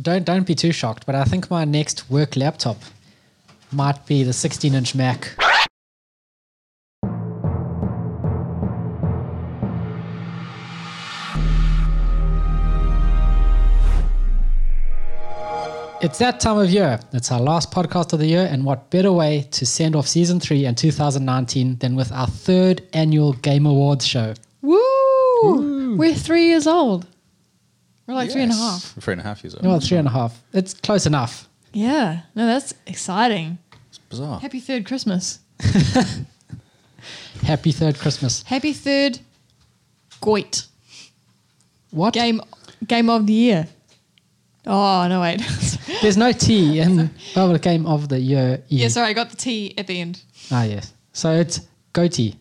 don't don't be too shocked, but I think my next work laptop might be the 16 inch Mac. It's that time of year. It's our last podcast of the year, and what better way to send off season three and 2019 than with our third annual Game Awards show? Woo! We're three years old. We're like three and a half. Yes. Three and a half years old. Well, three and a half. It's close enough. Yeah. No, that's exciting. It's bizarre. Happy third Christmas. Happy third Christmas. Happy third Goit. What? Game game of the year. Oh no wait. There's no T in Bubble Game of the Year. E. yeah, sorry, I got the T at the end. Ah, yes. So it's Goatee.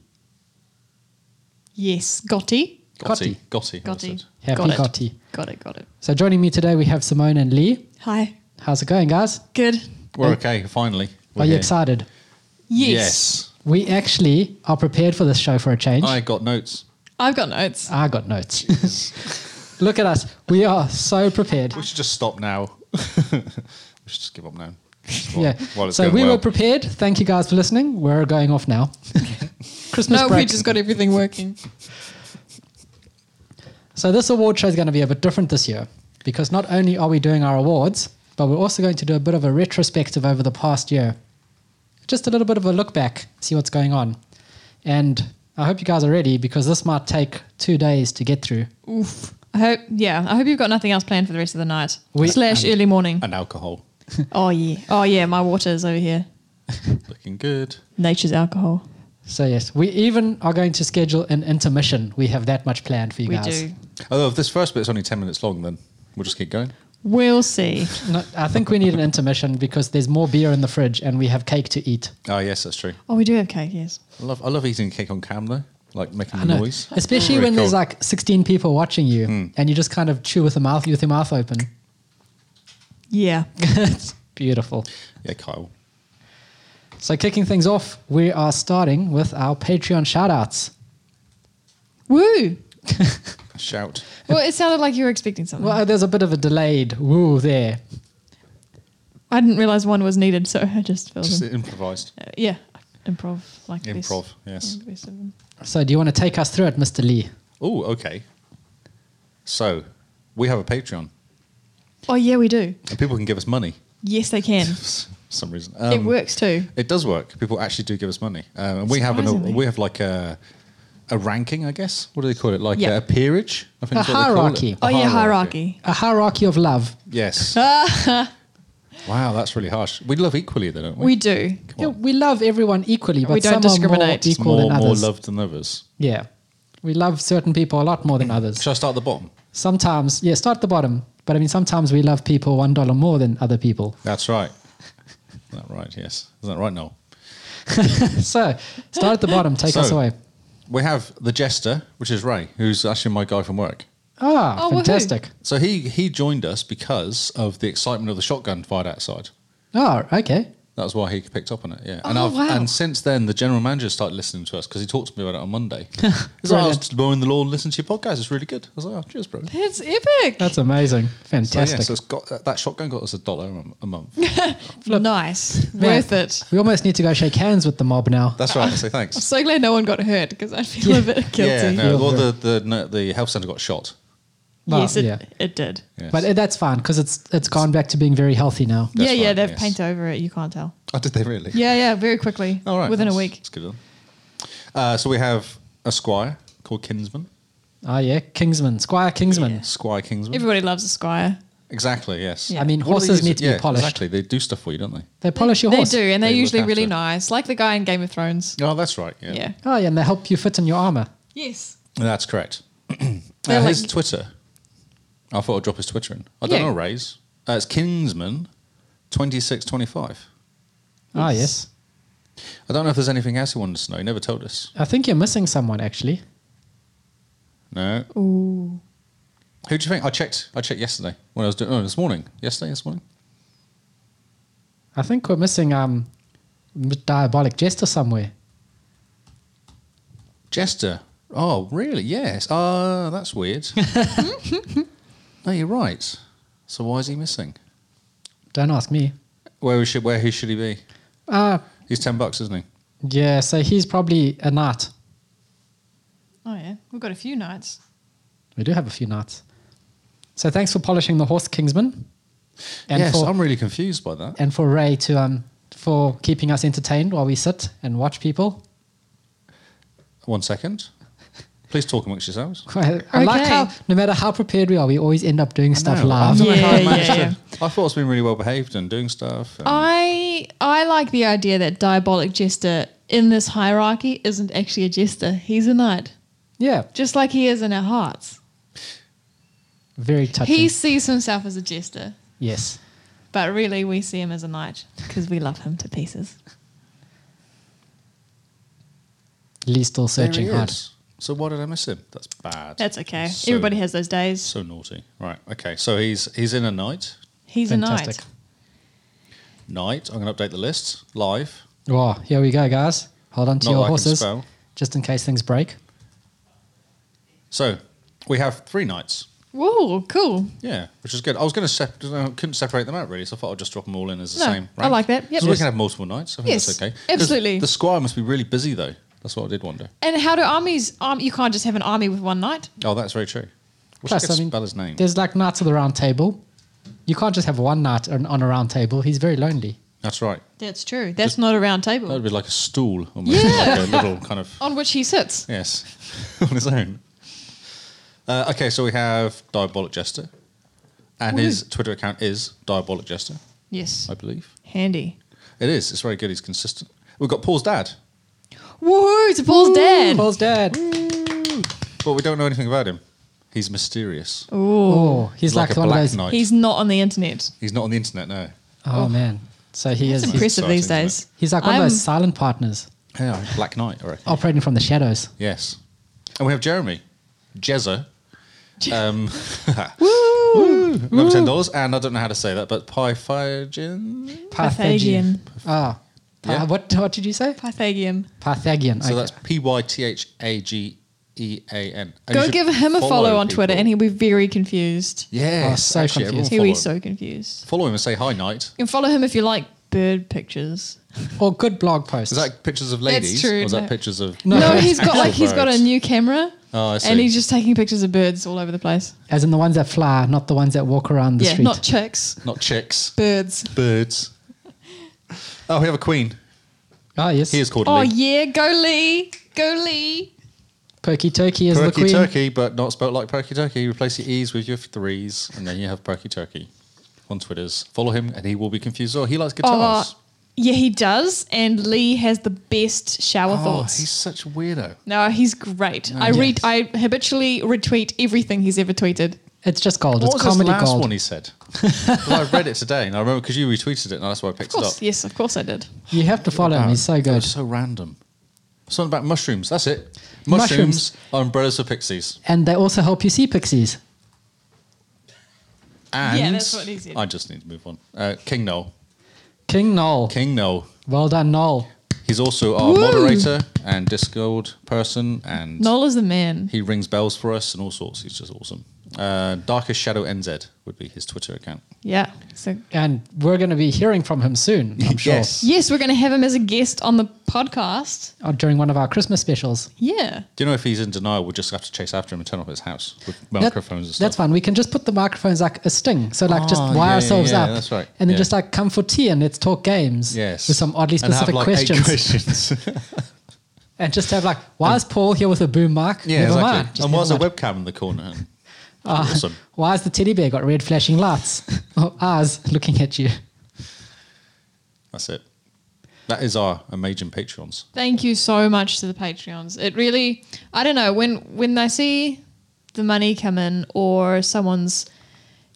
Yes. Gotti. Gotti. Gotti. that's Gotti. it. Happy got it. Gotti. Got it, got it. So joining me today, we have Simone and Lee. Hi. How's it going, guys? Good. We're okay, finally. We're Oh. Are you here. excited? Yes. We actually are prepared for this show for a change. Yes. I got notes. I've got notes. I got notes. Look at us. We are so prepared. We should just stop now. we should just give up now. Yeah. While it's So going we well. were prepared. Thank you guys for listening. We're going off now. Christmas No, we break. just got everything working. So this award show is going to be a bit different this year because not only are we doing our awards, but we're also going to do a bit of a retrospective over the past year. Just a little bit of a look back, see what's going on. And I hope you guys are ready because this might take two days to get through. Oof. I hope yeah, I hope you've got nothing else planned for the rest of the night. We- slash early morning. And alcohol. oh yeah. Oh yeah, my water is over here. Looking good. Nature's alcohol. So yes, we even are going to schedule an intermission. We have that much planned for you we guys. do. Although Oh, if this first bit's only 10 minutes long, then we'll just keep going. We'll see. No, I think we need an intermission because there's more beer in the fridge and we have cake to eat. Oh, yes, that's true. Oh, we do have cake, yes. I love, I love eating cake on cam, though. Like making No, noise. especially Very when there's cool. Hmm. like 16 people watching you and you just kind of chew with the mouth with your mouth open. Yeah. it's beautiful. Yeah, Kyle. So kicking things off, we are starting with our Patreon shout-outs. Woo! Shout. Well, it sounded like you were expecting something. Well, there's a bit of a delayed woo there. I didn't realize one was needed, so I just filled Just in. improvised. Uh, yeah, improv like this. Improv, yes. Yeah, the best of them. So do you want to take us through it, Mr. Lee? Oh, okay. So we have a Patreon, Oh yeah, we do. and people can give us money Yes, they can. for some reason. it Um, works too. It does work. People actually do give us money, um, and we have an, Surprisingly. we have like a a ranking, I guess. What do they call it? Like Yeah. a peerage. I think A is what they call hierarchy. it. Oh yeah, hierarchy. A hierarchy of love. Yes. wow, that's really harsh. We love equally, though, don't we? We do. Yeah, we love everyone equally, but We don't some discriminate. are more It's equal more than more others. loved than others. Yeah. We love certain people a lot more than others. Should I start at the bottom? Sometimes, yeah, start at the bottom. But I mean, sometimes we love people one dollar more than other people. That's right. Is that right? Yes. Is that right, Noel? So start at the bottom. Take us So- away. We have the jester, which is Ray, who's actually my guy from work. Ah, Oh, woohoo. fantastic. So he he joined us because of the excitement of the shotgun fired outside. Oh, okay. That was why he picked up on it. Yeah, and Oh, I've wow. and since then the general manager started listening to us because he talked to me about it on Monday. He's like, I was Brilliant. just mowing the lawn, listening to your podcast. It's really good. I was like, oh, cheers, bro. So, It's epic. That's amazing. yeah, Fantastic. so it's got that, that shotgun got us a dollar a m- a month. nice. Man, Worth it. We almost need to go shake hands with the mob now. That's right. So I'm thanks. so glad no one got hurt because I feel a bit guilty. Yeah, no, Yeah. well, the the no, the health center got shot. Well, yes, it, yeah. it did. Yes. But uh, that's fine because it's it's gone back to being very healthy now. Yeah, That's yeah, right, they've yes. painted over it. You can't tell. oh, did they really? Yeah, yeah, very quickly. All right. Within a that's- week. That's good. then. Uh, so we have a squire called Kinsman, Oh yeah, Kingsman, Squire Kingsman. Squire Kingsman. Everybody loves a squire. exactly. Yes. Yeah. I mean, What do they horses use need it- to yeah, be polished. Exactly. They do stuff for you, don't they? They polish your They horse. do, and they're They look usually after really it. nice, like the guy in Game of Thrones. Oh, that's right. Yeah. Yeah. Oh yeah, and they help you fit in your armor. Yes. That's correct. uh, They're his like- Twitter. I thought I'd drop his Twitter in. I don't Yeah. know, Ray's. Uh, it's Kinsman2625. Ah yes. I don't know if there's anything else he wanted to know. He never told us. I think you're missing someone actually. No. Ooh. Who do you think? I checked. I checked yesterday when I was doing. Oh, this morning. Yesterday. This morning. I think we're missing um, diabolic jester somewhere. Jester. Oh, really? Yes. Ah, that's weird. no, you're right. So why is he missing? Don't ask me. Where we should where he should he be? Uh, He's ten bucks, isn't he? yeah, so he's probably a knight. Oh yeah, we've got a few nights. We do have a few knights. So thanks for polishing the horse, Kingsman. And yes, for I'm really confused by that. and for Ray to um for keeping us entertained while we sit and watch people. One second. Please talk amongst yourselves. I, I like Okay. how no matter how prepared we are, we always end up doing stuff No, I live. don't know how I Yeah, managed yeah, Oh, to- I thought it's been really well behaved and doing stuff. and- I I like the idea that diabolic jester in this hierarchy isn't actually a jester. He's a knight, Yeah, just like he is in our hearts. very touching. He sees himself as a jester, yes. but really we see him as a knight because we love him to pieces. Lee's still There searching he hard. is. So why did I miss him? That's bad. That's okay. So- Everybody has those days. so naughty. Right. Okay. So he's he's in a night. He's Fantastic. Night. I'm going to update the list live. Wow, here we go, guys. Hold on to Not your that I can horses, spell. just in case things break. So we have three nights. a knight. Whoa, cool. Yeah, which is good. I was going to sep- I couldn't separate them out really, so I thought I'd just drop them all in as the No, same. I rank. like that. Yep. So we Yes. can have multiple nights. I think Yes, that's okay. 'Cause absolutely. The squire must be really busy though. That's what I did wonder. And how do armies? Um, you can't just have an army with one knight. Oh, that's very true. Wish Plus, I could I mean, spell his name. There's like knights of the round table. You can't just have one knight on, on a round table. He's very lonely. That's right. That's true. That's not a round That table would be like a stool, almost Yeah. like a little kind of on which he sits. Yes, on his own. Uh, okay, so we have Diabolic Jester, and his Twitter account is Diabolic Jester, Yes, I believe. handy. It is. It's very good. He's consistent. We've got Paul's dad, Woohoo! It's Paul's dad. Paul's dad. but we don't know anything about him. He's mysterious. Oh, he's like, a one of black those. knight. He's He's, not on the internet. not on the internet, no. Oh, man. So he is. It's He's, impressive these exciting, days. isn't he's like one of I'm- those silent partners Yeah, Black Knight, I reckon. operating from the shadows. Yes. And we have Jeremy, Jezza. Um, woo! Another ten dollars, and I don't know how to say that, but Pyphagian. Pythagorean. Ah. Pi- Yeah. what, what did you say? Pythagorean. Pythagorean. So okay. that's P Y T H A G E A N. And you Go should give him a follow on Twitter, people. and he'll be very confused. yes, Oh, so actually, confused. everyone He'll be follow so him. confused. Follow him and say hi, knight. You can follow him if you like bird pictures. or Oh, good blog posts. Is that pictures of ladies? true, Or is that no. pictures of? No, No, it's he's got like he's got a birds. new camera, Oh, I see. and he's just taking pictures of birds all over the place. As in the ones that fly, not the ones that walk around the yeah, street. not chicks, not chicks, birds. birds. Oh, we have a queen. oh, yes. He is called Oh Lee. yeah, go Lee, go Lee. Perky Turkey is the Perky queen. Turkey, but not spelt like Perky Turkey. Replace your E's with your threes, and then you have Perky Turkey on Twitters. Follow him, and he will be confused. Oh, he likes Oh, guitars. yeah, he does. And Lee has the best shower oh thoughts. he's Oh, such a weirdo. no, he's great. I read. I habitually retweet everything he's ever tweeted. It's just gold. What it's was comedy this last gold. one he said? well, I read it today, and I remember because you retweeted it, and that's why I picked Of course, it up. yes, of course I did. You have to follow him. He's so It good. Uh, was so random. Something about mushrooms. That's it. Mushrooms, Mushrooms. are umbrellas for pixies. And they also help you see pixies. And that's what he said. I just need to move on. Uh, King Noel. King Noel. King Noel. Well done, Noel. He's also our Woo! moderator and Discord person, and Noel is the man. he rings bells for us and all sorts. He's just awesome. Uh, Darkest Shadow NZ would be his Twitter account. Yeah. So And we're going to be hearing from him soon, I'm sure. Yes. yes, we're going to have him as a guest on the podcast. Uh, During one of our Christmas specials. Yeah. Do you know if he's in denial? We'll just have to chase after him and turn off his house with That- microphones and stuff. That's fine. We can just put the microphones like a sting. So like just Oh, wire yeah, ourselves yeah, up. that's right. And then Yeah. just like come for tea and let's talk games. Yes. With some oddly And have, specific like, eight questions. questions. And just have like, why is Paul here with a boom mic? yeah, Never exactly. mind. Ah. Just and why never is a mind. webcam in the corner? awesome. Why has the teddy bear got red flashing lights? or eyes looking at you? That's it. That is our amazing patrons. Thank you so much to the Patreons. It really, I don't know, when when I see the money come in or someone's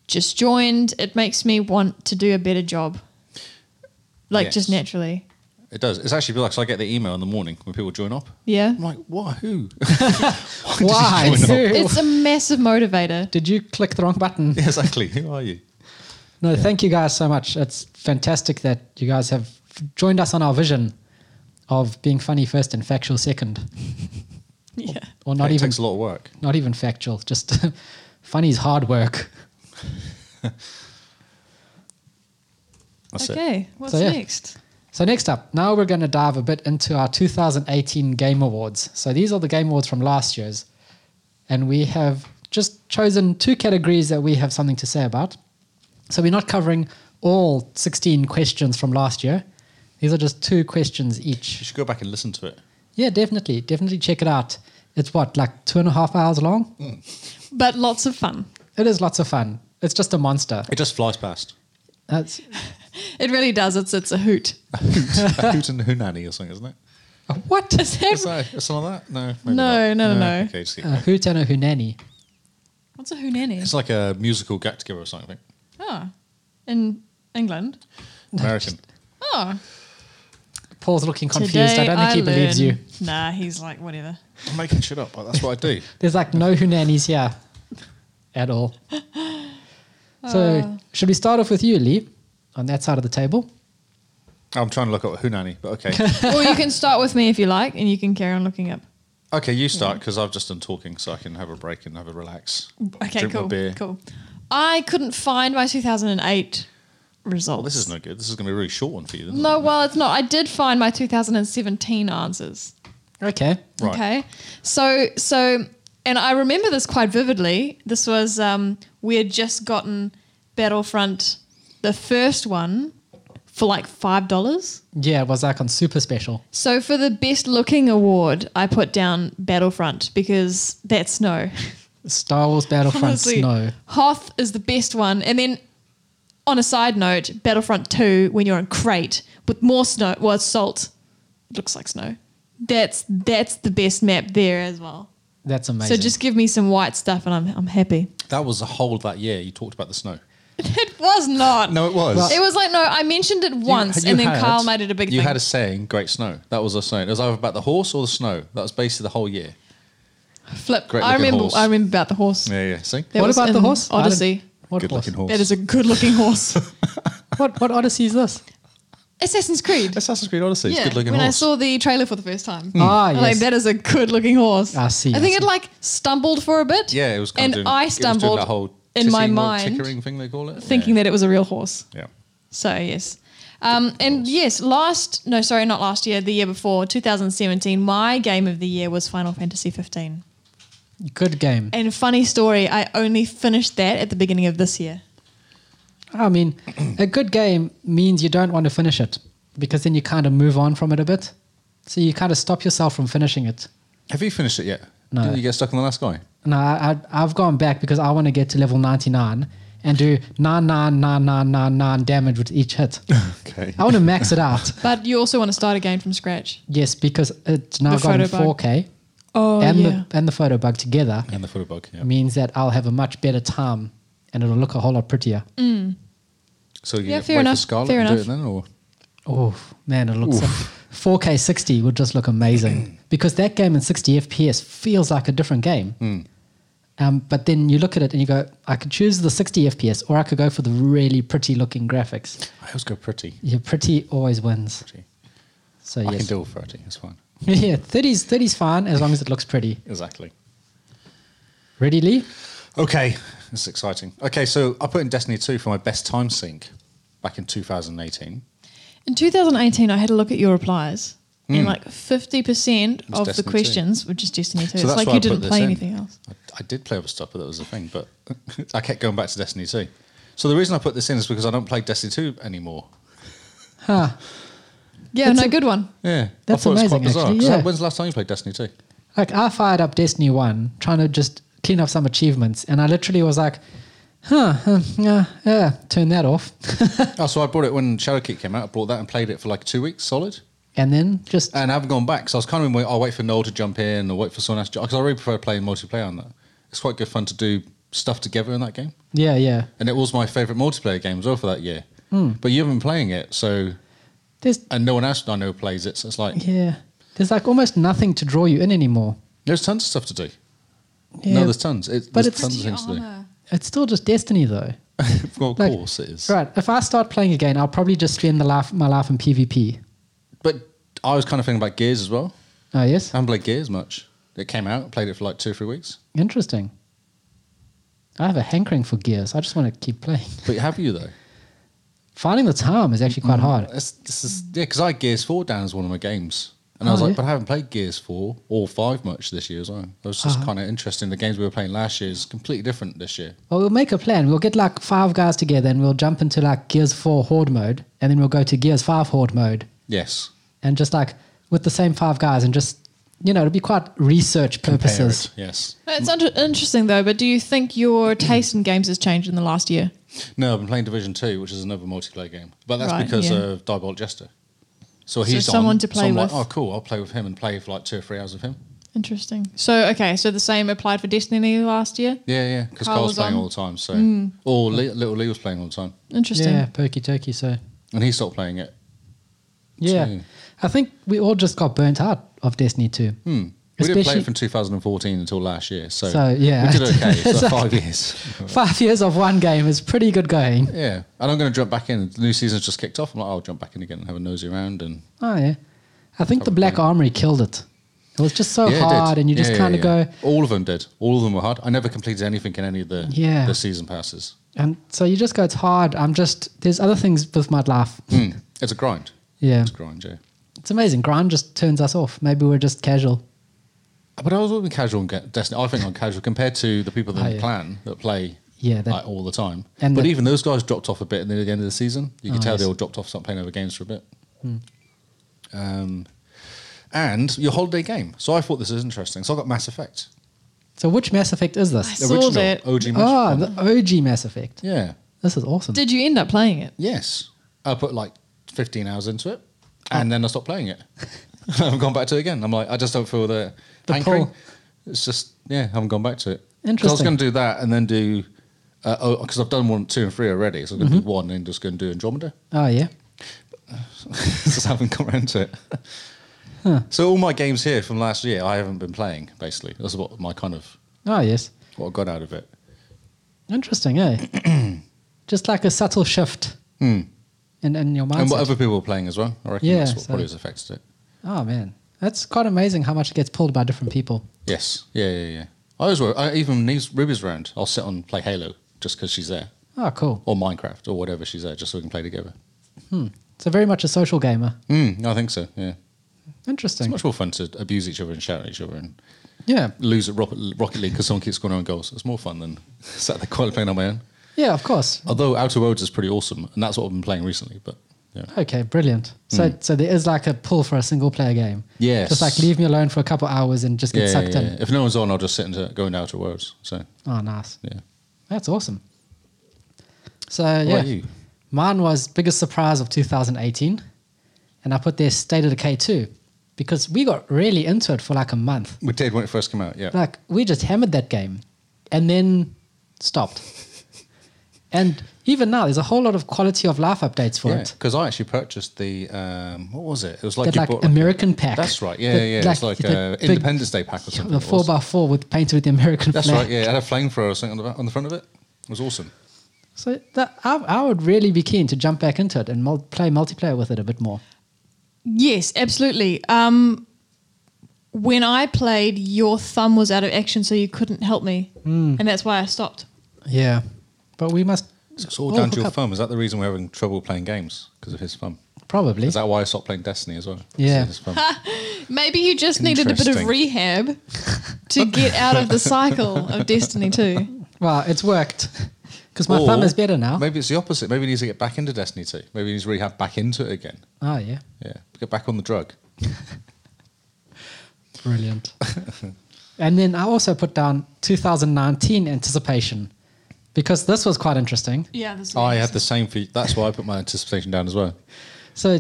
just joined, it makes me want to do a better job. Like just Yes. naturally. It does. It's actually like so I get the email in the morning when people join up. Yeah. I'm like, what? Who? Why? join up? Who? It's a massive motivator. Did you click the wrong button? Yeah, exactly. Who are you? No, thank you guys so much. It's fantastic that you guys have f- joined us on our vision of being funny first and factual second, Yeah. or not it even takes a lot of work. not even factual. Just funny is hard work. That's it. okay, what's So, yeah. next? So next up, now we're going to dive a bit into our 2018 Game Awards. So these are the Game Awards from last year's, and we have just chosen two categories that we have something to say about. So we're not covering all 16 questions from last year. These are just two questions each. You should go back and listen to it. Yeah, definitely, definitely check it out. It's what like two and a half hours long. But lots of fun. It is lots of fun. It's just a monster. It just flies past. That's It really does. It's it's a hoot. A hoot and Hunani or something, isn't it? what Is that- Is that is something like that? No. maybe No, not. no, no, no. Uh. Okay, just keep a going. hoot and a hunani. what's a hoonanny? It's like a musical get together or something. Oh, in England. American. Oh, Paul's looking confused. I don't think he believes you. you. Nah, he's like whatever. I'm making shit up, but that's what I do. There's like no Hunanis here at all. So, Uh. should we start off with you, Lee, on that side of the table? I'm trying to look up Hunani, but okay. or you can start with me if you like, and you can carry on looking up. Okay, you start because I've just done talking, so I can have a break and have a relax. Okay, Drink my cool, beer. cool. I couldn't find my 2008 results. Well, this is no good. This is going to be a really short one for you. Isn't no, well, it's not. I did find my 2017 answers. Okay. It? Right. Okay. So so and I remember this quite vividly. This was um we had just gotten Battlefront the first one for like five dollars. Yeah, it was like on Super Special. So for the best looking award, I put down Battlefront because that's snow. Star Wars Battlefront Honestly, Snow. Hoth is the best one. And then on a side note, Battlefront 2, when you're in crate with more snow, well, it's salt, it looks like snow. That's that's the best map there as well. That's amazing. So just give me some white stuff and I'm, I'm happy. That was the whole of that year. You talked about the snow. It was not. No, it was. It was like, no, I mentioned it once and then Carl made it a big You thing. had a saying, "Great snow." That was a saying. It was either about the horse or the snow. That was basically the whole year. Flip. great I looking remember horse. I remember about the horse. Yeah, yeah. See, That what was about the in horse? I didn't- Odyssey. What good horse? looking horse. That is a good looking horse. What, what Odyssey is this? Assassin's Creed. Assassin's Creed Odyssey. yeah, it's good looking when horse. Hmm. I saw the trailer for the first time. Ah, I'm Like yes. that is a good looking horse. I see, I I think it see. like stumbled for a bit. yeah, it was. Kind And of doing, I it was stumbled doing that whole in my titting or mind, tickering thing they call it. thinking yeah. that it was a real horse. Yeah. So yes, um, and yes, last no, sorry, not last year, the year before, 2017. My game of the year was Final Fantasy 15. Good game. And funny story, I only finished that at the beginning of this year. I mean, a good game means you don't want to finish it because then you kind of move on from it a bit. So you kind of stop yourself from finishing it. Have you finished it yet? No. Didn't you get stuck on the last guy? No, I, I, I've gone back because I want to get to level 99 and do 999999 damage with each hit. Okay. I want to max it out. But you also want to start a game from scratch. Yes, because it's now The gone photo bug. 4K Oh and, the, and the photo bug together And the footy bug. Yeah. means that I'll have a much better time and it'll look a whole lot prettier. So you Yeah, wait fair for enough, Scarlet fair and do it enough. then, or Oh, man, it looks. 4K 60 would just look amazing because that game in 60 FPS feels like a different game. Hmm. Um, but then you look at it and you go, I could choose the 60 FPS or I could go for the really pretty looking graphics. I always go pretty. Yeah, pretty always wins. Pretty. So I can Uh, yes, deal with pretty. It's fine. yeah, thirties thirties fine as long as it looks pretty. Exactly. Ready, Lee? Okay, it's exciting. Okay, so I put in Destiny 2 for my best time sync back in 2018. In 2018, I had a look at your replies, and like 50% was of the Hmm. Destiny questions were just Destiny 2. that's it's like why you I put didn't this play in. anything else. I, I did play Overstopper, that was the thing, but I kept going back to Destiny 2. So the reason I put this in is because I don't play Destiny 2 anymore. Huh? Yeah, That's no, a- good one. Yeah, That's I thought it was amazing, quite bizarre. actually, 'cause yeah. that- When's the last time you played Destiny 2? Like I fired up Destiny One, trying to just clean up some achievements, and I literally was like, huh, huh, yeah, yeah, turn that off, Oh, so I bought it when Shadowkeep came out. I bought that and played it for like two weeks solid. and then just And I haven't gone back, so I was kind of in wait. I'll wait for Noel to jump in or wait for someone else to because I really prefer playing multiplayer on that. It's quite good fun to do stuff together in that game. yeah, yeah. and it was my favorite multiplayer game as well for that year. Hmm. But you haven't been playing it, so There's and no one else I know plays it, so it's like yeah, there's like almost nothing to draw you in anymore. there's tons of stuff to do. Yeah, No, there's tons. It, But there's it's- tons of things to do. it's still just Destiny though. well, of Like- course it is. Right. If I start playing again, I'll probably just spend the life my life in PvP. But I was kind of thinking about Gears as well. Oh yes, I haven't played Gears much. It came out, played it for like two or three weeks. interesting. I have a hankering for Gears. I just want to keep playing. But have you though? Finding the time is actually quite hard. That's, this is yeah, because I had Gears Four down as one of my games, and I Oh, was like, yeah. but I haven't played Gears Four or Five much this year as well. It was just Uh-huh. kind of interesting. The games we were playing last year is completely different this year. Well, we'll make a plan. We'll get like five guys together and we'll jump into like Gears 4 Horde mode and then we'll go to Gears 5 Horde mode Yes, and just like with the same five guys and just, you know, it'll be quite research Compare purposes. it, Yes. It's inter- interesting though, but do you think your taste in games has changed in the last year? No, I've been playing Division Two, which is another multiplayer game, but that's Right, because yeah. of Diabolic Jester. So he's on, someone to so play I'm with. Like, oh, cool! I'll play with him and play for like two or three hours with him. Interesting. So okay, so the same applied for Destiny last year. Yeah, yeah, because Carl was Carl's playing on. Mm. all the time. So, or Le- little Lee was playing all the time, Interesting. Yeah, perky turkey. So, and he stopped playing it. yeah, True. I think we all just got burnt out of Destiny 2. Hmm. We didn't play Especially- it from 2014 until last year, so, So, yeah. we did okay. It's So like- five years. Five years of one game is pretty good going. Yeah, and I'm going to jump back in. The new season's just kicked off. I'm like, I'll jump back in again and have a nosy around. And Oh, yeah. I think the Probably. Black Armory killed it. It was just so yeah, it did. hard and you just Yeah, kind of yeah, yeah. go, All of them did. All of them were hard. I never completed anything in any of the Yeah. the season passes. and so you just go, it's hard. I'm just, there's other things with my life. Hmm. It's a grind. Yeah. It's a grind, yeah. It's amazing. Grind just turns us off. Maybe we're just casual. But I was always casual and get Destiny. I think I'm casual compared to the people that Oh, yeah. plan that play Yeah, that- like, all the time. And but the- even those guys dropped off a bit at the end of the season. You could Oh, tell they yes. Hmm. all dropped off, stopped playing over games for a bit. Um, and your holiday game. So I thought this was interesting. So I got Mass Effect. So which Mass Effect is this? Saw original that. OG Mass Oh, Effect. the OG Mass Effect. Yeah. This is awesome. Did you end up playing it? Yes. I put like 15 hours into it Oh. and then I stopped playing it. I've gone back to it again. I'm like, I just don't feel the, The hankering. pull. It's just, yeah, I haven't gone back to it. 'Cause I was Interesting. going to do that and then do, uh, oh, because I've done one, two, and three already. So I'm going to Mm-hmm. do one and just going to do Andromeda. oh, yeah. just haven't got around to it. So all my games here from last year, I haven't been playing, basically. That's what my kind of, Oh, yes. what I got out of it. Interesting, eh? just like a subtle shift Hmm. in, in your mindset. and what other people were playing as well. I reckon Yeah, that's what so- probably has affected it. oh, man. That's quite amazing how much it gets pulled by different people. Yes. Yeah, yeah, yeah. I always work. I even when Ruby's around. I'll sit on play Halo just because she's there, Oh, cool. or Minecraft, or whatever she's there, just so we can play together. So very much a social gamer. Mm, I think so. Yeah, it's Interesting. much more fun to abuse each other and shout at each other and Yeah. lose at Rocket, Rocket League because someone keeps scoring on goals. It's more fun than sat there quietly playing on my own. Yeah, of course. Although Outer Worlds is pretty awesome, and that's what I've been playing recently. But yeah, Okay, brilliant. So, so there is like a pull for a single player game. Hmm. Yes. Just like leave me alone for a couple hours and just get yeah, sucked yeah, in. yeah. If no one's on, I'll just sit into go into Outer Worlds. So Oh, nice. yeah, That's awesome. So What yeah, about you? mine was biggest surprise of 2018, and I put there State of Decay 2 because we got really into it for like a month. we did when it first came out. Yeah, Like we just hammered that game, and then stopped. and even now, there's a whole lot of quality of life updates for yeah. it. Because I actually purchased the um, what was it? It was like That you like bought American pack. That's right. Yeah, The- yeah. it's like the uh, big- Independence Day pack or something. The it was. four x four with painted with the American That's flag. right. Yeah, it had a flamethrower or something on the, on the front of it. It was awesome. So that, I, I would really be keen to jump back into it and mul- play multiplayer with it a bit more. Yes, absolutely. Um, when I played, your thumb was out of action, so you couldn't help me, Hmm. and that's why I stopped. Yeah, but we must. So it's all Oh, down to hook your up. thumb. Is that the reason we're having trouble playing games? Because of his thumb. Probably. Is that why I stopped playing Destiny as well? 'Cause of Yeah. his thumb. Maybe you just needed a bit of Interesting. rehab to get out of the cycle of Destiny 2. Well, it's worked because my Or thumb is better now. Maybe it's the opposite. Maybe he needs to get back into Destiny 2. Maybe he needs to rehab back into it again. Oh yeah, Yeah. Get back on the drug. brilliant. and then I also put down 2019 anticipation because this was quite interesting. Yeah, this I had the same for That's why I put my anticipation down as well. So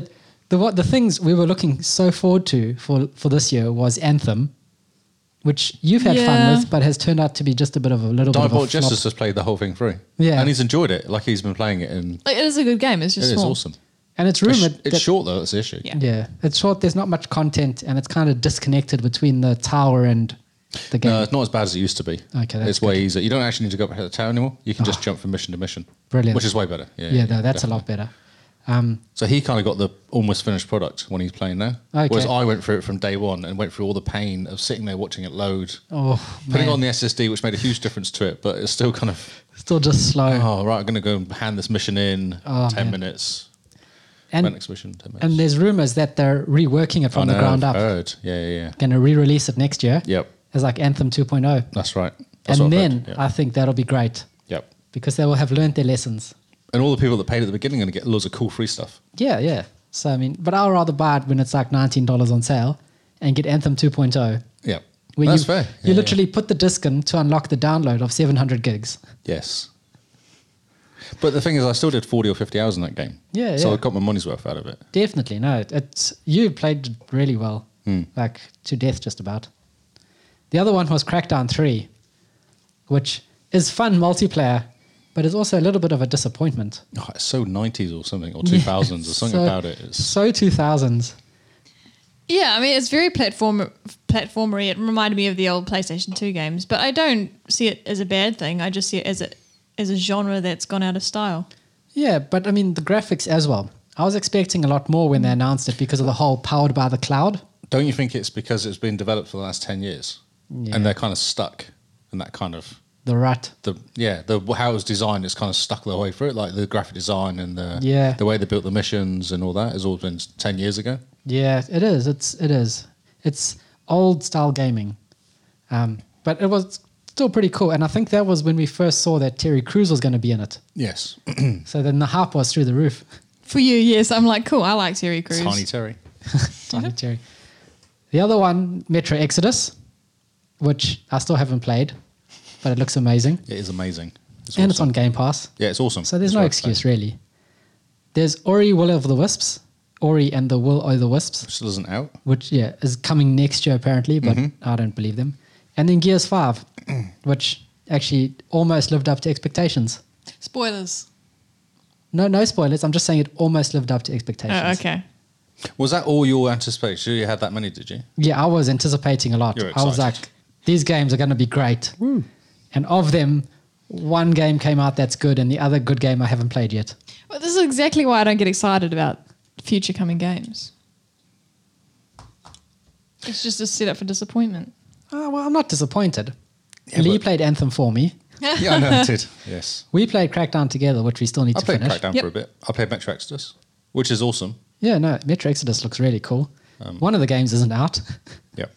the what the things we were looking so forward to for for this year was Anthem, which you've had Yeah. fun with, but has turned out to be just a bit of a little bit of a Diabolic flop. Justice has played the whole thing through. Yeah. And he's enjoyed it. Like he's been playing it and It is a good game. It's it just is small. awesome. And it's It's, rumored it's that short though, that's the issue. Yeah. Yeah, it's short. There's not much content, and it's kind of disconnected between the tower and the game. No, it's Uh, not as bad as it used to be. Okay, that's Ah. it's way easier. You don't actually need to go back to the tower anymore. You can just jump from mission to mission. Brilliant. Which is way better. Yeah, yeah, no, that's a definitely. lot better. Um, So he kind of got the almost finished product when he's playing now. Okay. Whereas I went through it from day one and went through all the pain of sitting there watching it load, oh, putting man. on the SSD, which made a huge difference to it, but it's still kind of, still just slow. oh, right, I'm going to go and hand this mission in Oh, 10 man. minutes. and Went next mission, 10 minutes. and there's rumors that they're reworking it I from the know, ground I've up. Heard. Yeah, yeah, yeah. Going to re-release it next year Yep, as like Anthem 2.0, that's right. and That's what I've then heard, I yeah. think that'll be great yep. because they will have learned their lessons. And all the people that paid at the beginning are going to get loads of cool free stuff. Yeah, yeah. So I mean, but I'll rather buy it when it's like nineteen dollars on sale and get Anthem 2.0. Yep. Where that's you, fair. Yeah, You yeah. literally put the disc in to unlock the download of 700 gigs. Yes. But the thing is, I still did 40 or 50 hours in that game. Yeah, So yeah. I got my money's worth out of it. Definitely, no. It's you played really well, like to death, just about. The other one was Crackdown Three, which is fun multiplayer, but is also a little bit of a disappointment. Oh, it's so 90s or something, or 2000s or something So- about it. It's, So 2000s. Yeah, I mean it's very platform platformery. It reminded me of the old PlayStation Two games, but I don't see it as a bad thing. I just see it as a as a genre that's gone out of style. Yeah, but I mean the graphics as well. I was expecting a lot more when they announced it because of the whole powered by the cloud. don't you think it's because it's been developed for the last 10 years Yeah. and they're kind of stuck in that kind of The rut. the yeah the how it was designed is kind of stuck the way through it like the graphic design and the Yeah. the way they built the missions and all that has all been 10 years ago Yeah, it is. It's it is. It's old style gaming, um, but it was still pretty cool. And I think that was when we first saw that Terry Crews was going to be in it. yes So then the hype was through the roof. For you, yes, I'm like cool. I like Terry Crews. tiny terry Tiny Terry. The other one, Metro Exodus, which I still haven't played, but it looks amazing, it is amazing it's and it's awesome. on Game Pass. yeah it's awesome So there's It's no worth excuse playing. really. There's Ori Will of the Wisps, Ori and the Will o' the Wisps, It still isn't out which yeah is coming next year apparently, but Mm-hmm. I don't believe them. And then Gears Five, which actually almost lived up to expectations. Spoilers. No, no spoilers. I'm just saying it almost lived up to expectations. Oh, okay. was that all your anticipation you had that many did you Yeah, I was anticipating a lot. You were I was like, excited. these games are going to be great. And of them, one game came out that's good, and the other good game I haven't played yet. Well, this is exactly why I don't get excited about future coming games. It's just a setup for disappointment. Ah, Oh, well, I'm not disappointed. Yeah, Lee but- played Anthem for me. yeah i know i did yes We played Crackdown together, which we still need i to played finish. crackdown Yep. for a bit i played metro exodus which is awesome Yeah, no, Metro Exodus looks really cool. Um, One of the games isn't out, yep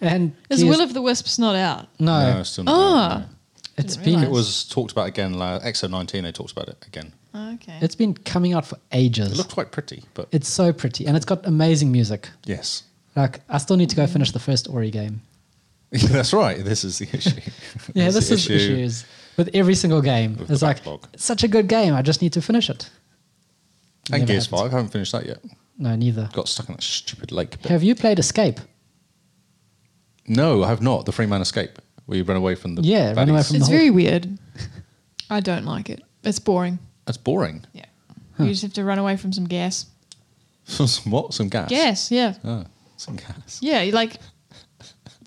and Is Gears- Will of the Wisps not out? no, it's still not out, Ah, no. it's didn't been realise. It was talked about again. Like XO19, they talked about it again. okay. it's been coming out for It ages. looked quite pretty, but it's so pretty, and it's got amazing music. yes, Like, I still need to go finish the first Ori game. that's right. This is the issue. Yeah, That's this is the issue is with every single game. With it's the like backlog. it's such a good game. I just need to finish it. And Never Gears happens. Five, I haven't finished that yet. No, neither. Got stuck in that stupid lake. Bit. Have you played Escape? No, I have not. The Free Man Escape, where you run away from the Yeah, run baddies. away from- It's the whole- very weird. I don't like it. It's boring. That's boring. Yeah. You just have to run away from some gas. Some some what? Some gas. Gas, yeah. Oh, some gas. Yeah, you like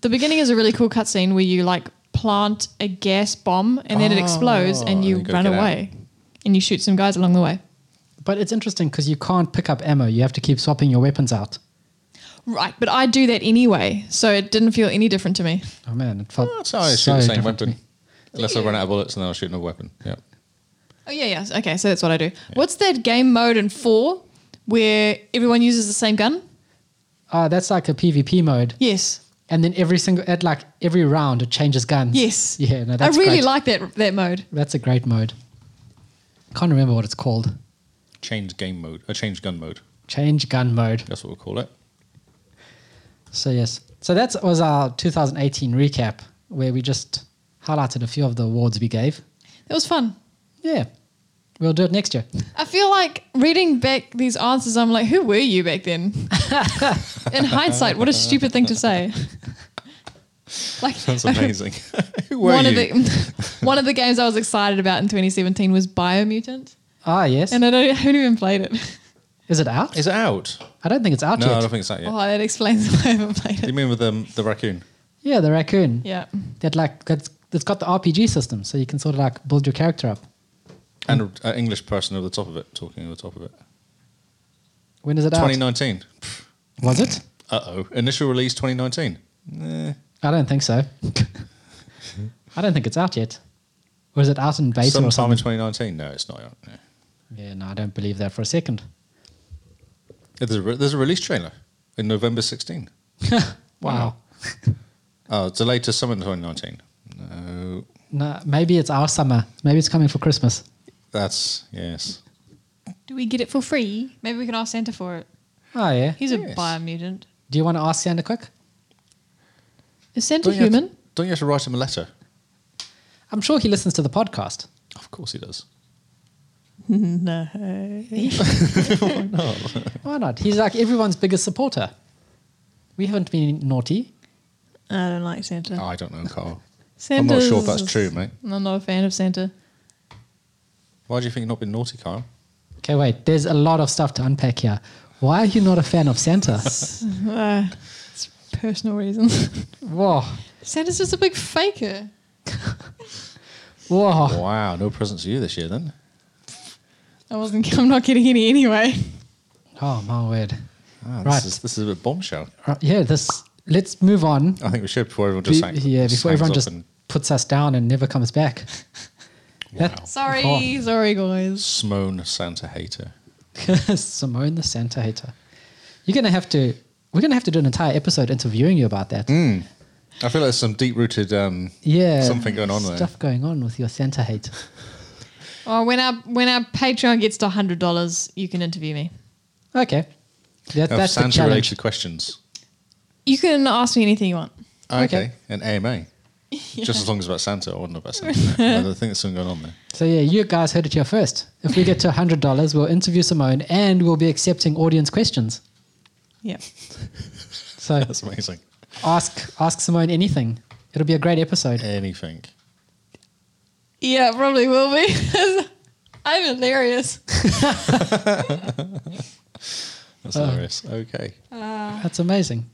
the beginning is a really cool cutscene where you like plant a gas bomb and then it explodes Oh, and you and you gotta run get out. away and you shoot some guys along the way. But it's interesting because you can't pick up ammo. You have to keep swapping your weapons out. Right, but I do that anyway, so it didn't feel any different to me. Oh man, it felt That's how I so shoot the same different to weapon. me. Unless I run out of bullets and then I'll shoot another weapon. Yeah. Oh yeah, yeah. Okay, so that's what I do. What's that game mode in four where everyone uses the same gun? Ah, that's like a PvP mode, Yes. and then every single at like every round it changes guns. Yes. Yeah, no, I that's really great. like that that mode. That's a great mode. Can't remember what it's called. Change game mode. Or change gun mode. Change gun mode. That's what we'll call it. So yes, so that was our 2018 recap where we just highlighted a few of the awards we gave. It was fun. Yeah, we'll do it next year. I feel like reading back these answers, I'm like, who were you back then? In hindsight, what a stupid thing to say. Like That's amazing. Who were one you? of the one of the games I was excited about in 2017 was Biomutant, Ah yes, and I don't I haven't even played it. is it out? Is it out? I don't think it's out No, I yet. don't think it's out yet. Oh, that explains why I haven't played You it. mean with um, the raccoon? Yeah, the raccoon. Yeah, That like that's, it's got the RPG system, so you can sort of like build your character up. And Mm. an English person over the top of it, talking over the top of it. When is it out? 2019. Was it? Uh oh. Initial release 2019. Eh, I don't think so. I don't think it's out yet. Or is it out in beta or sometime something? in 2019. No, it's not. out, No. Yeah, no, I don't believe that for a second. There's a, re- there's a release trailer in November 16. Wow. Oh, it's delayed to summer 2019. No. No, maybe it's our summer. Maybe it's coming for Christmas. That's, yes. Do we get it for free? Maybe we can ask Santa for it. Oh yeah. He's Yes. a biomutant. Do you want to ask Santa quick? Is Santa you have to- human? don't you have to write him a letter? I'm sure he listens to the podcast. Of course he does. No. Why not? He's like everyone's biggest supporter. We haven't been naughty. I don't like Santa. I don't know, Carl. I'm Santa's, not sure if that's true, mate. I'm not a fan of Santa. Why do you think you've not been naughty, Carl? Okay, wait. There's a lot of stuff to unpack here. Why are you not a fan of Santa? Uh, it's personal reasons. Whoa, Santa's just a big faker. whoa. Wow, no presents for you this year then. I wasn't. I'm not getting any anyway. Oh my word. Ah, this, Right. is, this is a bit bombshell. Right, Yeah, this. Let's move on. I think we should before everyone just Be- sang, yeah, before hangs everyone up just and puts us down and never comes back. That- Sorry, Oh. sorry guys. Simone Santa hater. Simone the Santa hater. You're gonna have to. We're gonna have to do an entire episode interviewing you about that. Mm. I feel like there's some deep rooted. Um, Yeah, Something going on there. Stuff going on with your Santa hate. Oh, when our when our Patreon gets to hundred dollars, you can interview me. Okay, that, of that's the Santa challenge. related questions. You can ask me anything you want. Okay. Okay. An AMA. Just as long as it's about Santa or not about Santa. no, I think there's something going on there. So yeah, you guys heard it here first. If we get to hundred dollars, we'll interview Simone and we'll be accepting audience questions. Yeah. So That's amazing. ask ask Simone anything. It'll be a great episode. Anything. Yeah, probably will be. I'm hilarious. That's Uh. hilarious. Okay. That's amazing.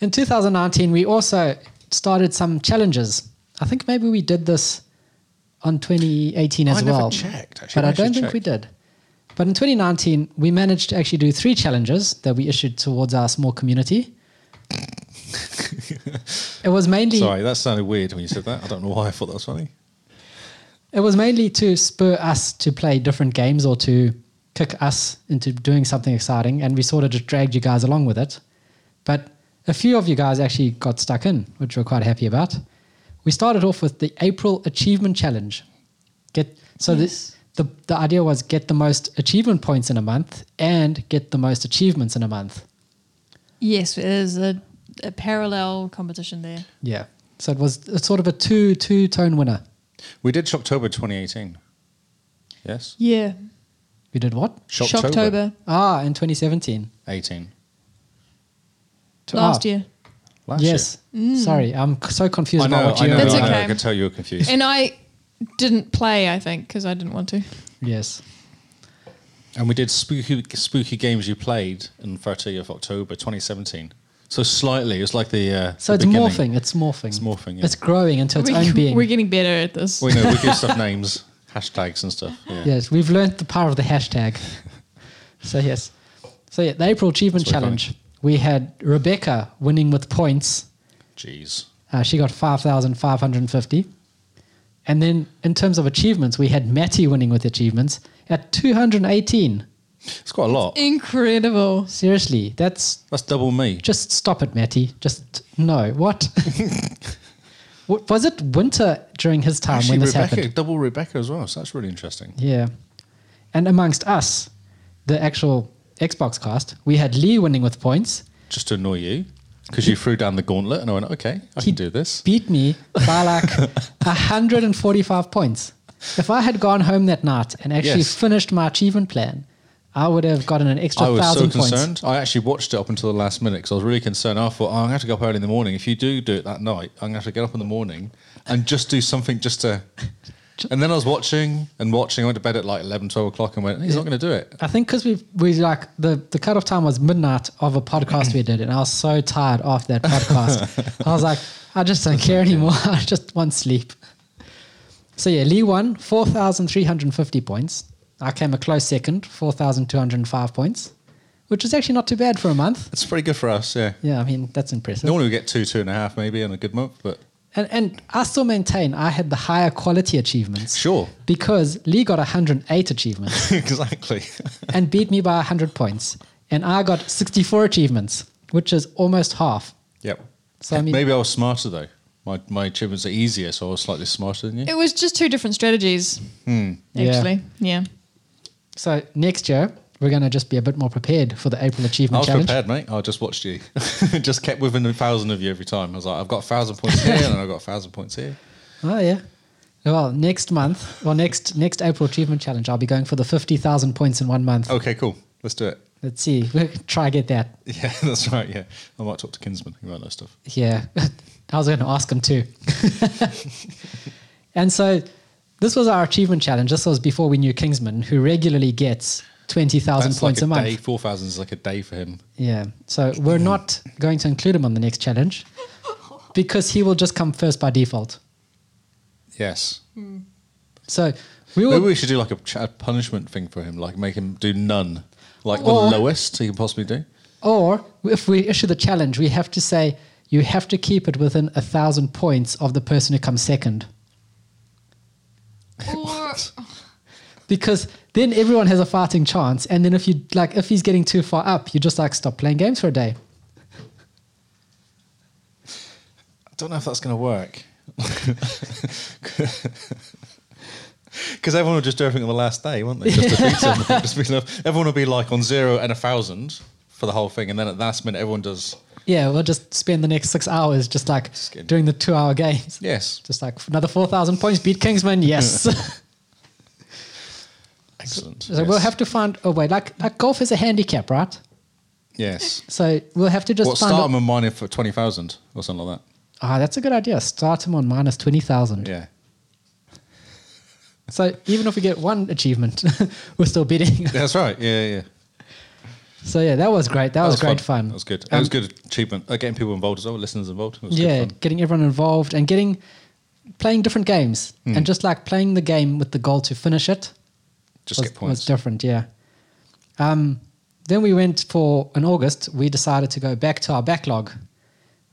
In 2019, we also started some challenges. I think maybe we did this on 2018 as I never well. checked, actually. but I I should don't think check. we did. But in 2019, we managed to actually do three challenges that we issued towards our small community. it was mainly Sorry, that sounded weird when you said that. I don't know why I thought that was funny. it was mainly to spur us to play different games or to kick us into doing something exciting, and we sort of just dragged you guys along with it. But a few of you guys actually got stuck in, which we're quite happy about. We started off with the April Achievement Challenge. Get so this the the idea was get the most achievement points in a month and get the most achievements in a month. Yes, there's a, a parallel competition there. Yeah. So it was it's sort of a two two tone winner. We did Shocktober 2018. Yes? Yeah. We did what? Shocktober. Ah, in 2017. 18. To- last ah, year. Last Yes. Sorry, I'm c- so confused year. I know, about what I you know, That's I, know. okay. I can tell you were confused. And I didn't play, I think, because I didn't want to. Yes. And we did spooky, spooky games you played on 30th of October 2017. So slightly, it's like the. Uh, So the it's beginning. morphing. It's morphing. It's morphing, yeah. It's growing into its own being. we're getting better at this. We know we give stuff names, hashtags and stuff. Yeah. Yes, we've learned the power of the hashtag. so yes. So yeah, the April Achievement That's very Challenge. We had Rebecca winning with points. Jeez. Uh, she got 5,550. And then in terms of achievements, we had Matty winning with achievements at 218. It's quite a lot. Incredible. Seriously, that's That's double me. just stop it, Matty. Just no. What? What- Was it winter during his time Actually, when this Rebecca, happened? double Rebecca as well. So that's really interesting. Yeah. And amongst us, the actual Xbox cast, we had Lee winning with points, Just to annoy you, because you threw down the gauntlet and I went, okay, I He- can do this. beat me by like 145 points. If I had gone home that night and actually Yes. finished my achievement plan, I would have gotten an extra I was so thousand points. concerned. I actually watched it up until the last minute because I was really concerned. I thought, oh, I'm going to have to go up early in the morning. If you do do it that night, I'm going to have to get up in the morning and just do something just to. And then I was watching and watching. I went to bed at like 11, 12 o'clock and went, he's not going to do it. I think because we we like the the cutoff time was midnight of a podcast we did, and I was so tired after that podcast. I was like, I just don't care anymore. I just want sleep. So yeah, Lee won 4,350 points. I came a close second, 4,205 points, which is actually not too bad for a month. It's pretty good for us, yeah. Yeah, I mean, that's impressive. Normally we get two, two and a half maybe in a good month, but And, and I still maintain I had the higher quality achievements sure. because Lee got 108 achievements exactly. and beat me by 100 points. And I got 64 achievements, which is almost half. Yep. So I mean, maybe I was smarter though. My, my achievements are easier, so I was slightly smarter than you. It was just two different strategies, Hmm. Yeah. actually. Yeah. so next year we're going to just be a bit more prepared for the April I Achievement was Challenge. prepared, mate. I just watched you. just kept within a thousand of you every time. I was like, I've got a thousand points here, and I've got a thousand points here. Oh yeah. Well, next month, well next next April Achievement Challenge, I'll be going for the 50,000 points in one month. Okay, cool. Let's do it. Let's see. We'll try get that. Yeah, that's right. Yeah, I might talk to Kinsman about that stuff. Yeah. I was going to ask him too. and so this was our achievement challenge. This was before we knew Kingsman, who regularly gets 20,000 That's like points a, a month. day. Four thousand is like a day for him. Yeah. So Mm-hmm. we're not going to include him on the next challenge because he will just come first by default. Yes. So we will. Maybe we should do like a, ch- a punishment thing for him, like make him do none, like Or- the lowest he can possibly do. Or if we issue the challenge, we have to say you have to keep it within a thousand points of the person who comes second, Or because then everyone has a fighting chance. And then if you like, if he's getting too far up, you just like stop playing games for a day. I don't know if that's going to work. Because everyone will just do everything on the last day, won't they? Just to beat him. Just be like- everyone will be like on zero and a thousand for the whole thing, and then at the last minute, everyone does Yeah, we'll just spend the next six hours just like kidding. doing the two-hour games. yes. Just like another four thousand points, beat Kingsman. Yes. Excellent. So we'll have to find a way. Like like golf is a handicap, right? yes. So we'll have to just What find. start a- him and mine for twenty thousand or something like Ah, that's a good idea. Start him on minus twenty thousand. that. Yeah. So even if we get one achievement, we're still bidding. That's right. Yeah, yeah. yeah. So yeah, that was great. That, was, great fun. That was good. That Um, was good achievement. Uh, getting people involved as well, listeners involved. It was good yeah, fun. getting everyone involved and getting playing different games Hmm. and just like playing the game with the goal to finish it Just was, get was points. different. Yeah. Um, then we went for in August. We decided to go back to our backlog,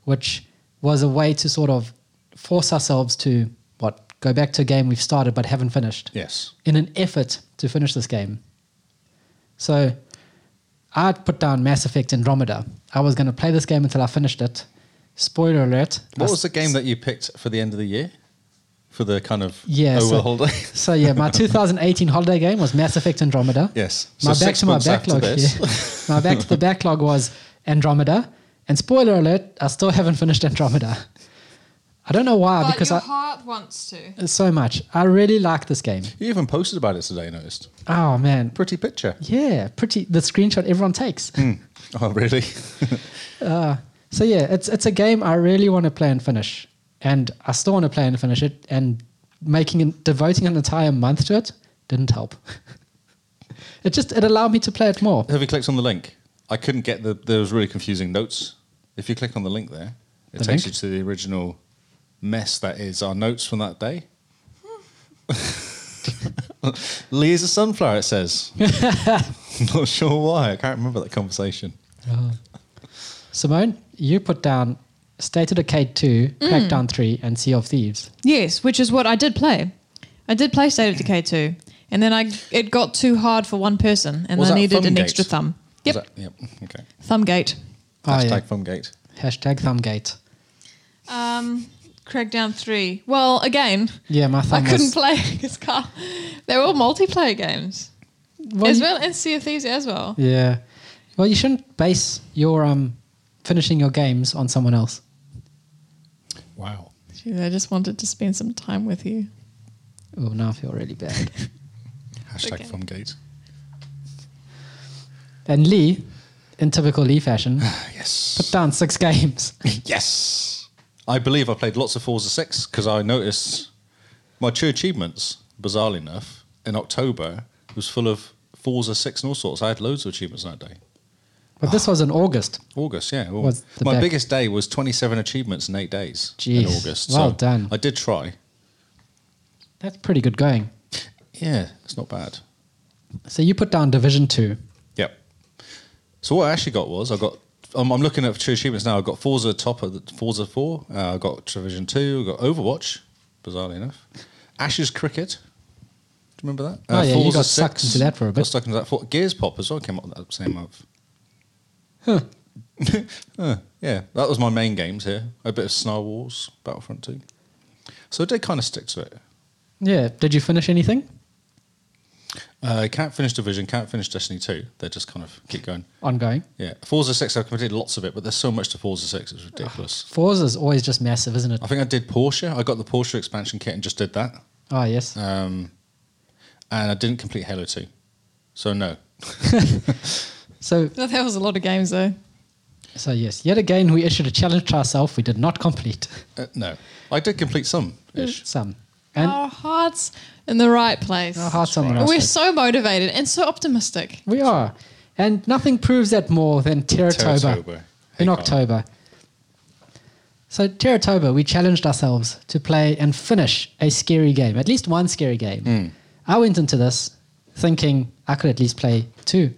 which was a way to sort of force ourselves to what go back to a game we've started but haven't finished. yes. in an effort to finish this game. So I'd put down Mass Effect Andromeda. I was going to play this game until I finished it. Spoiler alert. What I was the s- game that you picked for the end of the year? For the kind of Yeah, over so- the holiday? So yeah, my 2018 holiday game was Mass Effect Andromeda. yes. my So back six to my months after backlog. this- yeah. My back to the backlog was Andromeda. And spoiler alert, I still haven't finished Andromeda. I don't know uh, why, but because your I heart wants to. so much. I really like this game. You even posted about it today, I noticed. Oh man. Pretty picture. Yeah, pretty the screenshot everyone takes. Oh, really? So yeah, it's it's a game I really want to play and finish, and I still want to play and finish it. And making and devoting an entire month to it didn't help. it just it allowed me to play it more. Have you clicked on the link? I couldn't get the. There was really confusing notes. If you click on the link there, it The link? takes you to the original mess that is our notes from that day. Lee is a sunflower, it says. Not sure why. I can't remember that conversation. Simone, you put down State of Decay two, Mm. Crackdown three, and Sea of Thieves. Yes, which is what I did play. I did play State of Decay 2, and then I it got too hard for one person, and Was I that needed an Thumbgate? extra thumb. Yep, Was that- yep. Okay. Thumbgate. Oh, Hashtag yeah. Fungate. Hashtag Thumbgate. Um, Crackdown 3. Well, again, Yeah, my I thumb was. couldn't play because Carl. They're all multiplayer games Well, as you- well, and Sea of Thieves as well. Yeah, well, you shouldn't base your um finishing your games on someone else. Wow. Jeez, I just wanted to spend some time with you. Oh, now I feel really bad. Hashtag Okay. Fungate. and Lee, in typical Lee fashion, Yes. put down six games. Yes. I believe I played lots of fours and six because I noticed my two achievements, bizarrely enough, in October was full of fours and six and all sorts. I had loads of achievements that day. But this was in August. August, yeah. Well, Was the my back- biggest day was 27 achievements in eight days in Jeez. August. Well done. I did try. That's pretty good going. Yeah, it's not bad. So you put down Division Two. Yep. So what I actually got was I got. I'm, I'm looking at two achievements now. I've got Forza Topper, Forza Four. Uh, I got Division Two. I got Overwatch. Bizarrely enough, Ashes Cricket. Do you remember that? Uh, Oh, yeah, you got sucked into that for a Got bit. stuck into that. For, Gears Pop as well came out that same month. Huh. yeah, that was my main games here. A bit of Star Wars, Battlefront Two. So I did kind of stick to it. Yeah. Did you finish anything Uh, can't finish Division. Can't finish Destiny Two. They just kind of keep going. ongoing? Yeah, Forza 6, I've completed lots of it, but there's so much to Forza 6, it's ridiculous. Forza is always just massive, isn't it? I think I did Porsche. I got the Porsche expansion kit and just did that. Oh yes. Um, and I didn't complete Halo 2. So, no. So That was a lot of games though. so yes. Yet again, we issued a challenge to ourselves. We did not complete Uh, no. I did complete some ish. some. And Our hearts in the right place. our hearts on the right We're place. so motivated and so optimistic. We are. And nothing proves that more than Terratoba Terratoba. Hey, in Carl. October. So, Terratoba, we challenged ourselves to play and finish a scary game, at least one scary game. Hmm. I went into this thinking I could at least play two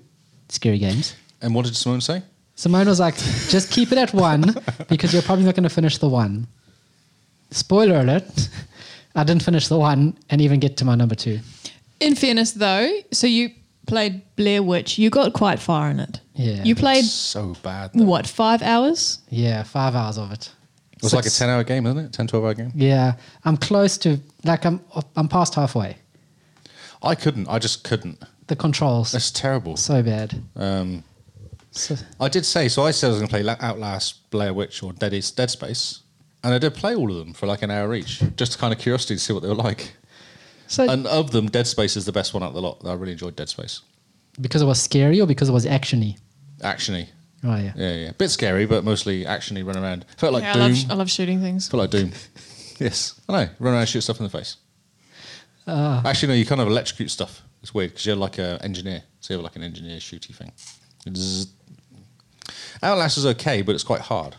scary games. And what did Simone say? Simone was like, just keep it at one because you're probably not going to finish the one. Spoiler alert, I didn't finish the one and even get to my number two. In fairness, though, so you played Blair Witch. You got quite far in it. Yeah. You played So bad. though. what five hours? Yeah, five hours of it. It was like a 10 hour game, isn't it? 10, 12 hour game. Yeah, I'm close to like I'm I'm past halfway. I couldn't. I just couldn't. The controls That's terrible. so bad. Um, So, I did say so. I said I was going to play La- Outlast, Blair Witch, or Dead, Is- Dead Space, and I did play all of them for like an hour each, just to kind of curiosity to see what they were like. so And of them, Dead Space is the best one out of the lot. I really enjoyed Dead Space. because it was scary or because it was actiony. Actiony, Oh yeah. yeah, yeah, bit scary, but mostly actiony. Run around, felt like Yeah, I Doom. love I love shooting things. felt like Doom. yes, I know. Run around, shoot stuff in the face. Ah. Actually, no, you kind of electrocute stuff. It's weird because you're like an engineer, so you have like an engineer shooty thing. Zzz. Outlast is okay, but it's quite hard.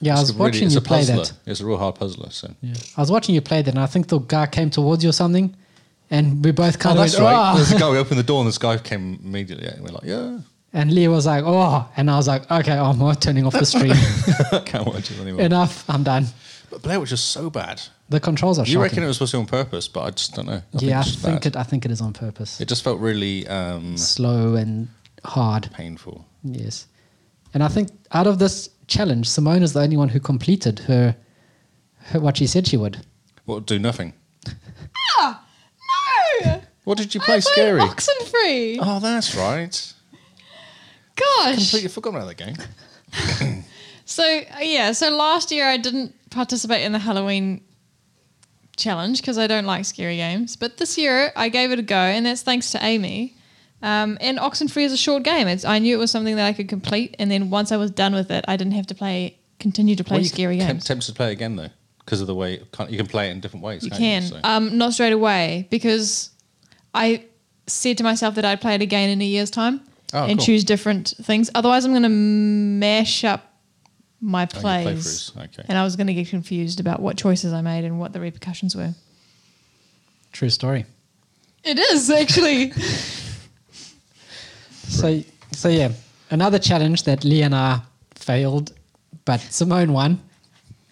Yeah, I was It's really- watching it's you a play puzzler. that. It's a real hard puzzler. So. Yeah. I was watching you play that, and I think the guy came towards you or something, and we both Oh, kind of that's went, right. "Ah." There's a guy. We opened the door, and this guy came immediately, and we're like, "Yeah, and Leah was like, "Oh," and I was like, "Okay, I'm not turning off the stream. I can't watch it anymore." Enough. I'm done." but Blair Witch is so bad. The controls are You reckon shocking. it was supposed to be on purpose? But I just don't know. I yeah, I it's just think bad. it. I think it is on purpose. It just felt really um, Slow and hard. painful. Yes. And I think out of this challenge, Simone is the only one who completed her, her what she said she would. Well, do nothing. No, What did you I play? played Scary. Oxenfree. Oh, that's right. Gosh. Completely forgot about that game. So uh, yeah, so last year I didn't participate in the Halloween challenge because I don't like scary games. But this year I gave it a go, and that's thanks to Amy. Um, and Oxenfree is a short game. It's, I knew it was something that I could complete, and then once I was done with it, I didn't have to play continue to play Well, you scary can- games. Tempted to play again though, because of the way can't- you can play it in different ways. You can't can, so. um, not straight away because I said to myself that I'd play it again in a year's time Oh, and cool. choose different things. Otherwise, I'm going to mash up my Oh, your plays. playthroughs, okay. And I was going to get confused about what choices I made and what the repercussions were. True story. It is actually. So, so yeah, another challenge that Lee and I failed, but Simone won.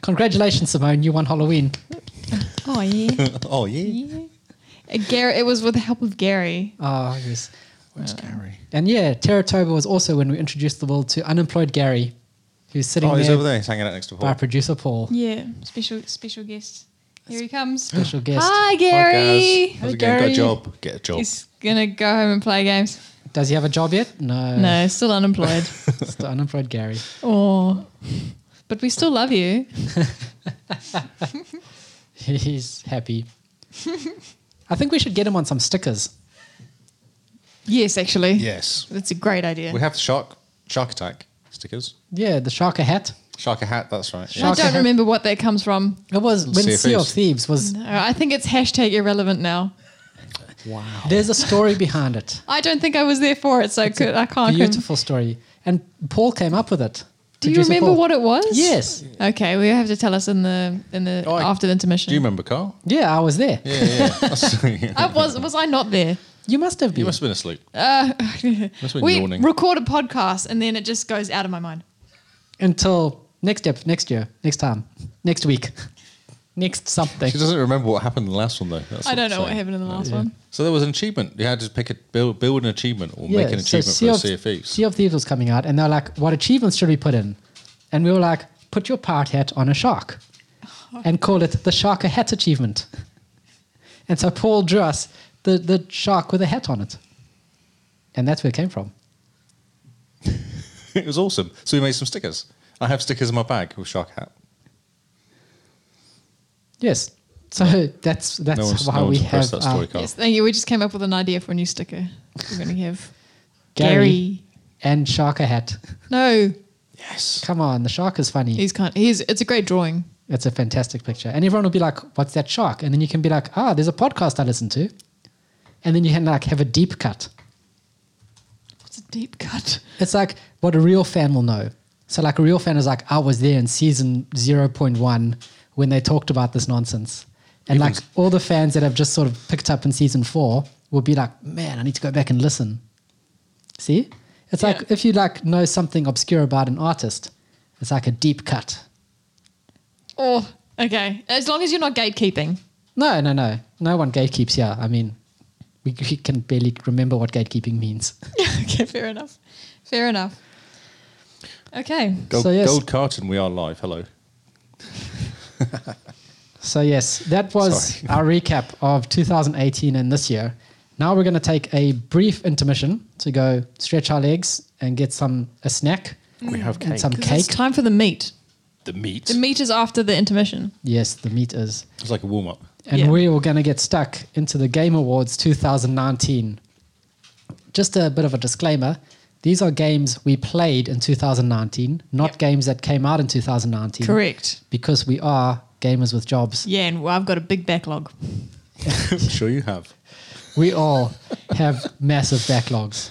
Congratulations, Simone! You won Halloween. oh yeah. oh yeah. Uh, Gary. It was with the help of Gary. Ah, yes. Where's Gary? And yeah, Terratoba was also when we introduced the world to unemployed Gary, who's sitting Oh, there, he's over there. He's hanging out next to by Paul. producer Paul. Yeah. Special special guest. Here he comes. Special guest. Hi Hi, Gary. guys. How's Hey, it going? Got a Gary. job. Get a job. He's gonna go home and play games. Does he have a job yet? No. No, still unemployed. It's the unemployed Gary. Oh, but we still love you. He's happy. I think we should get him on some stickers. Yes, actually. Yes. That's a great idea. We have the shark shark attack stickers. Yeah, the Sharker hat. Shark a hat. That's right. Yeah. I Shark don't Attack. remember what that comes from. It was when Sea Sea of of, Thieves. Thieves was. No, I think it's hashtag irrelevant now. There's a story behind it. I don't think I was there for it, so I, could, I can't. Beautiful story, and Paul came up with it. Do you Producer remember Paul. what it was? Yes. Okay, well, you have to tell us in the in the Oh, I- after the intermission. Do you remember, Carl? Yeah, I was there. Yeah, yeah. That's- yeah. I was was I not there? You must have You been. must have been asleep. Uh, Must have been we yawning. record a podcast and then it just goes out of my mind. Until next step, next year, next time, next week, next something. She doesn't remember what happened in the last one though. That's I don't know I'm what saying. happened in the last one. So there was an achievement. You had to pick a build, build an achievement or make an so achievement Sea for of- the CFEs. Sea of Thieves was coming out, and they're like, "What achievements should we put in?" And we were like, "Put your pirate hat on a shark, and call it the Shark a Hat achievement." And so Paul drew us the the shark with a hat on it, and that's where it came from. It was awesome. So we made some stickers. I have stickers in my bag with shark hat. Yes. So that's No that's one's, why no we have one's uh, impressed that our story, Carl. Yes, thank you. We just came up with an idea for a new sticker. We're going to have Gary uh, and Shark a Hat. No, Yes. Come on, the shark is funny. he's kind. He's. It's a great drawing. It's a fantastic picture. And everyone will be like, what's that shark? And then you can be like, ah, there's a podcast I listen to. And then you can like have a deep cut. What's a deep cut? It's like what a real fan will know. So like a real fan is like, I was there in season 0.1 when they talked about this nonsense. And like all the fans that have just sort of picked up in season four will be like, man, I need to go back and listen. See? It's like if you like know something obscure about an artist, it's like a deep cut. Oh, okay. As long as you're not gatekeeping. No, no, no. No one gatekeeps here. I mean, we, we can barely remember what gatekeeping means. okay, fair enough. Fair enough. Okay. Gold, So, yes. Gold Carton, we are live. Hello. So, yes, that was Sorry. our recap of 2018 and this year. Now we're going to take a brief intermission to go stretch our legs and get some a snack We have and some It's cake. time for the meat. The meat. The meat is after the intermission. yes, the meat is. It's like a warm up. And Yeah. we were going to get stuck into the Game Awards 2019. Just a bit of a disclaimer these are games we played in 2019, not Yep. games that came out in 2019. Correct. because we are gamers with jobs. Yeah, and I've got a big backlog. I'm sure you have. We all have massive backlogs.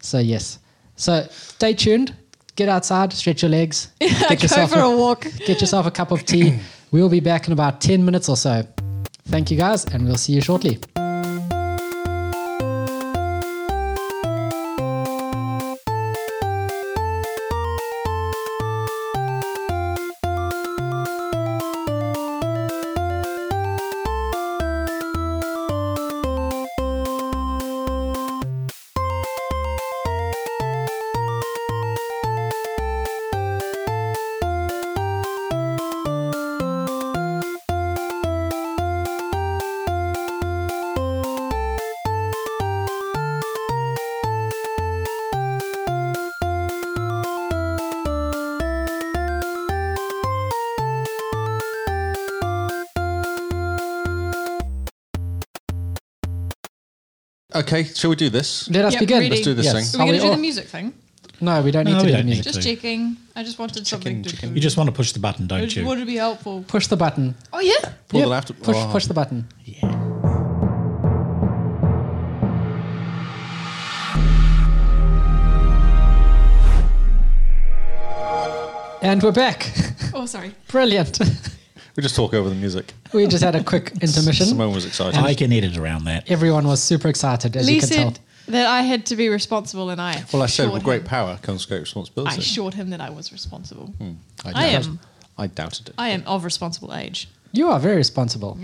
So yes. So stay tuned. Get outside, stretch your legs. Get Go for a walk. get yourself a cup of tea. We'll be back in about 10 minutes or so. Thank you guys and we'll see you shortly. Okay, shall we do this? Let us Yep, begin. ready. Let's do this Yes. thing. Are we Are going we to do all- the music thing? No, we don't need No, to we do the don't need music. to. Just Two. checking. I just wanted something to chicken. You just want to push the button, I don't just you? wanted to be helpful. Push the button. Oh yeah. Pull Yep, the left. Push, oh. push the button. And we're back. Oh sorry. Brilliant. We just talk over the music. we just had a quick intermission. Simone was excited. I can edit around that. Everyone was super excited, as Lee you can said tell. that I had to be responsible, and I well, I said, assured with him- great power comes great I responsibility. assured him that I was responsible. I doubt- am. I doubted it. I am of responsible age. You are very responsible.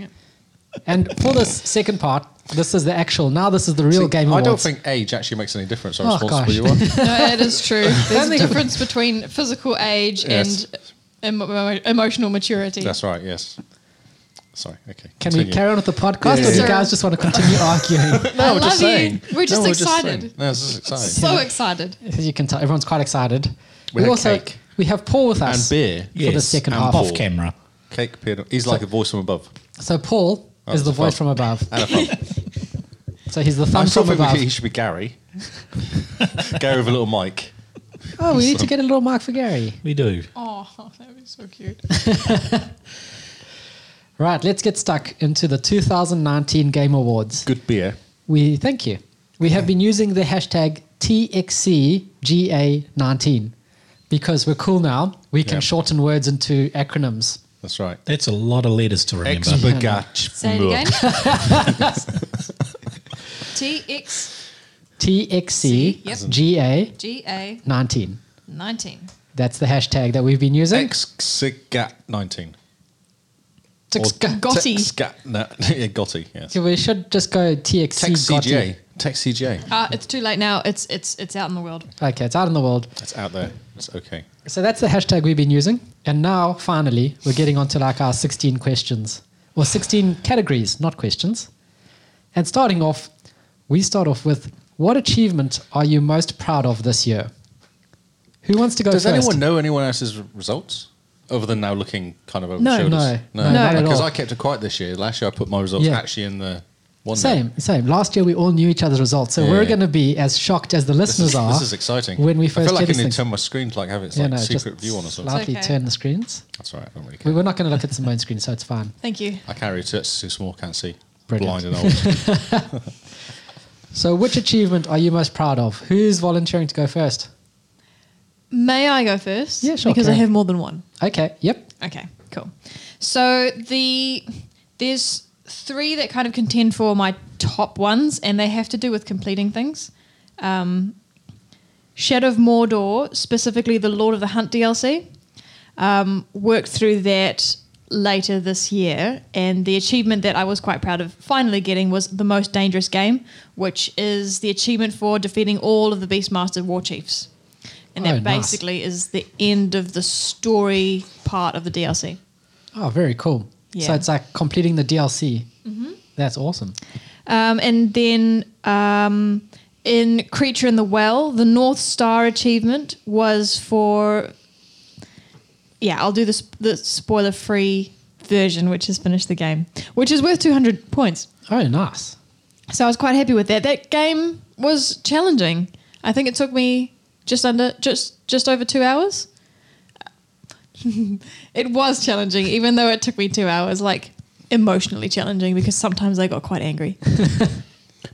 And for this second part, this is the actual. Now this is the real See, game. I don't Awards. think age actually makes any difference how Oh, responsible gosh. you are. No, it is true. There's Only- a difference between physical age Yes. and emo- emotional maturity. That's right, yes. Sorry, okay. Can we continue. carry on with the podcast, Yeah, or yeah, do you yeah. guys just want to continue arguing? I No, we're love just saying. you. We're just no, excited. saying. no, this is exciting. so excited. As you can tell, everyone's quite excited. We had cake. we have Paul with us. and beer. Yeah. the second and half. Off camera. Cake peered. He's like a voice from above. So Paul Oh, is the it's voice above. from above. And above. So he's the I thumb still from think above. we- he should be Gary. Gary with a little mic. Oh, we need to get a little mic for Gary. We do. Oh, that would be so cute. Right, let's get stuck into the 2019 Game Awards. Good beer. We thank you. We have been using the hashtag TXCGA19 because we're cool now. We can Yeah. shorten words into acronyms. That's right. That's a lot of letters to remember. Exbagatch. Say it again. T X TXC Yep. GA G A 19. nineteen. That's the hashtag that we've been using. Exgat 19. Or Tex- Gotti. Texgat- no, yeah, Gotti, yes. So we should just go TXC Tex Gotti. CGA. Tex CGA. Ah, Uh, it's too late now. It's it's it's out in the world. Okay, it's out in the world. It's out there. It's okay. So that's the hashtag we've been using. And now, finally, we're getting onto like our 16 questions or 16 categories, not questions. And starting off, we start off with what achievement are you most proud of this year? Who wants to go Does first? anyone know anyone else's r- results? Other than now looking kind of over No, shoulders? no, no, not at Because all. I kept it quiet this year. Last year I put my results Yeah. actually in the one day. Same, same. Last year we all knew each other's results, so Yeah, we're yeah. going to be as shocked as the This listeners is, are. this is exciting. When we I first feel like get I these need things. to turn my screen to like have its Yeah, like no, secret just view on or something. Slightly okay. turn the screens. That's all right. I don't really care. We were not going to look at Simone's screen, so it's fine. Thank you. I carry it. It's too small. Can't see. Brilliant. Blind and old. So, which achievement are you most proud of? Who's volunteering to go first? May I go first? Yeah, sure, Because I Karen. have more than one. Okay, yep. Okay, cool. So the there's three that kind of contend for my top ones, and they have to do with completing things. Um, Shadow of Mordor, specifically the Lord of the Hunt DLC, um, worked through that later this year, and the achievement that I was quite proud of finally getting was the most dangerous game, which is the achievement for defeating all of the Beastmaster war chiefs, and Oh, that nice. basically is the end of the story part of the DLC. Oh, very cool. So Yeah. Mm-hmm. it's like completing the DLC. That's awesome. Um, and then um, in Creature in the Well, the North Star achievement was for. Yeah, I'll do the, sp- the spoiler free version, which is finish the game, which is worth 200 points. Oh, nice. So I was quite happy with that. That game was challenging. I think it took me just under just just over 2 hours. it was challenging even though it took me 2 hours like emotionally challenging because sometimes I got quite angry.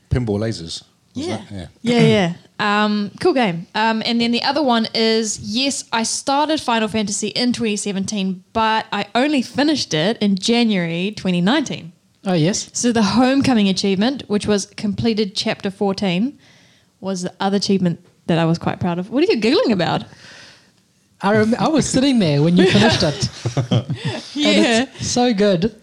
Pinball lasers. Was Yeah. that? Yeah. Yeah, yeah. Um, cool game. Um, and then the other one is yes, I started Final Fantasy in 2017, but I only finished it in January 2019. Oh, yes. So the Homecoming achievement, which was completed chapter 14, was the other achievement that I was quite proud of. What are you giggling about? I, rem- I was sitting there when you finished it. And it's so good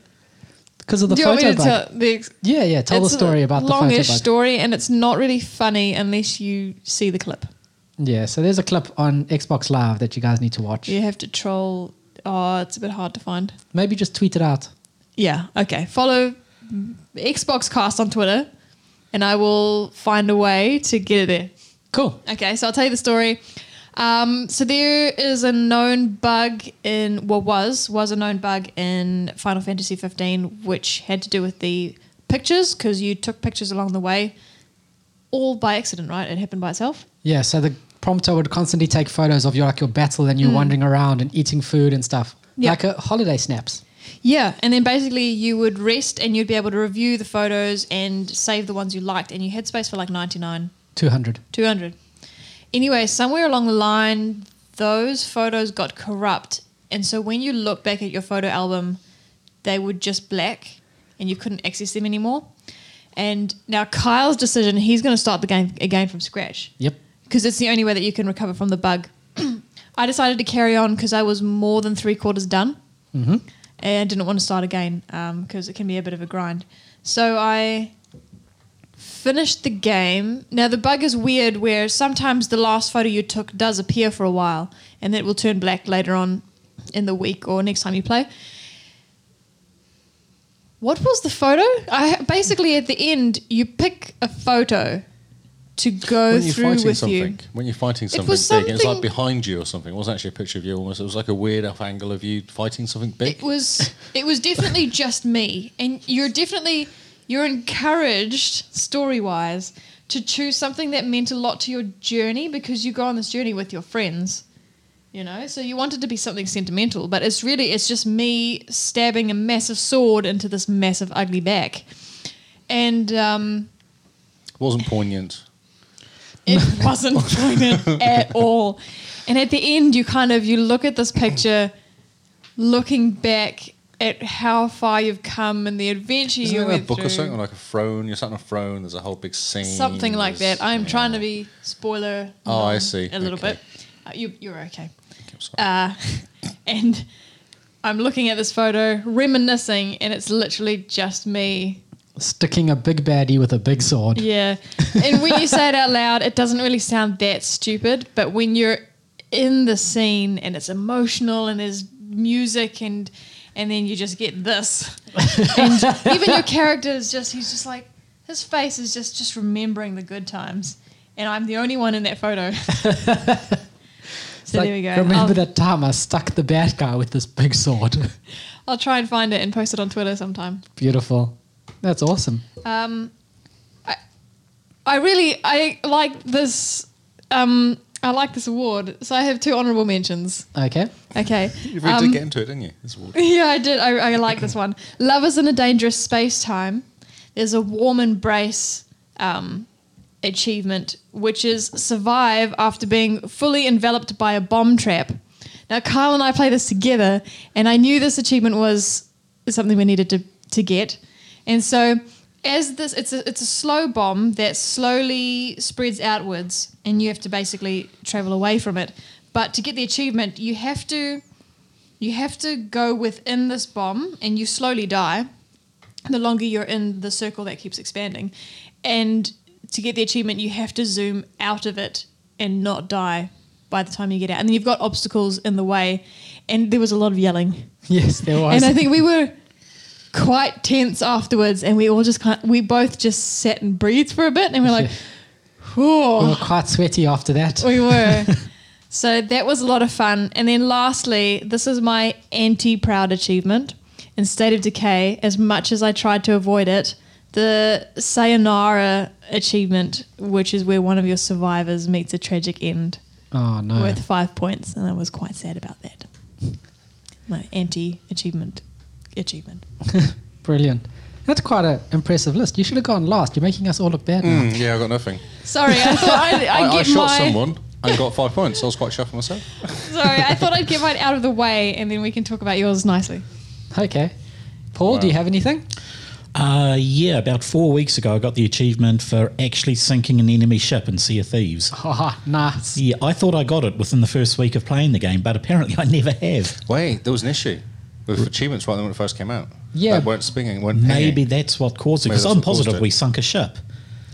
because of the Do you want photo me to bug. tell the ex- yeah, yeah. Tell the it's a story about the photo bug. longish story, and it's not really funny unless you see the clip. Yeah, so there's a clip on Xbox Live that you guys need to watch. You have to troll. Oh, it's a bit hard to find. Maybe just tweet it out. Yeah. Okay. Follow Xbox Cast on Twitter, and I will find a way to get it there. Cool. Okay, so I'll tell you the story. Um, so there is a known bug in what was was a known bug in Final Fantasy 15, which had to do with the pictures because you took pictures along the way, all by accident, right? It happened by itself. Yeah, so the prompter would constantly take photos of your like your battle and you wandering around and eating food and stuff. Mm. Yeah. Like a holiday snaps. Yeah, and then basically you would rest and you'd be able to review the photos and save the ones you liked, and you had space for like 99 Two hundred. 200. Anyway, somewhere along the line, those photos got corrupt. And so when you look back at your photo album, they were just black and you couldn't access them anymore. And now Kyle's decision, he's going to start the game again from scratch Yep. because it's the only way that you can recover from the bug. I decided to carry on because I was more than three quarters done Mm-hmm. and didn't want to start again because it can be a bit of a grind. So I finished the game. Now, the bug is weird where sometimes the last photo you took does appear for a while and it will turn black later on in the week or next time you play. What was the photo? I basically at the end you pick a photo to go When you're through fighting with something, you. when you're fighting something big, was it's like something- behind you or something. It wasn't actually a picture of you. Almost, it was like a weird off angle of you fighting something big. It was it was definitely just me, and you're definitely you're encouraged story wise to choose something that meant a lot to your journey because you go on this journey with your friends, you know. So you wanted to be something sentimental, but it's really it's just me stabbing a massive sword into this massive ugly back, and um, It wasn't poignant. it wasn't poignant at all. And at the end, you kind of you look at this picture, looking back at how far you've come and the adventure Isn't you there a went book through. or something, or like a throne? You're sat on a throne. There's a whole big scene. something like there's- that. I'm yeah. trying to be spoiler. Oh, I um, see. A little Okay. bit. Uh, you, you're okay. Okay, I'm sorry. Uh, and I'm looking at this photo, reminiscing, and it's literally just me. Sticking a big baddie with a big sword. Yeah. And when you say it out loud, it doesn't really sound that stupid, but when you're in the scene and it's emotional and there's music and and then you just get this. and even your character is just he's just like his face is just just remembering the good times. And I'm the only one in that photo. so Like, there we go. Remember I'll- that time I stuck the bad guy with this big sword? I'll try and find it and post it on Twitter sometime. Beautiful. That's awesome. I really I like this um I like this award. So I have two honorable mentions. Okay. Okay. You really Um, did get into it, didn't you? This award. Yeah, I did. I, I like this one. Love is in a dangerous space time. There's a warm embrace um, achievement, which is survive after being fully enveloped by a bomb trap. Now, Kyle and I play this together, and I knew this achievement was something we needed to, to get. And so, as this, it's a, it's a slow bomb that slowly spreads outwards, and you have to basically travel away from it. But to get the achievement, you have to you have to go within this bomb and you slowly die the longer you're in the circle that keeps expanding. And to get the achievement, you have to zoom out of it and not die by the time you get out. And then you've got obstacles in the way. And there was a lot of yelling. Yes, there was. And I think we were quite tense afterwards. And we all just kind we both just sat and breathed for a bit. And we're like, we whew. were quite sweaty after that. We were. so that was a lot of fun. And then lastly, this is my anti proud achievement. In State of Decay, as much as I tried to avoid it, the Sayonara achievement, which is where one of your survivors meets a tragic end Oh no. worth five points. And I was quite sad about that. My anti achievement achievement. Brilliant. That's quite an impressive list. You should have gone last. You're making us all look bad now. Mm, yeah, I got nothing. Sorry, I thought I'd, I, I'd I get shot my. someone and got five points. I was quite shocked myself. Sorry, I thought I'd get mine out of the way, and then we can talk about yours nicely. Mm. Okay. Paul, do you have anything? Uh, yeah, about four weeks ago, I got the achievement for actually sinking an enemy ship in Sea of Thieves. Oh, nice. Yeah, I thought I got it within the first week of playing the game, but apparently I never have. Wait, there was an issue with achievements right when it first came out. Yeah. They weren't spinging, weren't Maybe hanging. that's what caused it, Maybe because that's I'm what caused positive it. we sunk a ship.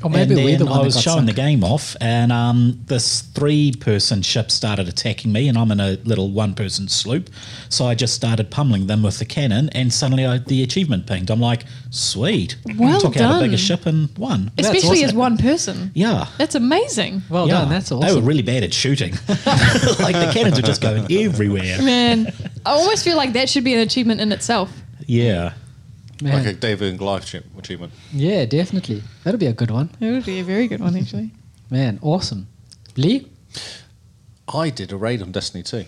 Or maybe and we're then the one I was that got sunk. showing the game off, and um, this three-person ship started attacking me, and I'm in a little one-person sloop. So I just started pummeling them with the cannon, and suddenly I, the achievement pinged. I'm like, sweet, Well took out a bigger done. ship and won. That's Especially as awesome. one person. Yeah. That's amazing. Well yeah, done. That's They awesome. were really bad at shooting. like the cannons were just going everywhere. Man, I almost feel like that should be an achievement in itself. Yeah. Man. Like a David and Goliath chi- achievement. Yeah, definitely. That'll be a good one. It would be a very good one, actually. Man, awesome. Lee? I did a raid on Destiny 2.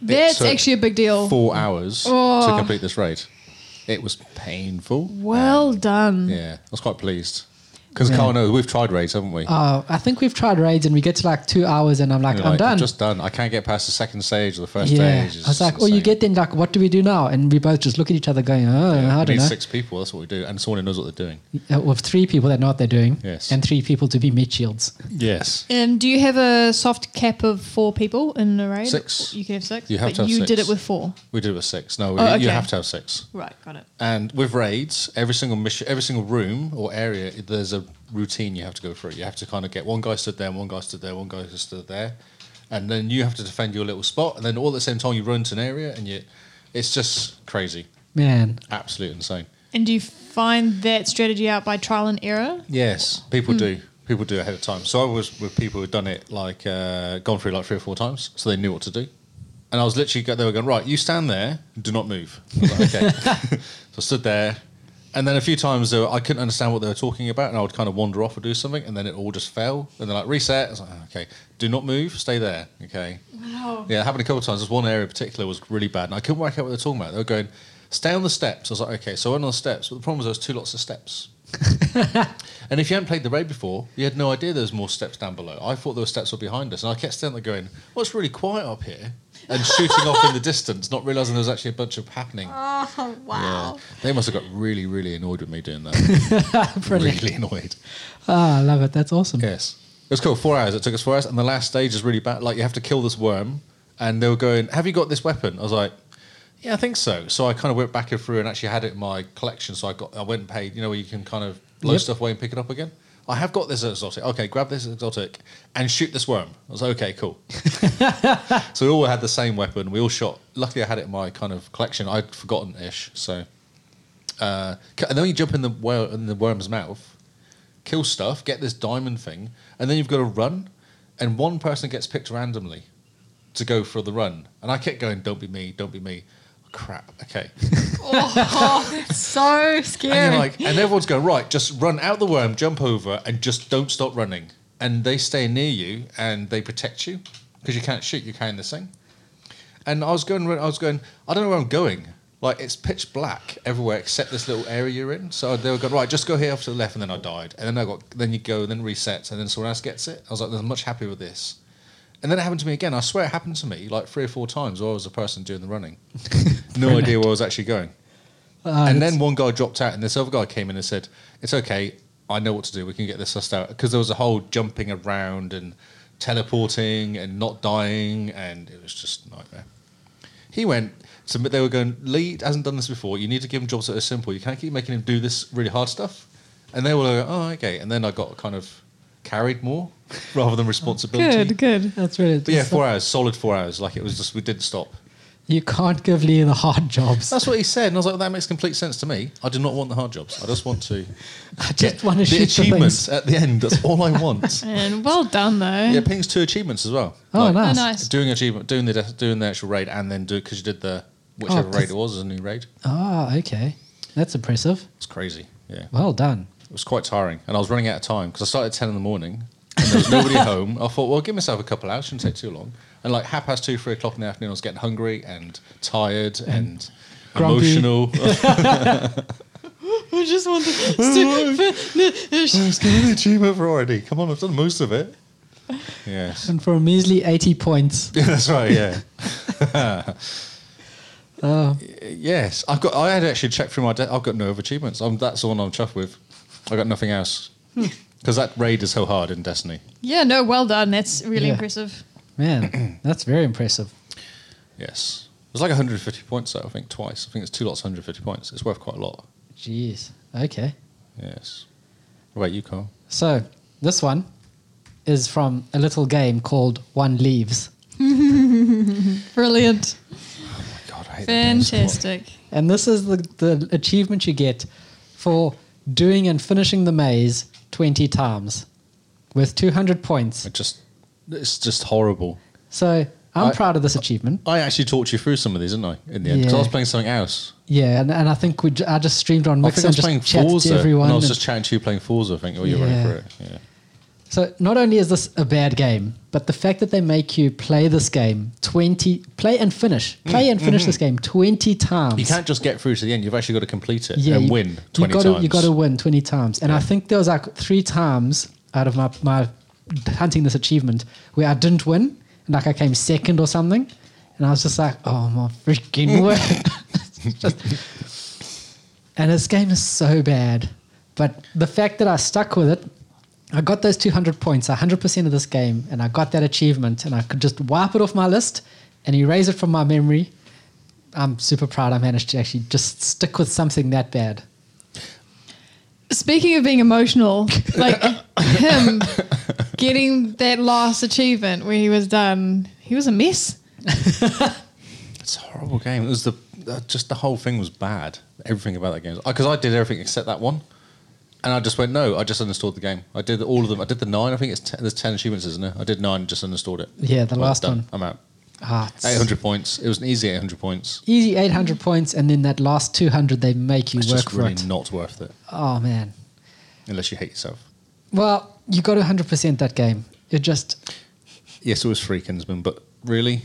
That's took actually a big deal. Four hours to Oh. complete this raid. It was painful. Well done. Yeah, I was quite pleased. Because Carl knows we've tried raids, haven't we? Oh, I think we've tried raids and we get to like two hours and I'm like, You're I'm like, done. just done. I can't get past the second stage or the first yeah. stage. I was like, oh, you get then like, what do we do now? And we both just look at each other going, oh, I we don't need know. six people. That's what we do, and someone who knows what they're doing. Uh, With three people that know what they're doing Yes. and three people to be meat shields. Yes. And do you have a soft cap of four people in a raid? Six. You can have six. You have but to have you did six. it with four. We do a six. No, Oh, you- you okay. have to have six. Right, got it. And with raids, every single mission, every single room or area, there's a routine you have to go through. You have to kind of get one guy stood there, one guy stood there, one guy stood there, and then you have to defend your little spot. And then all at the same time, you run to an area, and you, it's just crazy, Man, absolute insane. And do you find that strategy out by trial and error? Yes, people do. People do ahead of time. So I was with people who'd done it like uh, gone through like three or four times, so they knew what to do. And I was literally go- they were going right. You stand there, do not move. I was like, okay. so I stood there, and then a few times they were, I couldn't understand what they were talking about, and I would kind of wander off or do something, and then it all just fell. And they're like reset. I was like, "Ah, okay, do not move, stay there. Okay. Wow. Yeah, it happened a couple of times. There's one area in particular was really bad, and I couldn't work out what they were talking about. They were going, stay on the steps. I was like, okay, so I went on the steps, but the problem was there was two lots of steps. And if you hadn't played the raid before, you had no idea there was more steps down below. I thought there were steps were behind us, and I kept standing there going, "Well, it's really quiet up here," and shooting off in the distance, not realizing there was actually a bunch of happening. Oh, wow. They must have got really, really annoyed with me doing that. Brilliant. really annoyed. Ah, I love it. That's awesome. Yes. It was cool. Four hours. It took us four hours. And the last stage is really bad. Like, you have to kill this worm. And they were going, Have you got this weapon? I was like, Yeah, I think so. So I kind of went back and through and actually had it in my collection. So I got, I went and paid, you know, where you can kind of blow Yep. stuff away and pick it up again. I have got this exotic. Okay, grab this exotic and shoot this worm. I was like, okay, cool. so we all had the same weapon. We all shot. Luckily, I had it in my kind of collection. I'd forgotten ish. So uh, c- and then you jump in the whale in the worm's mouth, kill stuff, get this diamond thing, and then you've got to run, and one person gets picked randomly to go for the run, and I kept going, "Don't be me, don't be me." Crap. Okay. so scary. And you're like, and everyone's going right. Just run out the worm, jump over, and just don't stop running. And they stay near you and they protect you because you can't shoot. You're carrying this thing. And I was going, I was going. I don't know where I'm going. Like it's pitch black everywhere except this little area you're in. So they were going right. Just go here off to the left, and then I died. And then I got. Then you go, and then resets, and then someone else gets it. I was like, I'm much happier with this. And then it happened to me again. I swear it happened to me like three or four times while I was the person doing the running. no idea where I was actually going Ah, and that's- then one guy dropped out, and this other guy came in and said, "It's okay, I know what to do. We can get this sussed out." Because there was a whole jumping around and teleporting and not dying, and it was just a nightmare. He went. So they were going. Lee hasn't done this before. You need to give him jobs that are simple. You can't keep making him do this really hard stuff. And they were like, "Oh, okay." And then I got kind of carried more rather than responsibility. Good, good. that's really. But yeah, four hours, solid four hours. Like it was just we didn't stop. You can't give Lee the hard jobs. That's what he said, and I was like, "That makes complete sense to me. I do not want the hard jobs. I just want to." I just Yeah, want to the shoot the achievements things. at the end. That's all I want. And well done though. yeah, it pings two achievements as well. Oh, Like, nice. Oh, nice. Doing achievement, doing the doing the actual raid, and then do because you did the whichever raid 'cause- it was, it was a new raid. Ah, okay. That's impressive. It's crazy. Yeah, Well done. it was quite tiring, and I was running out of time because I started at ten in the morning. And there was nobody home. I thought, well, give myself a couple hours. Shouldn't take too long. And like half past two, three o'clock in the afternoon, I was getting hungry and tired and grumpy. emotional. I just want to. It's given the achievement for already. Come on, I've done most of it. Yes. And for a measly 80 points. Yeah, that's right. Yeah. Oh, Yes, I've got. I had actually checked through my. De- I've got no other achievements. I'm, that's the one I'm chuffed with. I got nothing else because that raid is so hard in Destiny. yeah, no, well done. That's really Yeah. impressive. man. That's very impressive. Yes, it was like 150 points. Though, I think twice. I think it's two lots, of 150 points. It's worth quite a lot. Jeez. Okay. Yes. What about you, Carl? So, this one is from a little game called One Leaves. Brilliant. Oh my God, I hate that game so much. Fantastic. And this is the, the achievement you get for doing and finishing the maze 20 times with 200 points. It just, it's just horrible. So, I'm I- proud of this achievement. I actually talked you through some of these, didn't I? In the end, 'Cause I Yeah. was playing something else. Yeah, and, and I think we j- I just streamed on I Mixer think I was playing and just chatted Forza, to everyone. and I was and- just chatting to you playing Forza. I think, oh, you're running Yeah. for it. Yeah. So not only is this a bad game, but the fact that they make you play this game twenty play and finish, play and finish this game twenty times. Mm, mm-hmm. You can't just get through to the end. You've actually got to complete it and you- win you 20 gotta, times. You got to win twenty times, and I think there was like three times out of my my hunting this achievement where I didn't win, and like I came second or something, and I was just like, oh my freaking word! Just- and this game is so bad, but the fact that I stuck with it. I got those 200 points, 100% of this game, and I got that achievement, and I could just wipe it off my list and erase it from my memory. I'm super proud I managed to actually just stick with something that bad. Speaking of being emotional, like him getting that last achievement where he was done, he was a mess. It's a horrible game. It was the uh, just the whole thing was bad. Everything about that game because I did everything except that one, and I just went no. I just uninstalled the game. I did all of them. I did the nine. I think it's ten, there's ten achievements, isn't there? I did nine. and Just uninstalled it. Yeah, the last done. one. I'm out. Ah, it's Eight hundred points. It was an easy eight hundred points. Easy 800 points, and then that last 200, they make you It's work just for really it. not worth it oh, man. unless you hate yourself. Well, you got 100% that game. It just, Yes, it was free Kinsman, but really,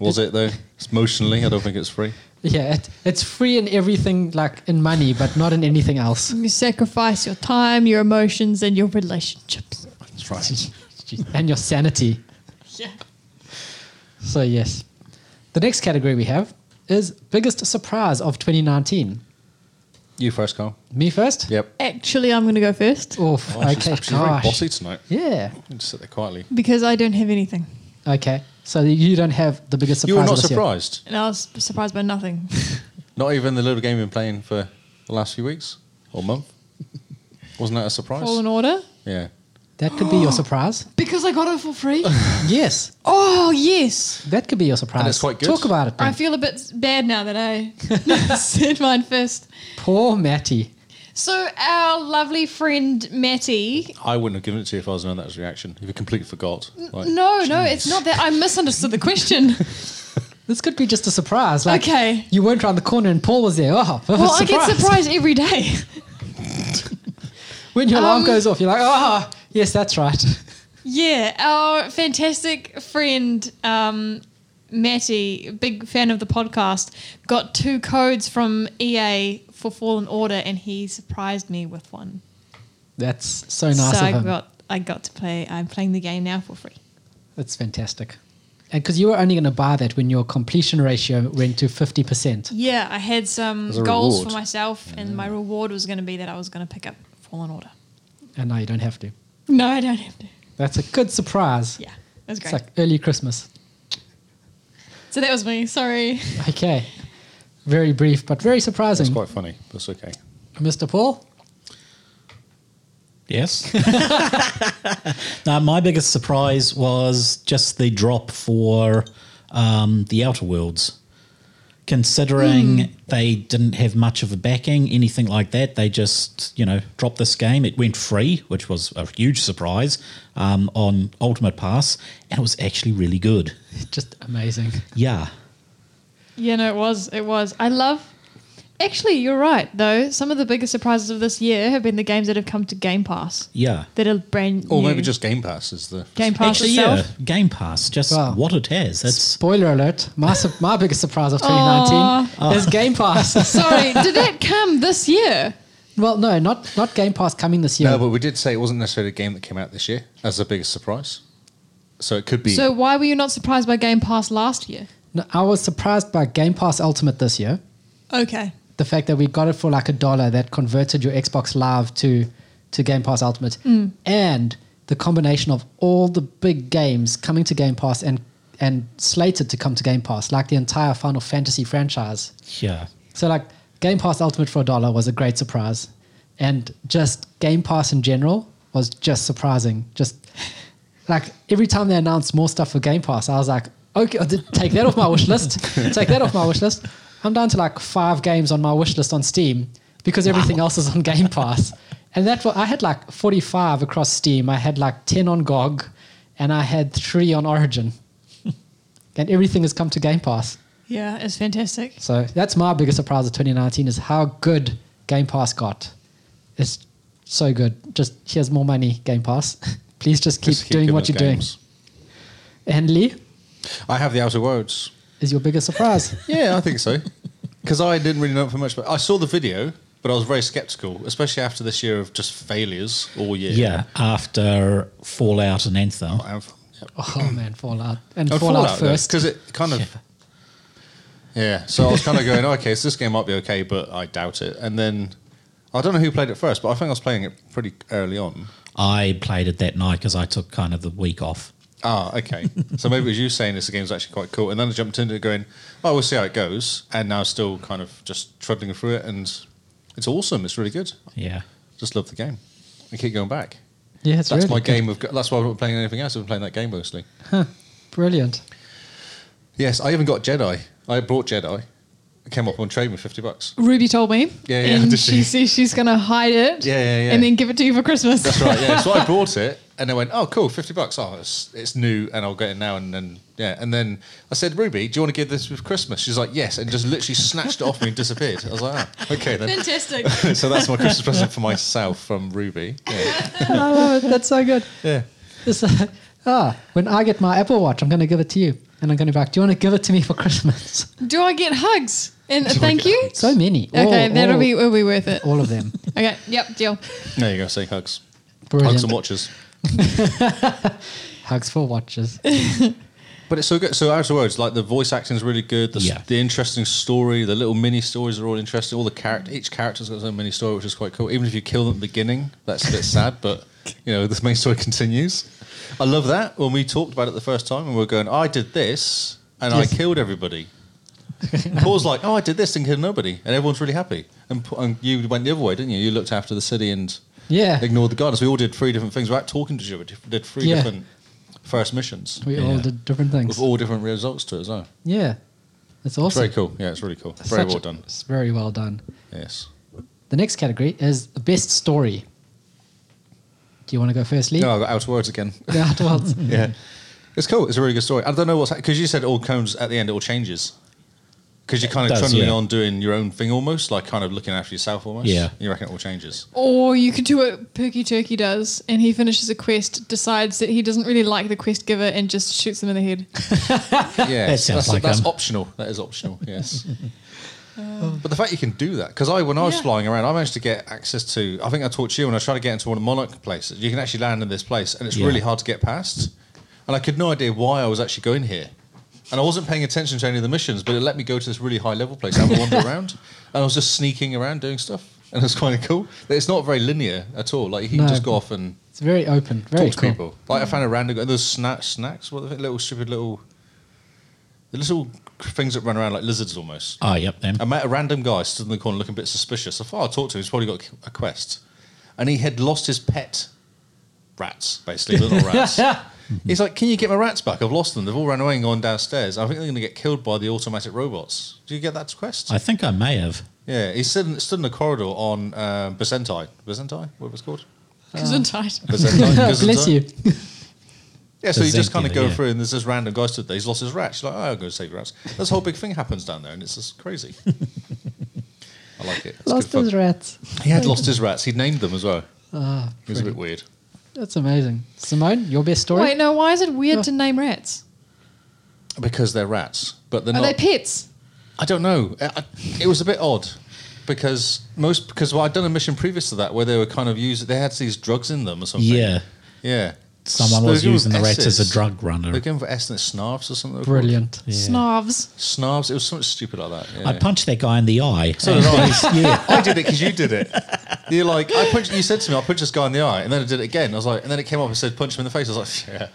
Was it though? It's Emotionally, I don't think it's free. Yeah, it, it's free in everything, like in money, but not in anything else. You sacrifice your time, your emotions, and your relationships. That's right. and your sanity. Yeah. So, yes. The next category we have is biggest surprise of 2019. You first, Carl. Me first? Yep. Actually, I'm going to go first Oof, Oh, she's- okay, she's, very gosh. bossy tonight. Yeah. You Just sit there quietly. because I don't have anything. Okay. So you don't have the biggest surprise. you were not of this year. surprised. And I was surprised by nothing. Not even the little game you've been playing for the last few weeks or month. Wasn't that a surprise? Fallen Order? yeah. That could be your surprise. Because I got it for free? Yes, oh, yes. that could be your surprise. it's quite good. Talk about it. I Then. feel a bit bad now that I said mine first. Poor Matty. So, our lovely friend Matty. I wouldn't have given it to you if I was known that was a reaction. If you completely forgot. Like, No, no, it's not that. I misunderstood the question. This could be just a surprise. Like Okay. you weren't around the corner and Paul was there. Oh, well, I surprise. get surprised every day. When your alarm Um, goes off, you're like, oh, yes, that's right. Yeah, our fantastic friend um, Matty, big fan of the podcast, got two codes from EA for Fallen Order, and he surprised me with one. That's so nice so of I him. got I got to play. I'm playing the game now for free. That's fantastic. And because you were only going to buy that when your completion ratio went to 50%. Yeah, I had some As a goals reward. for myself, and my reward was going to be that I was going to pick up Fallen Order. And now Oh, you don't have to. No, I don't have to. That's a good surprise. Yeah, that's It's great. like early Christmas. so that was me. Sorry. Okay. Very brief, but very It's surprising. quite funny. That's okay. Mr. Paul? Yes. now, my biggest surprise was just the drop for um, the Outer Worlds. Considering Hmm. they didn't have much of a backing, anything like that, they just you know dropped this game. It went free, which was a huge surprise um, on Ultimate Pass, and it was actually really good. Just amazing. Yeah, Yeah, no, it was. It was. I love. Actually, you're right, though. Some of the biggest surprises of this year have been the games that have come to Game Pass yeah. that are brand Or new. maybe just Game Pass is the. Game Pass Actually, itself. yeah, Game Pass, just Wow. what it has. It's Spoiler alert. My, su- my biggest surprise of 2019 is Game Pass. Sorry, did that come this year? well, no, not, not Game Pass coming this year. No, but we did say it wasn't necessarily a game that came out this year as the biggest surprise. So it could be. So why were you not surprised by Game Pass last year? No, I was surprised by Game Pass Ultimate this year. Okay. The fact that we got it for like a dollar that converted your Xbox Live to, to Game Pass Ultimate. And the combination of all the big games coming to Game Pass and, and slated to come to Game Pass, like the entire Final Fantasy franchise. yeah, So like Game Pass Ultimate for a dollar was a great surprise, and just Game Pass in general was just surprising. Just like every time they announced more stuff for Game Pass, I was like, okay, I'll take that off my wish list. Take that off my wish list. I'm down to like five games on my wish list on Steam because everything else is on Game Pass. And that wa- I had like 45 across Steam. I had like 10 on GOG, and I had three on Origin. and everything has come to Game Pass. Yeah, it's fantastic. So that's my biggest surprise of 2019 is how good Game Pass got. It's so good. Just here's more money, Game Pass. Please just keep just keep doing giving what us you're games. doing. And Lee I have the Outer Worlds. is your biggest surprise. Yeah, I think so. Because I didn't really know it for much, but I saw the video, but I was very skeptical, especially after this year of just failures all year. yeah. After Fallout and Anthem, I have- yeah. oh man, Fallout and Oh, Fallout, first. because it kind of. Yeah, so I was kind of going, okay, so this game might be okay, but I doubt it. And then I don't know who played it first, but I think I was playing it pretty early on. I played it that night because I took kind of the week off. Ah, okay. so maybe it was you saying this game's actually quite cool, and then I jumped into it going, oh, we'll see how it goes, and now still kind of just trudging through it, and it's awesome. It's really good. Yeah. Just love the game. I keep going back. Yeah, it's That's really my good. game of. That's why I'm not playing anything else. I've been playing that game mostly. Brilliant. Yes, I even got Jedi. I bought Jedi. It came up on trade with fifty bucks. Ruby told me. Yeah, yeah, And did she she? says she's going to hide it. Yeah, yeah, yeah. And then give it to you for Christmas. That's right. Yeah. so I bought it, and they went, "Oh, cool, fifty bucks. Oh, it's, it's new, and I'll get it now." And then yeah, and then I said, "Ruby, do you want to give this with Christmas?" She's like, "Yes," and just literally snatched it off me and disappeared. I was like, ah, "Okay then." Fantastic. so that's my Christmas present for myself from Ruby. Yeah. I love it. Oh, That's so good. yeah. This, ah, when I get my Apple Watch, I'm going to give it to you. And I'm going to be like, do you want to give it to me for Christmas? Do I get hugs? And thank you. so many. Okay, Oh, All- that'll all- be will be worth it. all of them. Okay, yep, deal. There you go, say hugs. Hugs Brilliant. and watches. Hugs for watches. But it's so good. So, as words, like the voice acting is really good. The, s- Yeah. the interesting story, the little mini stories are all interesting. All the character, each character's got its own mini story, which is quite cool. Even if you kill them at the beginning, that's a bit sad, but you know, this main story continues. I love that when we talked about it the first time and we were going, I did this and Yes. I killed everybody. Paul's like, oh, I did this and killed nobody, and everyone's really happy. And, P- and you went the other way, didn't you? You looked after the city and Yeah. ignored the guards. We all did three different things without talking to each other. We Did three Yeah. different first missions We all Yeah. did different things. with all different results to it as well. yeah. It's It's awesome. very cool. Yeah, it's really cool. Very Such- well done. It's very well done. Yes. The next category is the best story. Do you want to go first, Lee? No, I got out of words again. The Outer Worlds. yeah. It's cool. It's a really good story. I don't know what's because you said it all comes at the end. It all changes because you're kind of does, trundling yeah. on doing your own thing almost, like kind of looking after yourself almost. Yeah. You reckon it all changes? Or you could do what Perky Turkey does, and he finishes a quest, decides that he doesn't really like the quest giver, and just shoots them in the head. Yeah. That sounds that's, like um, that's them. optional. That is optional. Yes. But the fact you can do that, because I when I was Yeah. flying around, I managed to get access to. I think I talked to you, and I tried to get into one of the monarch places. You can actually land in this place, and it's Yeah. really hard to get past. And I could no idea why I was actually going here, and I wasn't paying attention to any of the missions, but it let me go to this really high level place and have a wander around. And I was just sneaking around doing stuff, and it's kind of cool. It's not very linear at all. Like you can No. just go off and It's very open. Very talk to cool. people. Like I found a random and there's sna- snacks, what the f- little stupid little the little things that run around like lizards almost. Oh, yep, them. I met a random guy stood in the corner looking a bit suspicious. I thought I'll talk to him. He's probably got a quest, and he had lost his pet rats, basically little rats. He's like, "Can you get my rats back? I've lost them. They've all run away and gone downstairs. I think they're going to get killed by the automatic robots." Do you get that quest? I think I may have. yeah, he stood, stood in the corridor on uh, Byzanti. Byzanti, what was it called? Because Ah. Byzanti. Bless you. Yeah, so The you just zinc kind in of it, go yeah. through, and there's this random guy stood there. He's lost his rats. You're like, oh, I'll go save your rats. This whole big thing happens down there, and it's just crazy. I like it. It's Lost good fun. his rats. He had lost his rats. He'd named them as well. Ah, It was a bit weird. that's amazing. Simone, your best story? Wait, no. Why is it weird Ah. No. to name rats? Because they're rats, but they're Are not. they pets? I don't know. I, I, it was a bit odd because most because well, I'd done a mission previous to that where they were kind of used. They had these drugs in them or something. Yeah. yeah. Someone They were was given using the rats as S's. a drug They were runner. going for S and it's snarfs or something. they were called. Brilliant. Snarves. Snarfs. It was something stupid like that. Yeah. I punched that guy in the eye. So did I. I did it because you did it. You're like, I punched, you said to me, I punched this guy in the eye, and then I did it again. I was like, and then it came up and said, punch him in the face. I was like, yeah.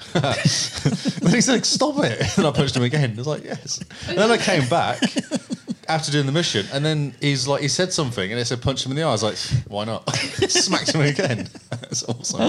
then he's like, stop it. And I punched him again. I was like, yes. And then I came back after doing the mission, and then he's like, he said something, and it said, punch him in the eye. I was like, why not? Smacked him again. That's awesome.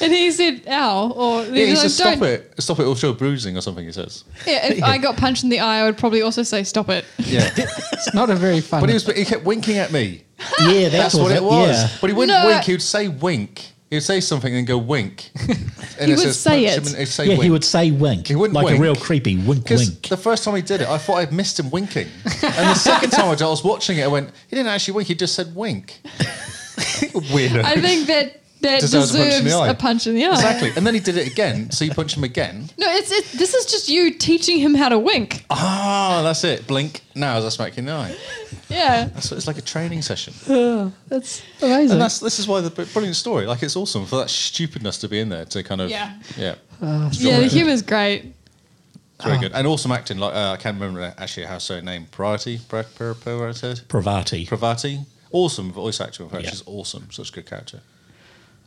And he said, ow. Or Yeah, he he was said, like, stop don't. it. Stop it. It'll show bruising or something, he says. Yeah, if I got punched in the eye, I would probably also say, stop it. Yeah. It's not a very fun. but he, was, he kept winking at me. Yeah, that That's what it was. Yeah. But he wouldn't No, wink. I- He would say wink. He would say something and go wink. And He it would says say punch it. him and He'd say Yeah, wink. he would say wink. He wouldn't like wink. a real creepy wink Because wink. the first time he did it, I thought I'd missed him winking. And the second time I did, I was watching it, I went, he didn't actually wink, he just said wink. Weirdo. I think that that Deserves a punch in the deserves eye. a punch in the eye. exactly. And then he did it again, so you punch him again. No, it's it, this is just you teaching him how to wink. Ah, that's it. Blink. Now as I smack you in the eye. Yeah. That's what, it's like a training session. that's amazing. And that's this is why the brilliant story. Like it's awesome for that stupidness to be in there to kind of Yeah. yeah. Yeah, the humor's great. It's very good. And awesome acting. Like uh, I can't remember actually how so name. Priority, Pravati, Pravati. Pravati. Awesome voice actor. In fact, Yeah. she's awesome. Such a good character.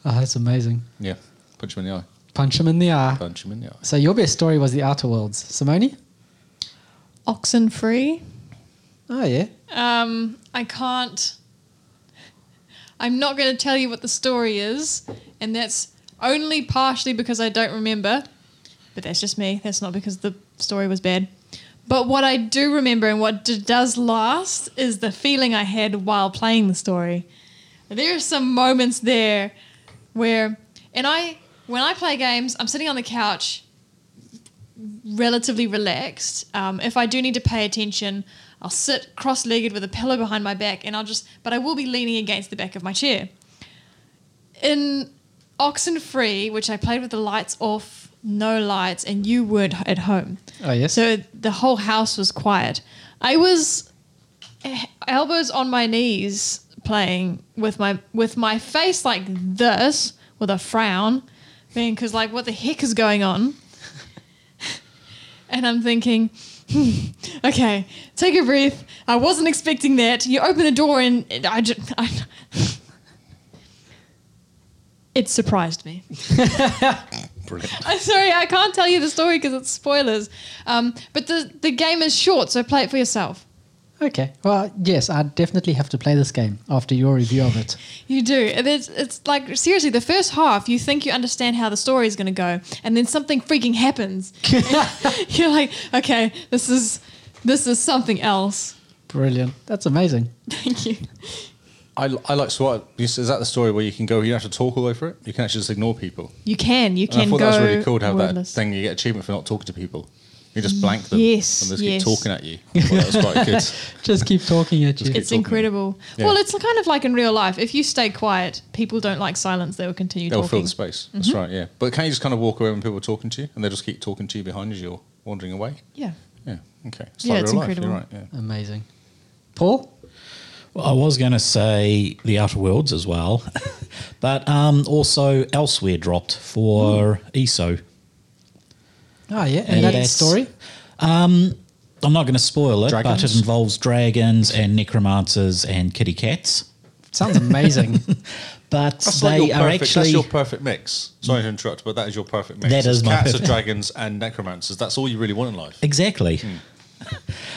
oh, that's amazing. Yeah, punch him in the eye. Punch him in the eye. Punch him in the eye. So your best story was the Outer Worlds. Simone? Oxen free. Oh, yeah. Um, I can't. I'm not going to tell you what the story is, and that's only partially because I don't remember. But that's just me. That's not because the story was bad. But what I do remember and what d- does last is the feeling I had while playing the story. There are some moments there where, and I, when I play games, I'm sitting on the couch relatively relaxed. Um, if I do need to pay attention, I'll sit cross-legged with a pillow behind my back, and I'll just. But I will be leaning against the back of my chair. In Oxen Free, which I played with the lights off, no lights, and you weren't at home. Oh, yes. So the whole house was quiet. I was eh, elbows on my knees playing with my with my face like this with a frown, being because like what the heck is going on? and I'm thinking. "Hmm, Okay, take a breath. I wasn't expecting that. You open a door and and I just, I, it surprised me. Brilliant. I'm sorry, I can't tell you the story because it's spoilers. Um, but the, the game is short, so play it for yourself. Okay. Well, yes, I definitely have to play this game after your review of it. You do. And It's, it's like, seriously, the first half, you think you understand how the story is going to go, and then something freaking happens. You're like, okay, this is, this is something else. Brilliant. That's amazing. Thank you. I, I like SWAT. Is that the story where you can go, you don't have to talk all the way through it? You can actually just ignore people. You can. You And can I thought go. that was really cool to have wordless. that thing. You get achievement for not talking to people. You just blank them. Yes, And they just yes. keep talking at you. Well, that was quite good. Just keep talking at you. keep It's talking. incredible. Yeah. Well, it's kind of like in real life. If you stay quiet, people don't like silence. They will continue They'll fill talking. Mm-hmm. the space. That's right, yeah. But can't you just kind of walk away when people are talking to you and they just keep talking to you behind you as you're wandering away? yeah. Yeah, okay. It's Yeah, like it's real life. incredible. You're right, yeah. Amazing. Paul? Well, I was going to say The Outer Worlds as well, but um, also Elsewhere dropped for Hmm. ESO. Oh, yeah. And Yeah. that Yes. story? I'm not going to spoil it, but Dragons? it involves dragons and necromancers and kitty cats. Sounds amazing. But That's, they like your are perfect, actually that's your perfect mix. Sorry to interrupt, but that is your perfect mix. That It's is my Cats perfect- are dragons and necromancers. That's all you really want in life. Exactly.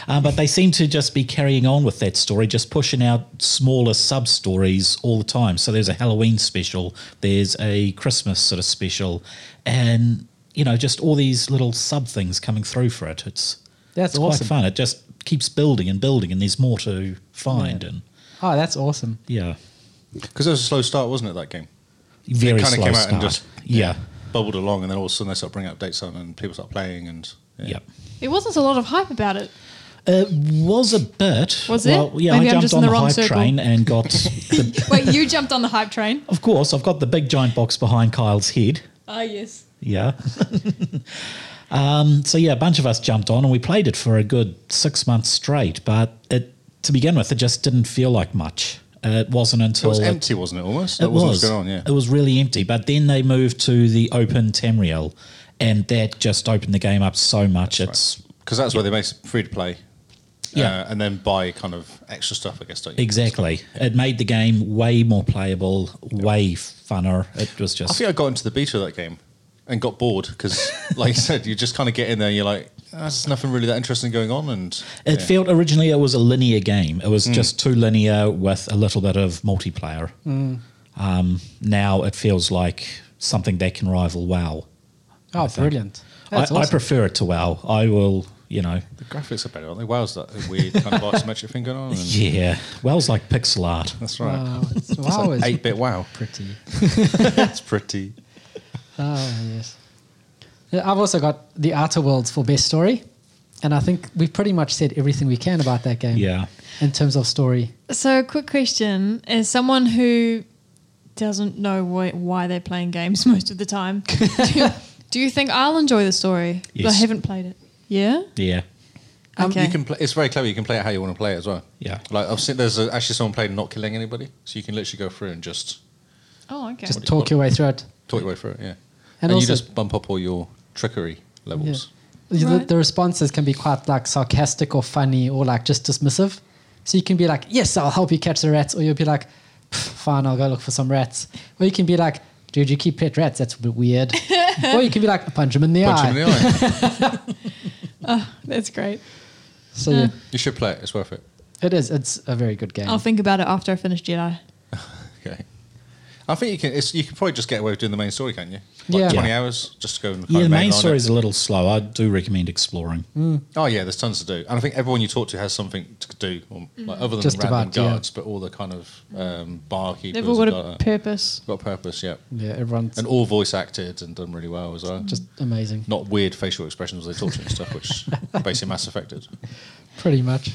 Uh, but they seem to just be carrying on with that story, just pushing out smaller sub stories all the time. So there's a Halloween special, there's a Christmas sort of special, and you know just all these little sub things coming through for it. It's That's it's awesome. quite fun. It just keeps building and building, and there's more to find. And oh, that's awesome. yeah, Because it was a slow start, wasn't it, that game? very kinda slow came out start. and just- yeah, Bubbled along and then all of a sudden they start bringing updates on and people start playing and... yeah. There wasn't a lot of hype about it. It was a bit. Was it? Well, yeah, Maybe I I'm jumped just in on the the, wrong hype circle. train and got the Wait, you jumped on the hype train? Of course, I've got the big giant box behind Kyle's head. Ah, yes. Yeah. um, so yeah, a bunch of us jumped on and we played it for a good six months straight. But it, to begin with, it just didn't feel like much. Uh, it wasn't It until was it- empty, wasn't it, almost? It, That wasn't was. Oh, what's going on, yeah. It was really empty. But then they moved to the open Tamriel, and that just opened the game up so much. it's Because that's where they make it free to play. Yeah. Uh, and then buy kind of extra stuff, I guess, don't you? exactly. It made the game way more playable, way funner. It was I just think I got into the beta of that game and got bored because, like you said, you just kind of get in there and you're like, "Ah, there's nothing really that interesting going on. And It yeah. felt originally it was a linear game. It was just too linear with a little bit of multiplayer. Um, now it feels like something that can rival WoW. Oh, brilliant. I, That's I awesome. prefer it to WoW. I will, you know, the graphics are better, aren't they? Wow's that weird kind of isometric thing going on. And yeah. WoW's like pixel art. That's right. wow. Oh, It's, wow, it's 8 bit wow. pretty. That's pretty. Oh, yes. Yeah, I've also got The Outer Worlds for Best Story. And I think we've pretty much said everything we can about that game Yeah. in terms of story. So, quick question: As someone who doesn't know why, why they're playing games most of the time, do, you, do you think I'll enjoy the story? But I Yes. haven't played it. Yeah. Yeah. Okay. Um, You can play, it's very clever. You can play it how you want to play it as well. Yeah. Like, I've seen there's a, actually someone played not killing anybody. So you can literally go through and just oh, okay. Just talk your way through it. talk your way through it. Yeah. And And, also- you just bump up all your trickery levels. The- The, Right. the responses can be quite like sarcastic or funny or like just dismissive. So you can be like, "Yes, I'll help you catch the rats," or you'll be like, "Pff, "Fine, I'll go look for some rats." Or you can be like, "Dude, you keep pet rats? That's a bit weird." or you can be like, "Punch him in the Punch eye." him in the eye. That's great. So yeah, you should play it. It's worth it. it is. It's a very good game. I'll think about it after I finish Jedi. Okay. I think you can. It's, you can probably just get away with doing the main story, can't you? Like Yeah. Twenty Yeah. hours just to go and Yeah, the main mainline story is it. a little slow. I do recommend exploring. Oh yeah, there's tons to do, and I think everyone you talk to has something to do, or, like, other than Just random about, yeah. guards, but all the kind of um, barkeepers. They've all got and a like that. purpose. got a purpose, yeah, yeah, everyone's and all voice acted and done really well as well. just amazing. not weird facial expressions they talk to and stuff, which basically Mass affected. Pretty much.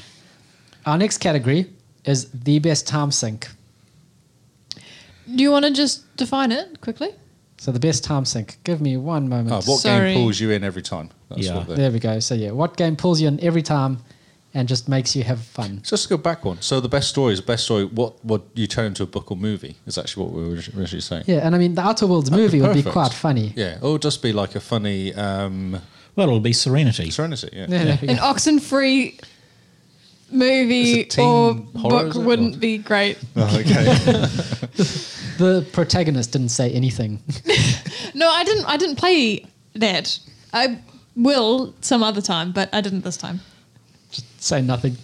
Our next category is the best time sink. Do you want to just define it quickly? So the best time sync. Give me one moment. Oh, what Sorry. game pulls you in every time? That's Yeah. what the, There we go. So yeah, what game pulls you in every time and just makes you have fun? So let's go back one. So the best story is best story. What what you turn into a book or movie is actually what we were originally saying. Yeah, and I mean the Outer Worlds movie would be perfect. quite funny. Yeah, or just be like a funny um, Well, it'll be Serenity. Serenity. Yeah. Yeah, there we An go. oxen free movie It's a teen or horror, book is it? wouldn't be great. Oh, okay. The protagonist didn't say anything. No, I didn't I didn't play that. I will some other time, but I didn't this time. say nothing.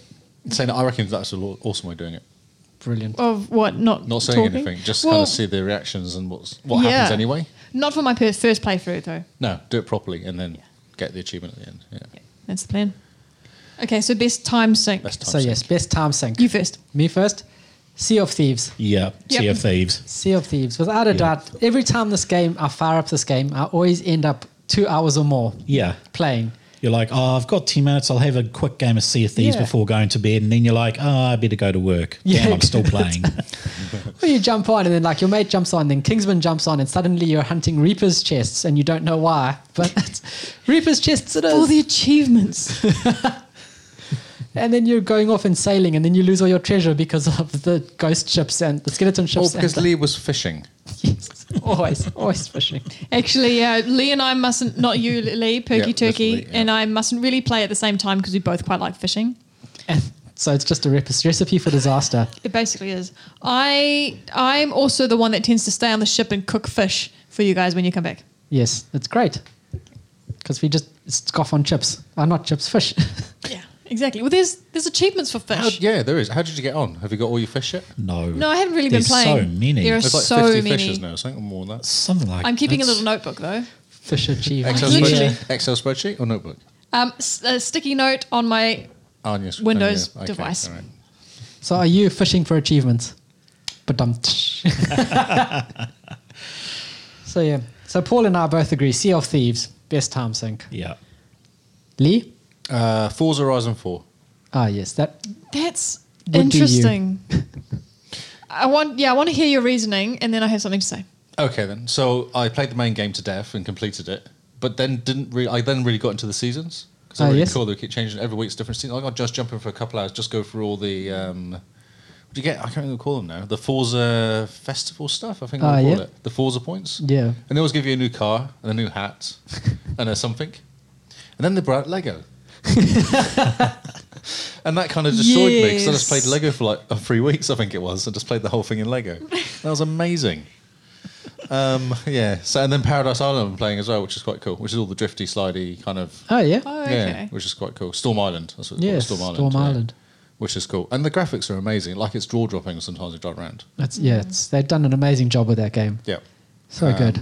saying I reckon that's a lo- awesome way of doing it. Brilliant. Of what not Not saying talking? anything, just Well, kind of see their reactions and what's what Yeah. happens anyway. Not for my per- first playthrough though. No, do it properly and then get the achievement at the end. Yeah. That's the plan. Okay, so best time sync. Best time. So sync. yes, best time sync. You first. Me first. Sea of Thieves. Yeah, Sea Yep. of Thieves. Sea of Thieves. Without a doubt, every time this game, I fire up this game, I always end up two hours or more Yeah. playing. You're like, oh, I've got 10 minutes. I'll have a quick game of Sea of Thieves Yeah. before going to bed. And then you're like, oh, I better go to work. Yeah. Yeah, I'm still playing. Well, you jump on, and then like your mate jumps on, then Kingsman jumps on, and suddenly you're hunting Reaper's chests, and you don't know why, but it's Reaper's chests it All is. the achievements. and then you're going off and sailing, and then you lose all your treasure because of the ghost ships and the skeleton Or ships. because and Lee was fishing. the, always, always fishing. Actually, yeah, Lee and I mustn't, not you, Lee, Perky Yeah, Turkey, definitely, yeah. and I mustn't really play at the same time because we both quite like fishing. And so it's just a rep- recipe for disaster. It basically is. I I'm also the one that tends to stay on the ship and cook fish for you guys when you come back. Yes, it's great because we just scoff on chips. Oh, not chips, fish. Yeah, exactly. Well, there's there's achievements for How, fish. yeah, there is. How did you get on? Have you got all your fish yet? No. No, I haven't really There's been playing. so many. There are There's like so 50 many. fishes now, something more than that. Something like I'm keeping a that's- little notebook though. fish achievement. Excel Literally. spreadsheet, Excel spreadsheet or notebook? Um, s- a sticky note on my. Oh, yes. Windows Oh, yeah. device. all right. So are you fishing for achievements? But um. so yeah. So Paul and I both agree. Sea of Thieves, best time sink. Yeah. Lee. Uh, Forza Horizon 4. Ah yes, that That's Would be you. interesting. I want yeah, I want to hear your reasoning, and then I have something to say. Okay, then. So I played the main game to death and completed it, but then didn't really. I then really got into the seasons because I Oh, really yes. cool. They keep changing every week's different season. I got just jumping for a couple hours, just go through all the. Um, what do you get? I can't remember what they call them now. The Forza Festival stuff. I think Ah, I call yeah. it the Forza points. Yeah. And they always give you a new car and a new hat and a something, and then they brought out Lego. And that kind of destroyed me because I just played Yes. Lego for like uh, three weeks, I think it was. I just played the whole thing in Lego. That was amazing. Um, yeah. So and then Paradise Island I'm playing as well, which is quite cool. Which is all the drifty, slidey kind of oh yeah. Oh, yeah, okay. which is quite cool. Storm Island. That's what it's yes. called, Storm Island. Storm yeah. Island. Which is cool. And the graphics are amazing. Like it's draw dropping sometimes you drive around. That's yeah. It's, they've done an amazing job with that game. Yeah. So Um, good.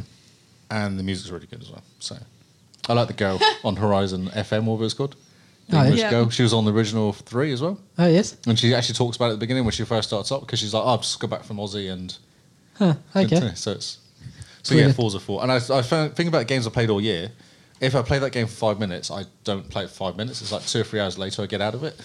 And the music's really good as well. So I like the girl on Horizon FM, whatever it's called. The Oh, yeah. English Yeah. girl. She was on the original three as well. Oh yes. And she actually talks about it at the beginning when she first starts up because she's like, oh, I've just got back from Aussie and. Huh. Okay. and So it's. So yeah, Brilliant. Forza 4. And I, I found, think about games I played all year. If I play that game for five minutes, I don't play it for five minutes. It's like two or three hours later, I get out of it.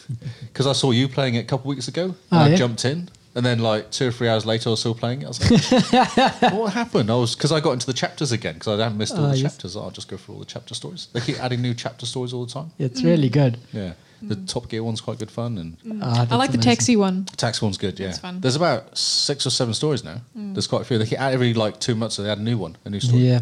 Because I saw you playing it a couple weeks ago. And Oh, I yeah? jumped in. And then, like, two or three hours later, I was still playing it. I was like, what happened? I was, because I got into the chapters again, because I hadn't missed all Ah, the yes. chapters. I'll just go through all the chapter stories. They keep adding new chapter stories all the time. It's really good. Yeah. The Top Gear one's quite good fun. And Ah, that's Mm. I like the amazing. taxi one. Tax one's good, yeah. That's fun. Mm. There's about six or seven stories now. There's quite a few. They keep, every like two months they add a new one, a new story. Yeah.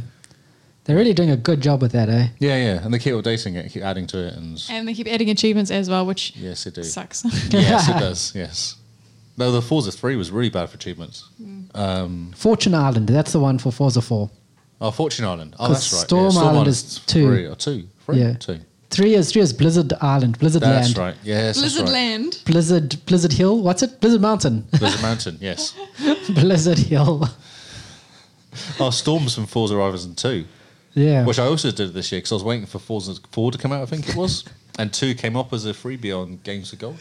They're really doing a good job with that, eh? yeah, yeah. And they keep updating it, keep adding to it, and And they keep adding achievements as well, which yes, they do. sucks. Yes, it does. Yes. No, the Forza Three was really bad for achievements. Um, Fortune Island. That's the one for Forza Four. oh, Fortune Island. Oh, 'Cause that's right. yeah. Storm Island Island's is two. Three or two. Three. Yeah. Two. Three is three is Blizzard Island, Blizzard That's Land, right. Yes. Blizzard that's right. Land. Blizzard Blizzard Hill. What's it? Blizzard Mountain, There's a mountain. Yes. Blizzard Hill. Oh, Storms from Forza Horizon Two. Yeah. Which I also did this year because I was waiting for Forza 4 to come out, I think it was. and 2 came up as a freebie on Games of Gold.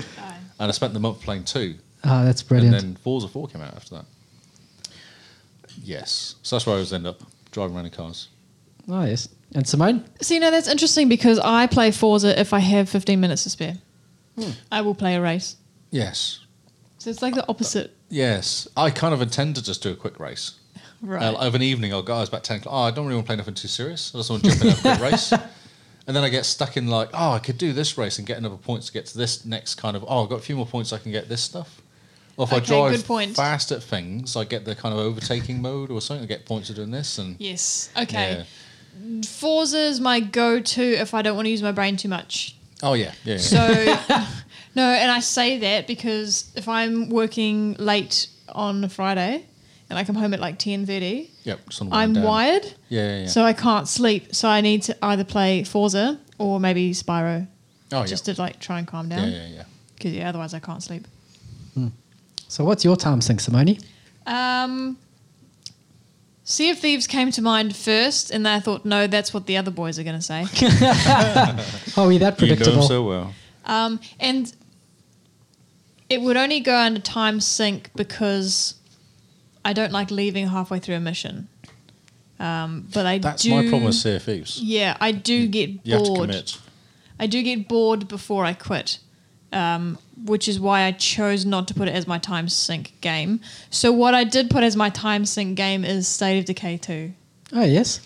And I spent the month playing 2. Ah, that's brilliant. And then Forza 4 came out after that. Yes. So that's where I always end up driving around in cars. oh yes. And Simone. See, now that's interesting because I play Forza if I have 15 minutes to spare. Hmm. I will play a race. Yes. So it's like the opposite. Yes. I kind of intend to just do a quick race. Right. Uh, of an evening, I'll go, it's about 10 o'clock. Oh, I don't really want to play nothing too serious. I just want to jump in a quick race. And then I get stuck in like, oh, I could do this race and get enough points to get to this next kind of, oh, I've got a few more points, I can get this stuff. Or if I Okay, drive good point. fast at things, I get the kind of overtaking mode or something. I get points for doing this. And Yes. Okay. Forza's my go-to if I don't want to use my brain too much. Oh, yeah. Yeah. So yeah. no, and I say that because if I'm working late on a Friday and I come home at like ten thirty, Yep, just on the I'm wind down. wired. Yeah, yeah, yeah. So I can't sleep. So I need to either play Forza or maybe Spyro, oh, just yeah. to like try and calm yeah, down. yeah, yeah. Because yeah, otherwise I can't sleep. So what's your time sink, Simone? Um, sea of Thieves came to mind first, and I thought, no, that's what the other boys are going to say. Are we that predictable? You know so well. Um, and it would only go under time sync because I don't like leaving halfway through a mission. Um, but I That's do. my problem with Sea of Thieves. Yeah, I do get You have to bored. commit. I do get bored before I quit, um, which is why I chose not to put it as my time sync game. So what I did put as my time sync game is State of Decay two. Oh yes.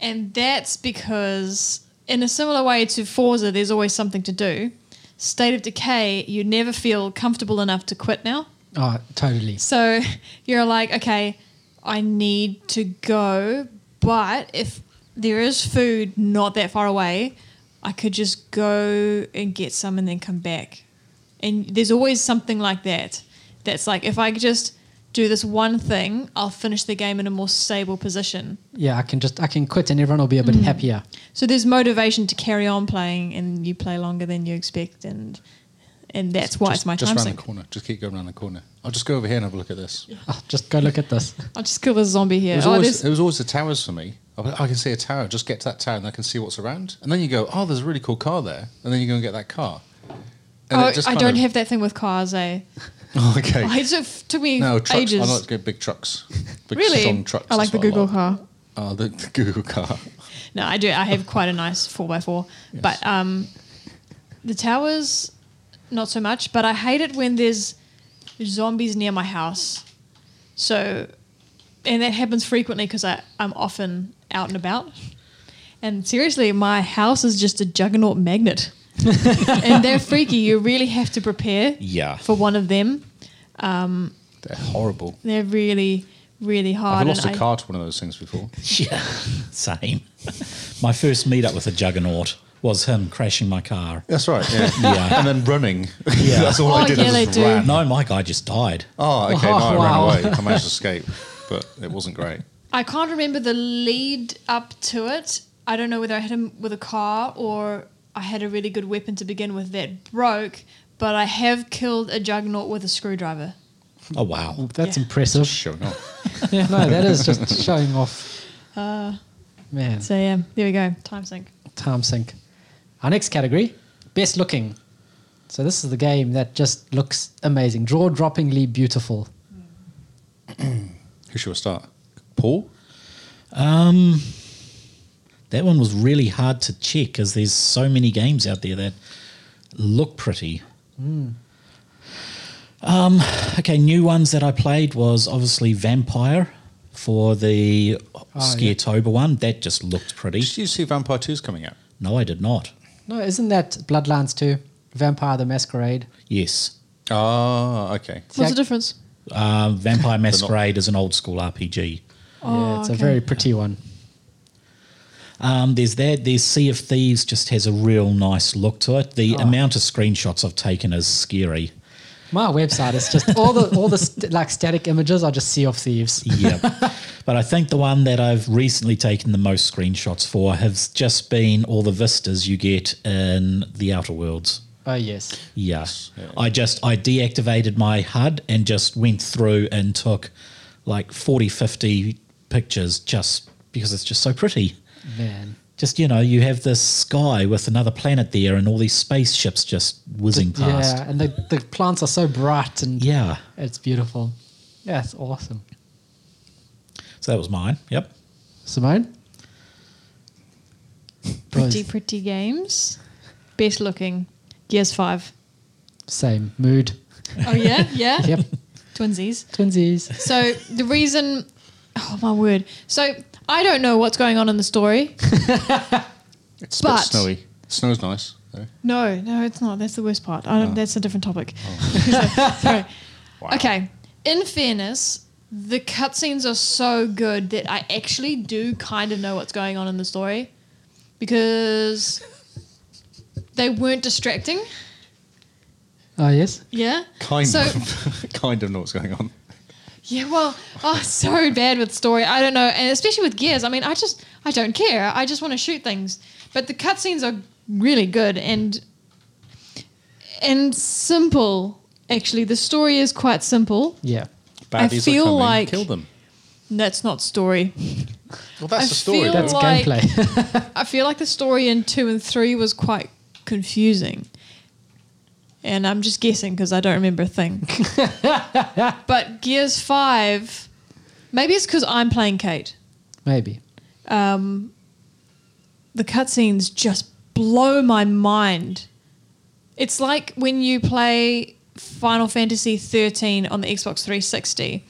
And that's because, in a similar way to Forza, there's always something to do. State of Decay, you never feel comfortable enough to quit now. Oh, totally. So you're like, okay, I need to go, but if there is food not that far away, I could just go and get some and then come back. And there's always something like that. That's like, if I could just do this one thing, I'll finish the game in a more stable position. Yeah, I can just I can quit and everyone will be a bit Mm. happier. So there's motivation to carry on playing, and you play longer than you expect, and and that's why it's my just time round sink. the corner. Just keep going around the corner. I'll just go over here and have a look at this. Oh, just go look at this. I'll just kill this zombie It, here. was Oh, always, there's, it was always the towers for me. I, went, "Oh, I can see a tower. Just get to that tower and I can see what's around. And then you go, oh, there's a really cool car there. And then you go and get that car. And oh it just I kind don't of- have that thing with cars, eh? Oh, okay. It took, took me no, trucks. ages. I like to get big trucks. Big really? strong trucks. I like is the what Google like. car. Oh, the, the Google car. No, I do. I have quite a nice 4x4. Yes. But um, the towers, not so much. But I hate it when there's zombies near my house. So, and that happens frequently because I'm often out and about. And seriously, my house is just a juggernaut magnet. and they're freaky. You really have to prepare Yeah. for one of them. They're horrible. They're really, really hard. I've lost and a I- car to one of those things before. Yeah. Same. My first meetup with a juggernaut was him crashing my car. That's right. Yeah. Yeah. And then running. That's all I Oh, did. yeah, I they just do. ran. No, my guy just died. Oh, okay. Oh, no, I wow. ran away. I managed to escape, but it wasn't great. I can't remember the lead up to it. I don't know whether I hit him with a car or I had a really good weapon to begin with that broke, but I have killed a juggernaut with a screwdriver. Oh wow. That's Yeah. impressive. Showing off. yeah, no, that is just showing off. Uh, Man, So yeah, there we go. Time sync. time sink. Our next category, best looking. So this is the game that just looks amazing, jaw-droppingly beautiful. Who should we start? Paul? Um, that one was really hard to check because there's so many games out there that look pretty. Hmm. Um, okay, new ones that I played was obviously Vampire for the Oh, Scaretober one. That just looked pretty. Did you see Vampire 2's coming out? No, I did not. No, isn't that Bloodlines 2? Vampire the Masquerade. Yes. Oh, okay. Yeah. What's the difference? Uh, Vampire Masquerade is an old school RPG. yeah, it's a very pretty one. Um, there's that. There's Sea of Thieves just has a real nice look to it. The amount of screenshots I've taken is scary. My website is just all the all the st- like static images are just Sea of Thieves. yeah. But I think the one that I've recently taken the most screenshots for has just been all the vistas you get in the Outer Worlds. Oh yes. Yeah. I just I deactivated my HUD and just went through and took like 40 50 pictures just because it's just so pretty. Man. Just you know, you have this sky with another planet there and all these spaceships just whizzing past. Yeah, and the, the plants are so bright and yeah. it's beautiful. Yeah, it's awesome. So that was mine. Yep. Simone? Pretty, Boys, pretty games. Best looking. Gears five. Same mood. Oh yeah, yeah. Yep. Twinsies. Twinsies. So the reason Oh my word! So I don't know what's going on in the story. It's But- a bit snowy. Snow's nice. though. No, no, it's not. That's the worst part. I don't, Oh. That's a different topic. Sorry. Okay. In fairness, the cutscenes are so good that I actually do kind of know what's going on in the story because they weren't distracting. Oh yes. Yeah. Kind So- of, kind of know what's going on. Yeah, well, oh, so bad with story. I don't know, and especially with gears. I mean, I just, I don't care. I just want to shoot things. But the cutscenes are really good and and simple. Actually, the story is quite simple. Yeah. I Baddies are feel coming, like- kill them. That's not story. Well, that's I the story. feel though. That's Like- gameplay. I feel like the story in two and three was quite confusing. And I'm just guessing because I don't remember a thing. but Gears 5, maybe it's because I'm playing Kate. Maybe. um, the cutscenes just blow my mind. It's like when you play Final Fantasy 13 on the Xbox 360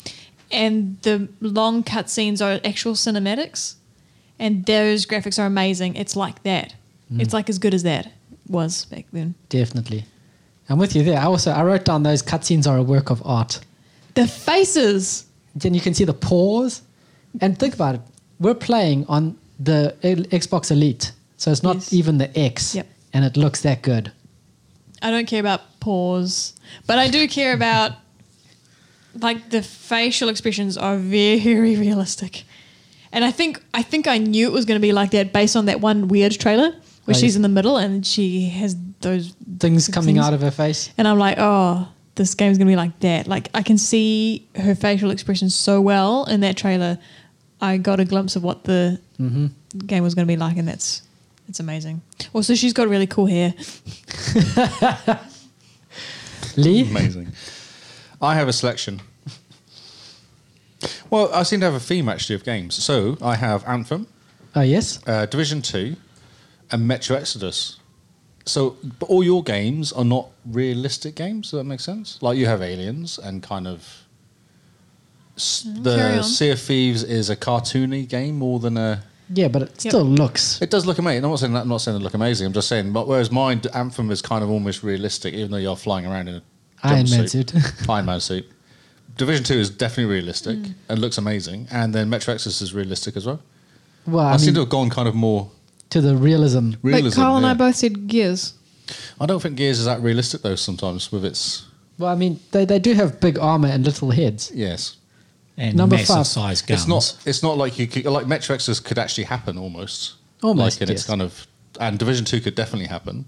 and the long cutscenes are actual cinematics and those graphics are amazing. It's like that. It's like as good as that was back then. Definitely. I'm with you there. I also I wrote down those cutscenes are a work of art. The faces. Then you can see the pause. And think about it. We're playing on the L- Xbox Elite. So it's not Yes. even the X. Yep. And it looks that good. I don't care about pause, but I do care about like the facial expressions are very realistic. And I think I think I knew it was going to be like that based on that one weird trailer Oh, where she's yes. in the middle and she has those Things coming Things- out of her face. and I'm like, "Oh, this game's going to be like that." Like I can see her facial expressions so well in that trailer. I got a glimpse of what the Mm-hmm. game was going to be like and that's it's amazing. Also, she's got really cool hair. Lee? Amazing. I have a selection. Well, I seem to have a theme actually of games. So I have Anthem, Oh yes. uh, Division Two, and Metro Exodus. So, but all your games are not realistic games. Does that make sense? Like you have Aliens and kind of s- Mm, Carry the on. Sea of Thieves is a cartoony game more than a. Yeah, but it Yep. still looks It does look amazing. I'm not saying that. I'm not saying it look amazing. I'm just saying. But whereas mine, Anthem is kind of almost realistic, even though you're flying around in a Iron Man jumpsuit. suit. Iron Man suit. Division two is definitely realistic Mm. and looks amazing, and then Metro Exodus is realistic as well. well, I, I seem mean, to have gone kind of more to the realism. realism. but Carl and I yeah. both said Gears. I don't think Gears is that realistic though. Sometimes with its Well, I mean, they, they do have big armor and little heads. yes, And Number massive five. size guns. it's not. It's not like you could, like Metro Exodus could actually happen almost. Almost, like, and it's yes. kind of and Division two could definitely happen.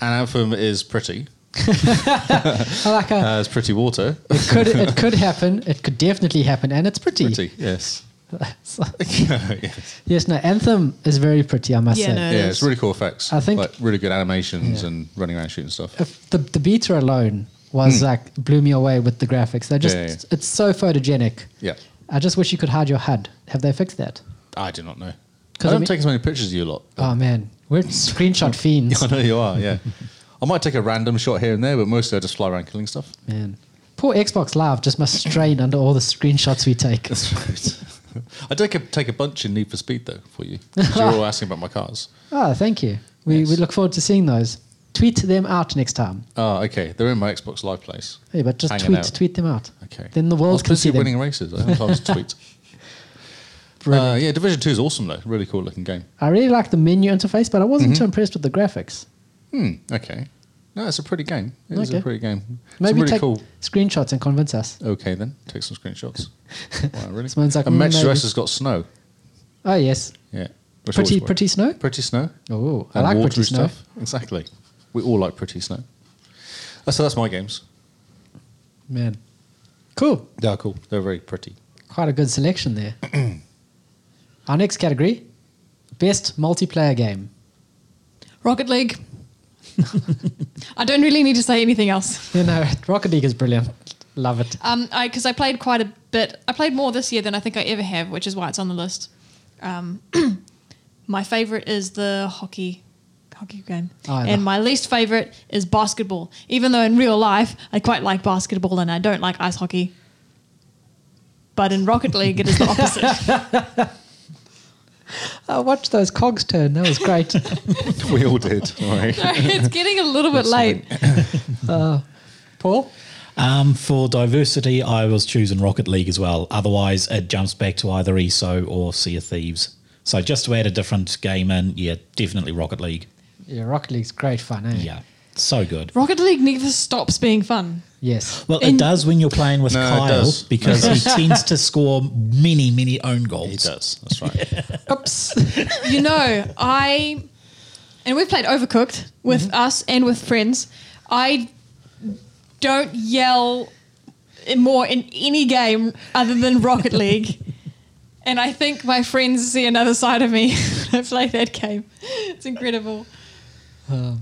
And Anthem is pretty. I like a, Uh, it's pretty water. it could it could happen. It could definitely happen, and it's pretty. pretty. Yes. So- yes. yes, no. Anthem is very pretty. I must Yeah, say. no. Yeah, it's really cool effects. I think- like really good animations Yeah. and running around shooting stuff. If the the beta alone was like blew me away with the graphics. They're just Hmm. Yeah, yeah. it's so photogenic. Yeah. I just wish you could hide your HUD. Have they fixed that? I do not know. I 'Cause I don't mean- take as many pictures of you a lot. Oh man, we're screenshot fiends, I know you are, yeah. I might take a random shot here and there, but mostly I just fly around killing stuff. man. Poor Xbox Live just must strain under all the screenshots we take. That's right. I did take a, take a bunch in Need for Speed, though, for you. 'cause You're all asking about my cars. Oh, thank you. We Yes. we look forward to seeing those. Tweet them out next time. Oh, okay. They're in my Xbox Live place. Hey, but just Hanging tweet out. tweet them out. Okay. Then the I world was can see busy them. winning races. I haven't time to tweet. Uh, yeah, Division 2 is awesome, though. Really cool looking game. I really like the menu interface, but I wasn't Mm-hmm. too impressed with the graphics. Hmm, okay. No, it's a pretty game. It is Okay. a pretty game. Maybe it's really take cool. screenshots and convince us. Okay, then. Take some screenshots. wow, really? Someone's like, and mm, Metro maybe. S has got snow. Oh yes, Yeah. which pretty always works. pretty snow. Pretty snow. Oh, I like watery pretty snow. Exactly. We all like pretty snow. Uh, So that's my games. Man, cool. They are cool. They're very pretty. Quite a good selection there. Our next category: best multiplayer game. Rocket League. I don't really need to say anything else. You know, Rocket League is brilliant. Love it. Um, I because I played quite a bit. I played more this year than I think I ever have, which is why it's on the list. Um, my favorite is the hockey, hockey game, Oh, I and know. my least favorite is basketball. Even though in real life I quite like basketball and I don't like ice hockey. But in Rocket League, it is the opposite. I watched those cogs turn. That was great. we all did. All right. it's getting a little bit late. Paul? Um, for diversity, I was choosing Rocket League as well. Otherwise, it jumps back to either ESO or Sea of Thieves. So just to add a different game in, yeah, definitely Rocket League. Yeah, Rocket League's great fun, eh? Yeah, so good. Rocket League never stops being fun. Yes. Well, And- it does when you're playing with No, it Kyle does. because he tends to score many, many own goals. He does. That's right. Oops. You know, I and we've played Overcooked with Mm-hmm. us and with friends. I don't yell in- more in any game other than Rocket League. And I think my friends see another side of me when I play that game. It's incredible. I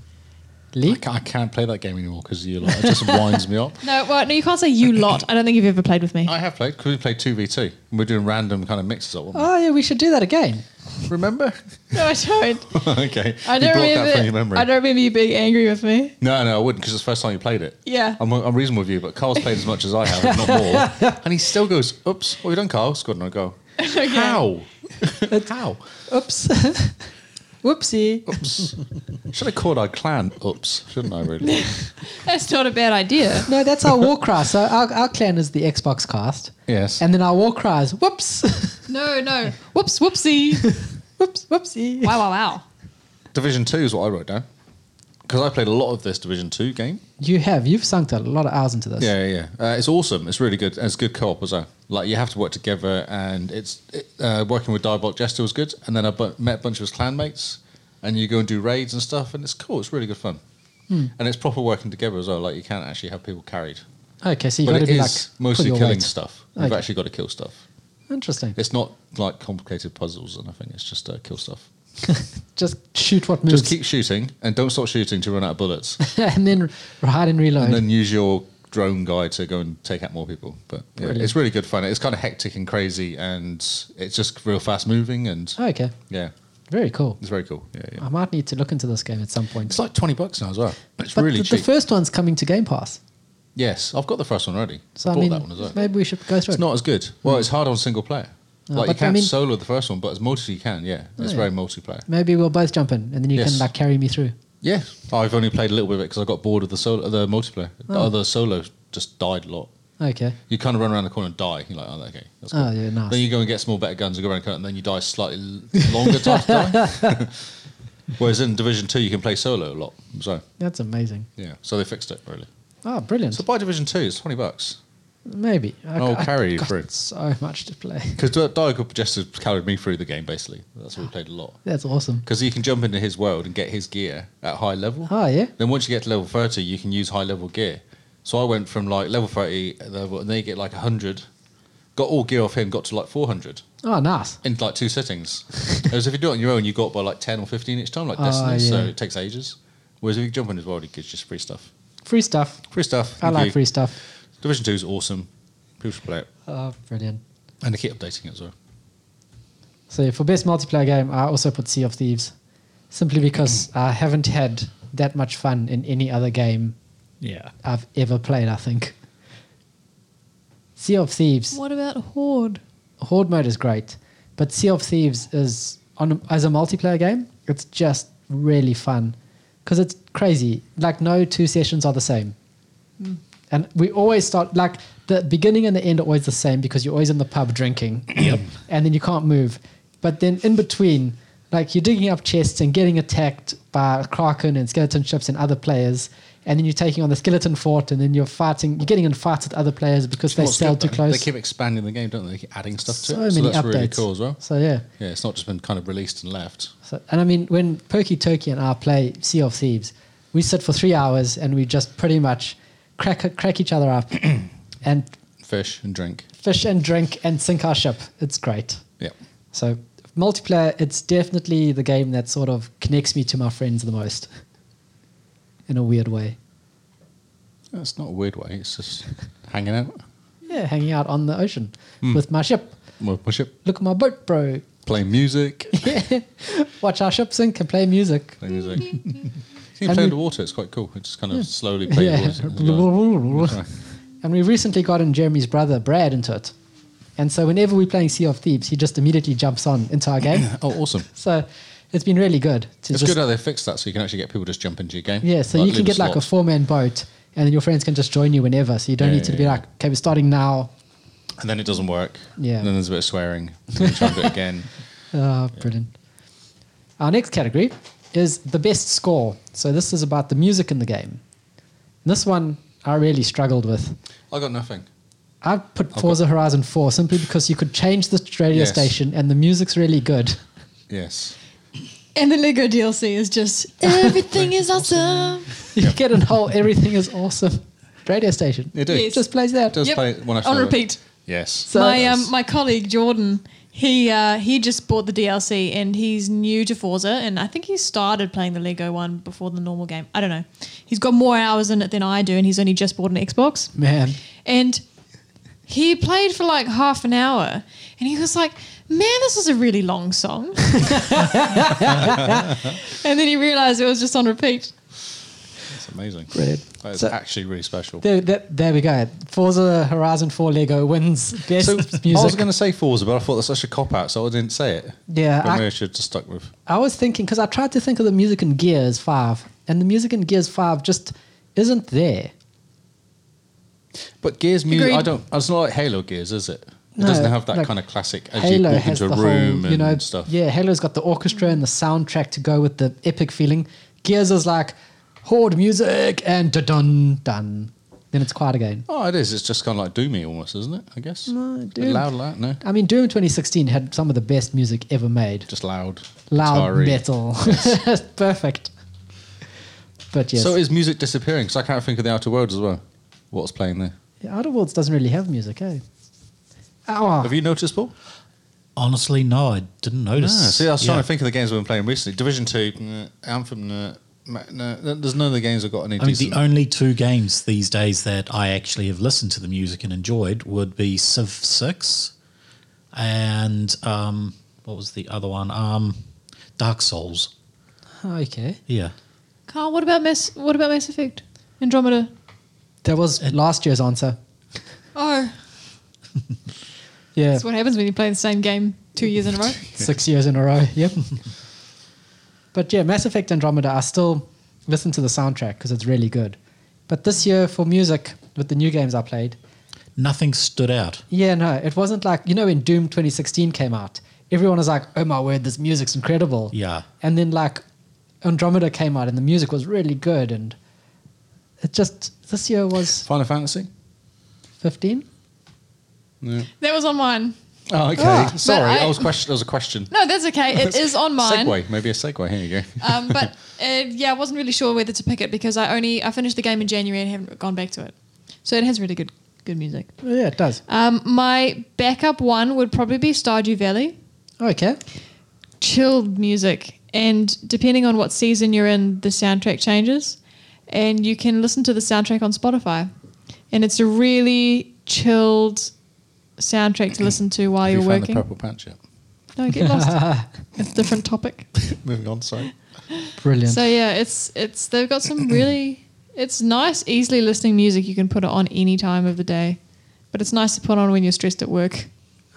Lee? can't, I can't play that game anymore because you lot. It just winds me up. No, well, no, you can't say you lot. I don't think you've ever played with me. I have played because we played 2v2 and we're doing random kind of mixes up. weren't Oh, yeah, we should do that again. we? Remember? No, I don't. okay. I don't you brought that from your remember. memory. I don't remember you being angry with me. No, no, I wouldn't because it's the first time you played it. Yeah. I'm, I'm reasonable with you, but Carl's played as much as I have, if not more. And he still goes, oops, what have you done, Carl? Scored another goal. How? How? Oops. Whoopsie. Oops. Should have called our clan oops, shouldn't I, really? That's not a bad idea. No, that's our war cry. So our, our clan is the Xbox cast. Yes. And then our war cry is whoops. No, no. Whoops, whoopsie. whoops, whoopsie. Wow, wow, wow. Division 2 is what I wrote down because I played a lot of this Division 2 game. You have. You've sunk a lot of hours into this. Yeah, yeah, yeah. Uh, it's awesome. It's really good. And it's good co-op as well. Like you have to work together, and it's it, uh, working with Diabolic Jester was good. And then I bu- met a bunch of his clan mates, and you go and do raids and stuff, and it's cool. It's really good fun, and it's proper working together as well. Like you can't actually have people carried, Okay, so you've but got to it be is like. mostly pull your killing weight. stuff. You've Okay. actually got to kill stuff. Interesting. It's not like complicated puzzles or nothing. It's just uh, kill stuff. Just shoot what moves. Just keep shooting and don't stop shooting to run out of bullets, and then hide and reload. and then use your drone guy to go and take out more people. But yeah, Brilliant. it's really good fun. It's kind of hectic and crazy, and it's just real fast moving. And okay. yeah, Very cool. it's very cool. Yeah, yeah. I might need to look into this game at some point. It's like twenty bucks now as well. It's but really the, cheap. the first one's coming to Game Pass. yes, I've got the first one already. So I I, bought mean, that one as well. maybe we should go through it. It's not as good. Well, it's hard on single player. No, like you but Hmm. Oh, I can't mean- Oh, solo the first one, but as multi you can. Yeah, it's yeah. very multiplayer. Maybe we'll both jump in, and then you Yes. can like carry me through. Yeah, I've only played a little bit of it because I got bored of the solo, the multiplayer. The Oh. other solo just died a lot. Okay. You kind of run around the corner and die. You're like, oh, okay. That's Oh yeah, nice. Then you go and get some more better guns and go around and cut, and then you die a slightly l- longer time to die. Whereas in Division 2, you can play solo a lot. So, That's amazing. yeah. So they fixed it, really. Oh, brilliant. So buy Division 2, it's 20 bucks. maybe. I, I'll I carry you got through. So much to play. Because Diagon just carried me through the game, basically. That's what we played a lot. That's awesome. Because you can jump into his world and get his gear at high level. Oh yeah. Then once you get to level 30, you can use high level gear. So I went from like level 30, level, and then you get like 100. Got all gear off him, got to like 400. Oh nice. in like two sittings. Whereas if you do it on your own, you got by like ten or fifteen each time, like Oh, Destiny. So yeah. it takes ages. Whereas if you jump in as well, it gets just free stuff. Free stuff. Free stuff. I thank like you. free stuff. Division Two is awesome. People should play it, Oh, brilliant. and they keep updating it as well. So for best multiplayer game, I also put Sea of Thieves, simply Mm. because I haven't had that much fun in any other game Yeah. I've ever played. I think. Sea of Thieves. What about Horde? Horde mode is great, but Sea of Thieves is on as a multiplayer game. It's just really fun because it's crazy. Like no two sessions are the same, and we always start like the beginning and the end are always the same because you're always in the pub drinking. Yep. and then you can't move, but then in between, like you're digging up chests and getting attacked by kraken and skeleton ships and other players. And then you're taking on the skeleton fort, and then you're fighting. You're getting in fights with other players because they What's sailed good, too though, close. They keep expanding the game, don't they? They keep adding stuff to So it. So many that's really updates. cool as well. So yeah, Yeah, it's not just been kind of released and left. so, and I mean, when Perky Turkey and I play Sea of Thieves, we sit for three hours and we just pretty much crack crack each other up and Fish and drink. fish and drink and sink our ship. It's great. Yeah. So multiplayer, it's definitely the game that sort of connects me to my friends the most, in a weird way. It's not a weird way. It's just hanging out. Yeah, hanging out on the ocean Hmm. with my ship. We'll push it. Look at my boat, bro. Playing music. Watch our ship sink and play music. Play music. So you can And play we- underwater. It's quite cool. It just kind of slowly plays. And we recently got in Jeremy's brother Brad into it. And so whenever we're playing Sea of Thieves, he just immediately jumps on into our game. Oh, awesome. so it's been really good. To It's just, good how they fixed that so you can actually get people just jump into your game. Yeah, so you can little get like a slots. four man boat and then your friends can just join you whenever. So you don't Yeah, need to yeah, be yeah. like, okay, we're starting now. And then it doesn't work. Yeah. And then there's a bit of swearing. And then try and do it again. Oh, brilliant. Our next category is the best score. So this is about the music in the game. This one I really struggled with. I got nothing. I put Forza Horizon 4 simply because you could change the radio Yes. station and the music's really good. Yes. And the Lego DLC is just everything is awesome. You get an whole everything is awesome radio station. You do. Yes. Just plays that. It does Yep. play it one after On another. repeat. Yes. So- my um, my colleague Jordan, he uh, he just bought the DLC and he's new to Forza and I think he started playing the Lego one before the normal game. I don't know. He's got more hours in it than I do and he's only just bought an Xbox. Man. And he played for like half an hour and he was like, Man, this is a really long song. and then he realized it was just on repeat. It's amazing. Brilliant. That is So- actually really special. There, there, there we go. Forza Horizon 4 Lego wins best So music. I was going to say Forza, but I thought that's such a cop out, so I didn't say it. Yeah, But I- maybe I, should just stuck with. I was thinking because I tried to think of the music in Gears Five, and the music in Gears Five just isn't there. But Gears music, I Agreed. don't. It's not like Halo Gears, is it? It No, doesn't have that like, kind of classic as Halo you walk has into a the room whole, you know, and stuff. yeah. Halo's got the orchestra and the soundtrack to go with the epic feeling. Gears is like horde music and da dun dun. Then it's quiet again. Oh, it is. It's just kind of like doomy almost, isn't it? I guess. No, Bit dude. Loud, loud. No, I mean, Doom 2016 had some of the best music ever made. just loud. Loud guitar-y. metal, perfect. But yes, So is music disappearing? Because I can't think of the Outer Worlds as well. What's playing there? Outer Worlds doesn't really have music, eh? Oh, Have you noticed, Paul? Honestly, no, I didn't No. notice. See, I was Yeah. trying to think of the games we've been playing recently. Division Two, nah, Anthem. Nah, Ma- nah, there's none of the games that got any I mean, decent. the only two games these days that I actually have listened to the music and enjoyed would be Civ Six, and um, what was the other one? Um, Dark Souls. okay. Yeah, Carl, what about Mass what about Mass Effect? Andromeda. That was last year's answer. Oh, Yeah, that's what happens when you play the same game two years in a row. six years in a row. Yep. but yeah, Mass Effect Andromeda. I still listen to the soundtrack because it's really good. But this year for music, with the new games I played, nothing stood out. yeah, no, it wasn't like you know when Doom 2016 came out, everyone was like, "Oh my word, this music's incredible." Yeah, And then like Andromeda came out, and the music was really good, and it just this year was Final Fantasy. 15. No. That was on mine. Oh, okay. Ah, but Sorry, I, I- was question. There was a question. No, that's okay. It is on mine. Segway, maybe a segue. Here you go. Ah, Um, but uh, yeah, I wasn't really sure whether to pick it because I only I finished the game in January and haven't gone back to it. So it has really good good music. Oh, Yeah, it does. Um, my backup one would probably be Stardew Valley. Okay. Chilled music, and depending on what season you're in, the soundtrack changes, and you can listen to the soundtrack on Spotify, and it's a really chilled soundtrack to listen to while Have you're you found the working. purple patch yet? No, get lost. it's a different topic. Moving on. Sorry. Brilliant. So yeah, it's it's they've got some really it's nice, easily listening music. You can put it on any time of the day, but it's nice to put on when you're stressed at work.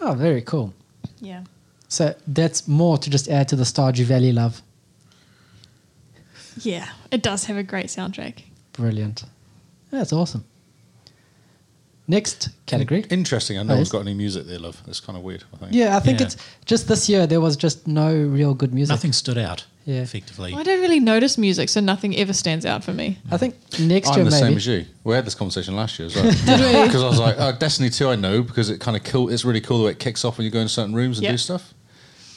oh, very cool. Yeah. So that's more to just add to the Stardew Valley love. Yeah, it does have a great soundtrack. Brilliant. That's awesome. Next category. Interesting. I know Oh, one's yes. got any music there, love. It's kind of weird. I think. Yeah, I think Yeah. it's just this year there was just no real good music. nothing stood out. Yeah. effectively. I don't really notice music, so nothing ever stands out for me. I think next I'm year the maybe. same as you. We had this conversation last year as well. Because I was like, oh, Destiny 2, I know because it kind of cool. It's really cool the way it kicks off when you go in certain rooms and Yeah. do stuff.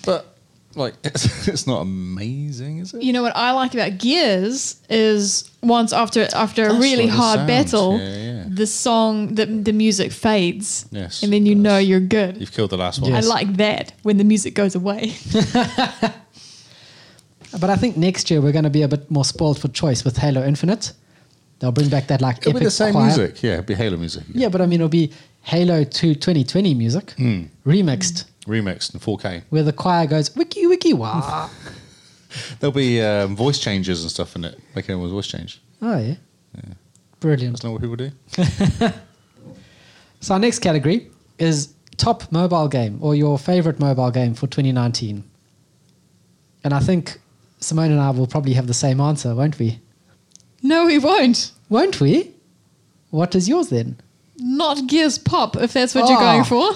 But like, it's, it's not amazing, is it? You know what I like about Gears is once after after a That's really what it hard sounds. battle, Yeah, yeah. the song the the music fades, Yes, and then you it know does. you're good. You've killed the last one. Yes. I like that when the music goes away. But I think next year we're going to be a bit more spoiled for choice with Halo Infinite. They'll bring back that like It'll epic be the same choir. music. Yeah, it'll be Halo music. Yeah, but I mean it'll be Halo 2 2020 music Hmm. remixed Remixed in 4K. where the choir goes wiki wiki Hmm. wah. There'll be um, voice changes and stuff in it. Like everyone's voice change. oh yeah. Brilliant. That's not what people do. So our next category is top mobile game or your favorite mobile game for 2019? And I think Simone and I will probably have the same answer, won't we? No, we won't. Won't we? What is yours then? Not Gears Pop, if that's what you're Oh. Ah. going for.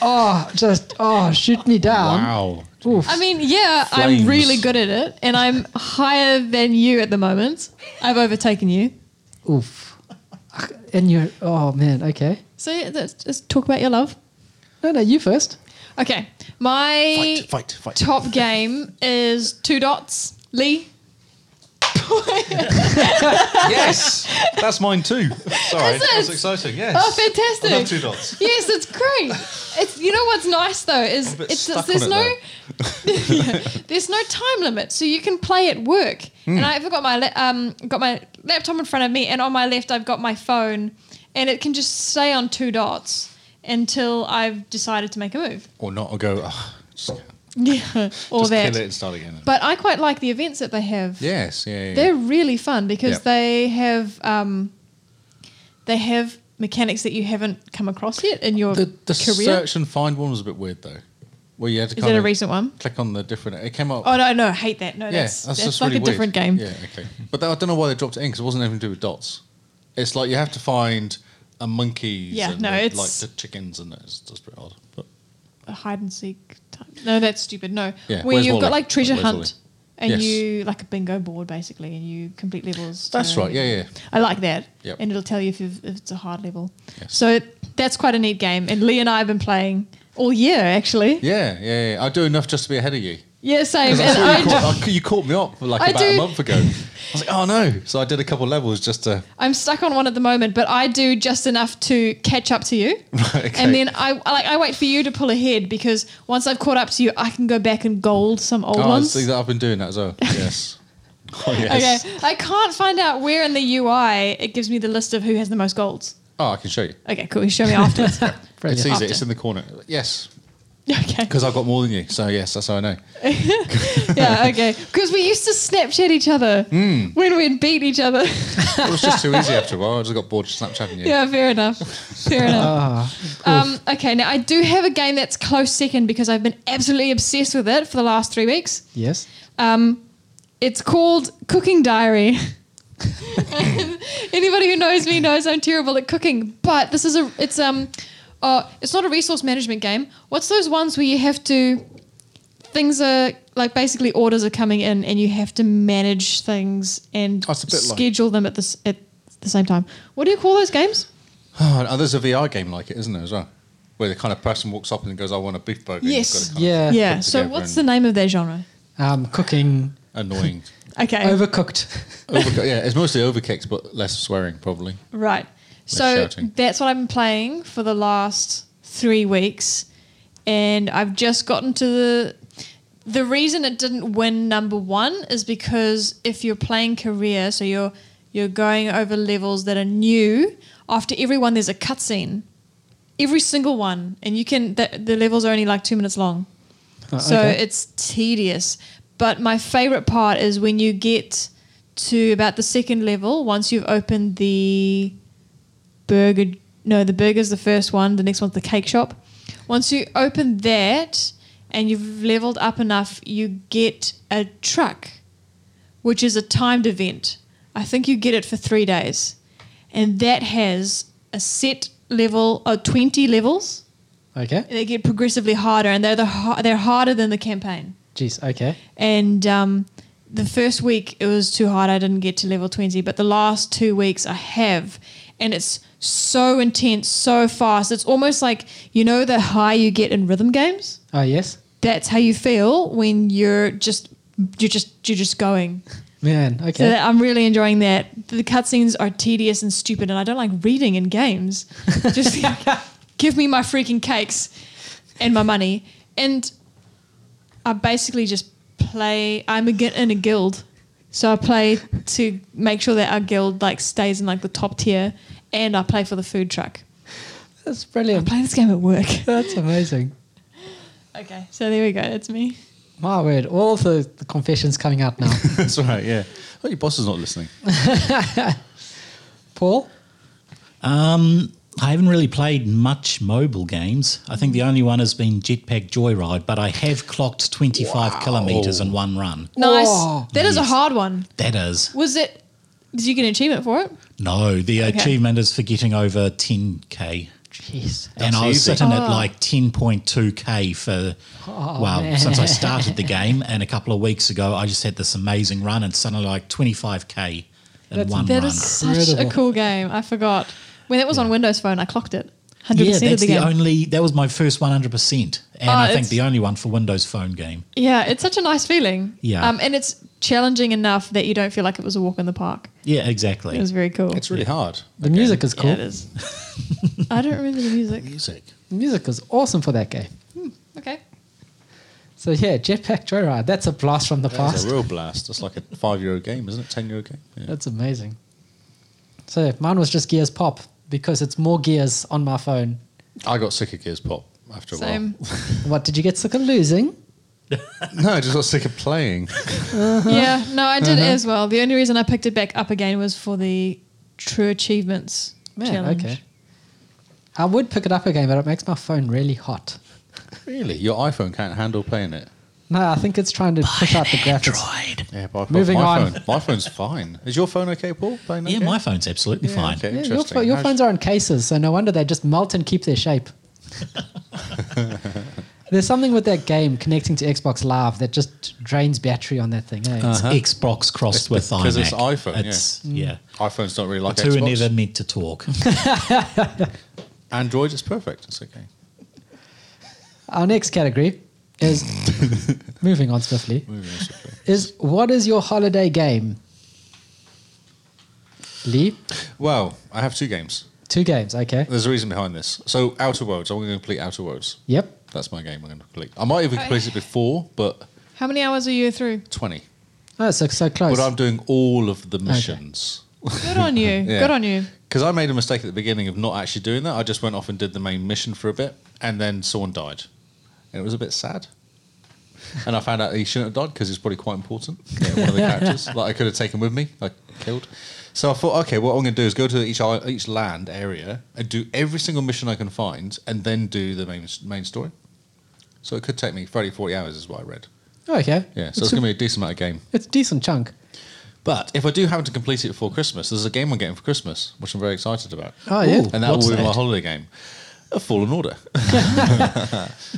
Oh, just oh, shoot me Um. down. Wow. Oof. I mean, yeah, Flames. I'm really good at it, and I'm higher than you at the moment. I've overtaken you. Oof. And you're oh man, okay. So yeah, let's just talk about your love. No, no, you first. Okay, my Fight, fight, fight. top game is Two Dots Lee. yes, that's mine too. Sorry, Is it? that's exciting. Yes. Oh, I love fantastic! two dots. Yes, it's great. It's you know what's nice though is bit it's, stuck there's on it, no Yeah, there's no time limit, so you can play at work. Hmm. And I've got my la- um got my laptop in front of me, and on my left I've got my phone, and it can just stay on two dots until I've decided to make a move. Or not, or go, "Ugh, just, Yeah, or just that. kill it and start again. But I quite like the events that they have. yes, yeah, yeah, yeah. They're really fun because Yep. they have um, they have mechanics that you haven't come across yet in your The, the career. search and find one was a bit weird though. Where you had to Is kind that a of recent one? click on the different. It came up. Oh no, no, I hate that. No, yeah, that's, that's, just like really a different game. weird. Yeah, okay. But that, I don't know why they dropped it in because it wasn't anything to do with dots. It's like you have to find a monkey. Yeah, and no, the- it's- like the chickens and it's just pretty odd. But A hide and seek type. No, that's stupid. No, Yeah, where where's you've Wally? got like treasure Where's hunt, Wally? and Yes. you like a bingo board basically, and you complete levels. to- That's right, yeah, yeah. I like that, Yep. and it'll tell you if, you've, if it's a hard level. Yes. So that's quite a neat game, and Lee and I have been playing all year actually. yeah, yeah, yeah. I do enough just to be ahead of you. Yeah, same. 'Cause I And saw you, I caught, I- you caught me up like I about a do- month ago. I was like, oh no. So I did a couple levels just to. I'm stuck on one at the moment, but I do just enough to catch up to you. Right, okay. And then I I like I wait for you to pull ahead because once I've caught up to you, I can go back and gold some old Oh, I ones. see that I've been doing that as well. Yes. Oh, yes. Okay. I can't find out where in the UI it gives me the list of who has the most golds. Oh, I can show you. Okay, cool. You show me afterwards. It's easy. Brilliant. It's After. in the corner. Yes. okay. Because I've got more than you. So, yes, that's how I know. Yeah, okay. Because we used to Snapchat each other Hmm. when we'd beat each other. It was just too easy after a while. I just got bored Snapchatting you. yeah, fair enough. Fair enough. Ah, Um, okay, now I do have a game that's close second because I've been absolutely obsessed with it for the last three weeks. yes. Um, it's called Cooking Diary. Anybody who knows me knows I'm terrible at cooking, but this is a it's um uh it's not a resource management game. What's those ones where you have to things are like basically orders are coming in and you have to manage things and Oh, it's a bit like- schedule them at this at the same time. What do you call those games? Oh, and there's a VR game like it, isn't there, as well? Where the kind of person walks up and goes, I want a beef burger. and you've Yes. got to kind Yeah. yeah. put So together what's and- the name of that genre? Um, cooking of Annoying. Okay. overcooked. Overco- yeah, it's mostly overkicked, but less swearing, probably. Right. So shouting. that's what I've been playing for the last three weeks, and I've just gotten to the. The reason it didn't win number one is because if you're playing career, so you're you're going over levels that are new. After every one, there's a cutscene, every single one, and you can the, the levels are only like two minutes long. Uh, So okay. it's tedious. But my favorite part is when you get to about the second level, once you've opened the burger. No, the burger's the first one, the next one's the cake shop. Once you open that and you've leveled up enough, you get a truck, which is a timed event. I think you get it for three days. And that has a set level, or 20 levels okay. they get progressively harder, and they're the har- they're harder than the campaign. Jeez. Okay. And um, the first week it was too hard; I didn't get to level twenty. But the last two weeks I have, and it's so intense, so fast. It's almost like you know the high you get in rhythm games. Oh yes. That's how you feel when you're just you're just you're just going. Man. So Okay. that- I'm really enjoying that. The cutscenes are tedious and stupid, and I don't like reading in games. Just give me my freaking cakes and my money. And I basically just play. I'm a, gu- in a guild, so I play to make sure that our guild like stays in like the top tier, and I play for the food truck. That's I brilliant. play this game at work. That's amazing. Okay, so there we go. That's me. My word. All the, the confessions coming out now. that's right, yeah. Oh, your boss is not listening. Paul. Um, I haven't really played much mobile games. I think the only one has been Jetpack Joyride, but I have clocked 25 kilometers in one run. Nice. Whoa. That is a Yes. hard one. That is. Was it? Did you get an achievement for it? No, the achievement is for getting over 10K. Jeez. and I was easy. sitting Ah. at like 10.2k for well since I started the game and a couple of weeks ago I just had this amazing run and suddenly like 25k in one That run. is such a Incredible. cool game. I forgot. When it was on Windows Phone, I clocked it. 100% yeah, of that's the the, game. only that was my first 100% and Oh, I think it's- the only one for Windows phone game. yeah, it's such a nice feeling. Yeah. Um, and it's challenging enough that you don't feel like it was a walk in the park. Yeah, exactly. It was very cool. It's really hard. The music is cool. Yeah, it is. I don't remember the music. music. The music is awesome for that game. Okay. So yeah, Jetpack Joyride. That's a blast from the It's past. a real blast. It's like a five-year-old game, isn't it? Ten-year-old game. Yeah. That's amazing. So mine was just Gears Pop because it's more Gears on my phone. I got sick of Gears Pop after a Same. What did you get sick of losing? while. No, I just got sick of playing. yeah, no, I did as well. The only reason I picked it back up again was for the true achievements Man, challenge. okay. I would pick it up again, but it makes my phone really hot. really, your iPhone can't handle playing it. No, I think it's trying to push out the graphics. Yeah, but I've got Moving my on. Phone. My phone's fine. Is your phone okay, Paul? Playing that Yeah, game? my phone's absolutely Yeah, fine. Okay, Yeah, your, interesting. pho- your How's- phones are in cases, so no wonder they just melt and keep their shape. There's something with that game connecting to Xbox Live that just drains battery on that thing. eh? It's- Ah. It's Xbox crossed Uh-huh. It's with iMac. because it's iPhone, yeah. It's, Mm. yeah. iPhones don't really like The two are Xbox. never meant to talk. Android is perfect. It's okay. Our next category is moving on swiftly. Is what is your holiday game? Lee, Well, I have two games. two games. Okay. There's a reason behind this. So, Outer Worlds. I'm going to complete Outer Worlds. Yep. That's my game. I'm going to complete. I might even complete it before, but How many hours are you through? 20. Oh, so so close. But I'm doing all of the missions. Good on you. Yeah. Good on you. Because I made a mistake at the beginning of not actually doing that. I just went off and did the main mission for a bit, and then someone died. And it was a bit sad. And I found out he shouldn't have died because it's probably quite important. Yeah, one of the characters that I could have taken with me, like killed. So I thought, okay, what I'm going to do is go to each i- each land area and do every single mission I can find, and then do the main main story. So it could take me 30, 40 hours, is what I read. Oh, okay. Yeah, so it's, it's going to be a decent amount of game. a, it's a decent chunk. But if I do happen to complete it before Christmas, there's a game I'm getting for Christmas, which I'm very excited about. Oh, yeah? And that What's will be my that? holiday game. A Fallen Order.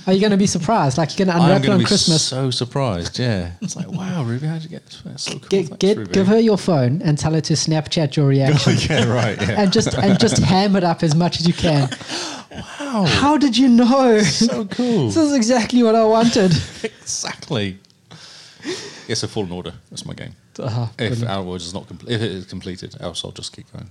Are you going to be surprised? Like you're going to I'm unwrap it going on to be Christmas? so surprised, yeah. It's like, wow, Ruby, how'd you get this? That's so cool. Get, Thanks, get, Ruby. Oh, give her your phone and tell her to Snapchat your reaction, yeah, right, yeah. and just and just ham it up as much as you can. Wow! How did you know? so cool. this is exactly what I wanted. exactly. Yes, A Fallen Order. That's my game. Ah, If brilliant. Outwards is not complete, if it is completed, else I'll just keep going.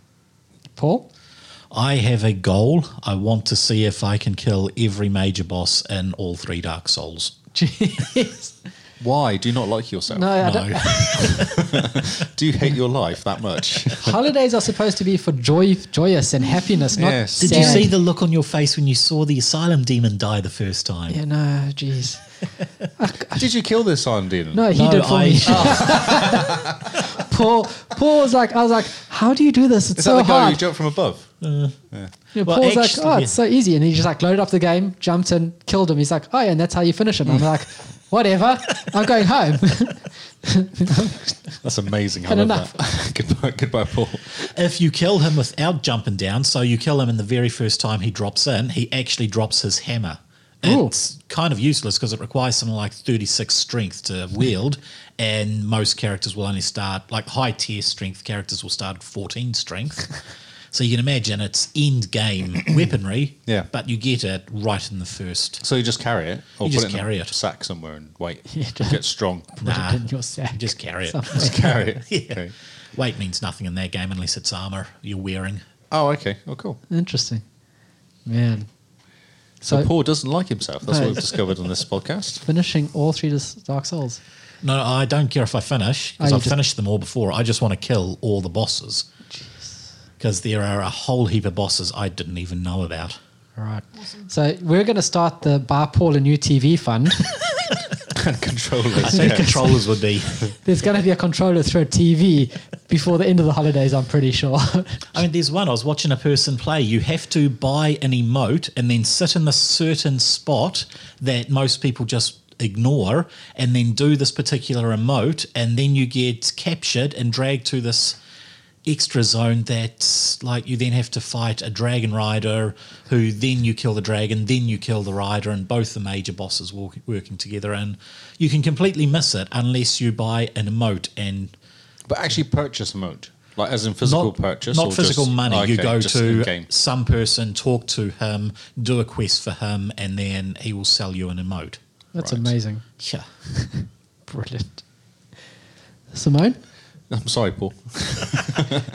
Paul, I have a goal. I want to see if I can kill every major boss in all three Dark Souls. jeez, Why do you not like yourself? no, I don't, No. Do you hate your life that much? holidays are supposed to be for joy, joyous and happiness. Not Yes. Did sad. you see the look on your face when you saw the asylum demon die the first time? Yeah, no, jeez. Did you kill this Iron Demon? No, he No, did for I- Oh. me. Paul, Paul was like, I was like, how do you do this? It's Is that so the guy who hard. jumped from above? You know, Well, Paul's actually, like, oh, yeah. it's so easy. And he just like loaded up the game, jumped in, killed him. He's like, oh, yeah, and that's how you finish it. And I'm like, whatever, I'm going home. That's amazing. I Had love enough. that. goodbye, goodbye, Paul. If you kill him without jumping down, so you kill him in the very first time he drops in, he actually drops his hammer. Ooh. It's kind of useless because it requires something like 36 strength to wield, and most characters will only start, like high tier strength characters will start at 14 strength. so you can imagine it's end game weaponry, Yeah. but you get it right in the first. So you just carry it, or put You just it in carry a it. sack somewhere and wait. Yeah, just- Get strong. Put Nah. it in your sack. You just carry it. somewhere. Just carry it. Yeah. Okay. Weight means nothing in that game unless it's armor you're wearing. Oh, okay. Oh, cool. Interesting. Man. So, So, Paul doesn't like himself. That's what No. we've discovered on this podcast. finishing all three dis- Dark Souls. No, I don't care if I finish because Oh, you I've just- finished them all before. I just want to kill all the bosses because there are a whole heap of bosses I didn't even know about. All right. So, we're going to start the Bar Paul and New TV fund. and controllers. I think yeah. controllers would be. There's going to be a controller through a TV before the end of the holidays, I'm pretty sure. I mean, there's one I was watching a person play. You have to buy an emote and then sit in the certain spot that most people just ignore, and then do this particular emote, and then you get captured and dragged to this extra zone that like you then have to fight a dragon rider who then you kill the dragon then you kill the rider and both the major bosses walk, working together and you can completely miss it unless you buy an emote and But actually purchase mode, like as in physical purchase, not or physical just- money. you okay, go just in to game. some person, talk to him, do a quest for him, and then he will sell you an emote. That's Right. amazing. Yeah. Brilliant. Simone, I'm sorry, Paul.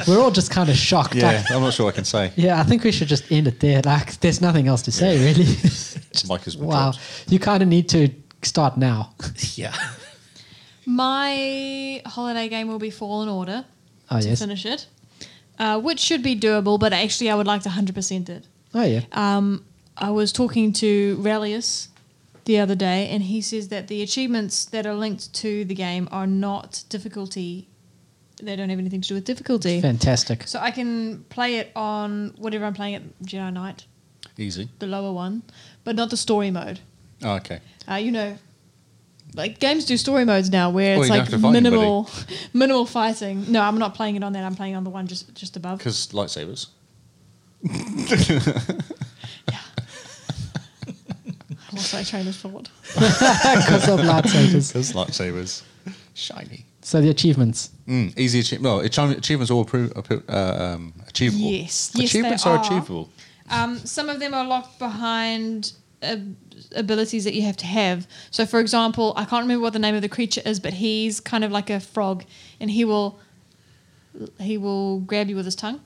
we're all just kind of shocked. Yeah, Like, I'm not sure I can say. yeah, I think we should just end it there. Like, there's nothing else to say, really. Mike has been wow. dropped. You kind of need to start now. Yeah. My holiday game will be Fallen Order Oh, to yes. finish it, uh, which should be doable, but actually I would like to 100% it. Oh, yeah. I was talking to Relius the other day, and he says that the achievements that are linked to the game are not difficulty. They don't have anything to do with difficulty. Fantastic. So I can play it on whatever I'm playing at Jedi Knight, Easy. the lower one, but not the story mode. Oh, okay. Uh, you know, like games do story modes now where Well, it's you don't like have to fight minimal, minimal fighting. No, I'm not playing it on that. I'm playing on the one just just above. Because lightsabers. Also, I train this forward. Because of lightsabers. Because lightsabers. Shiny. So the achievements. Mm, easy achievement. No, achieve- achievements are all appro- appro- uh, um, achievable. Yes, yes, achievements they are, are. achievable. Um, some of them are locked behind ab- abilities that you have to have. So, for example, I can't remember what the name of the creature is, but he's kind of like a frog, and he will he will grab you with his tongue.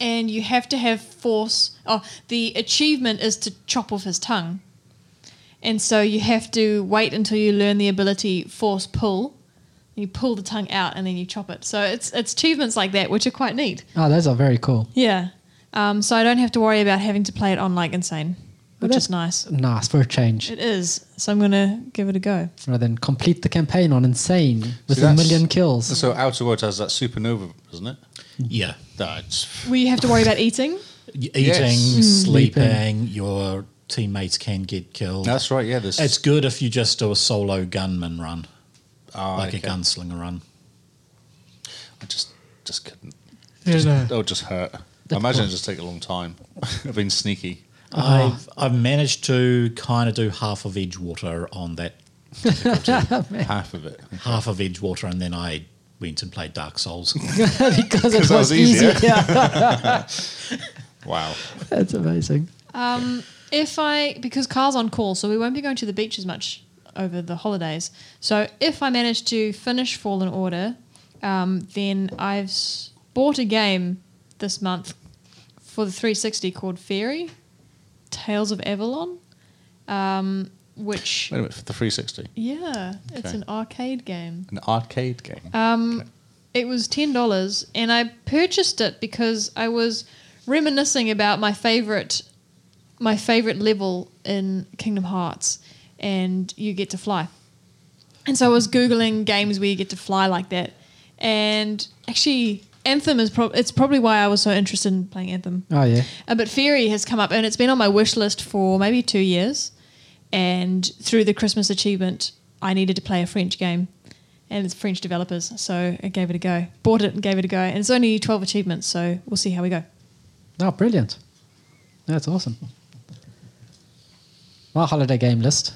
And you have to have force. Oh, the achievement is to chop off his tongue, and so you have to wait until you learn the ability force pull. You pull the tongue out and then you chop it. So it's it's achievements like that which are quite neat. Oh, those are very cool. Yeah. Um, so I don't have to worry about having to play it on like insane, Well, which that's- is nice. Nice for a change. It is. So I'm gonna give it a go. Rather than complete the campaign on insane with See, a that's- million kills. So Outer Worlds has that supernova, doesn't it? Yeah. That's Will you have to worry about eating? Y- Eating, Yes. Hmm. sleeping, your teammates can get killed. that's right. Yeah, this. it's good if you just do a solo gunman run, Ah, like okay. a gunslinger run. I just just couldn't. Yeah, no. It'll just hurt. I imagine it'll just take a long time. I've been sneaky. I've I've managed to kind of do half of Edgewater on that, Oh, Half of it. half of Edgewater, and then I went and played Dark Souls. because it that was was easy. easier. Yeah. Wow. That's amazing. If I because Carl's on call, so we won't be going to the beach as much over the holidays. So if I manage to finish Fallen Order, um, then I've s- bought a game this month for the 360 called Fairy Tales of Avalon, um, which Wait a minute for the 360. yeah, it's Okay. an arcade game. An arcade game. Uh, It was ten dollars, and I purchased it because I was reminiscing about my favorite, my favorite level in Kingdom Hearts, and you get to fly. And so I was googling games where you get to fly like that, and actually, Anthem is prob it's probably why I was so interested in playing Anthem. Oh, yeah. Uh, but Fury has come up, and it's been on my wish list for maybe two years. And through the Christmas achievement, I needed to play a French game, and it's French developers, so I gave it a go. Bought it and gave it a go, and it's only twelve achievements, so we'll see how we go. Oh, brilliant. That's awesome. My holiday game list.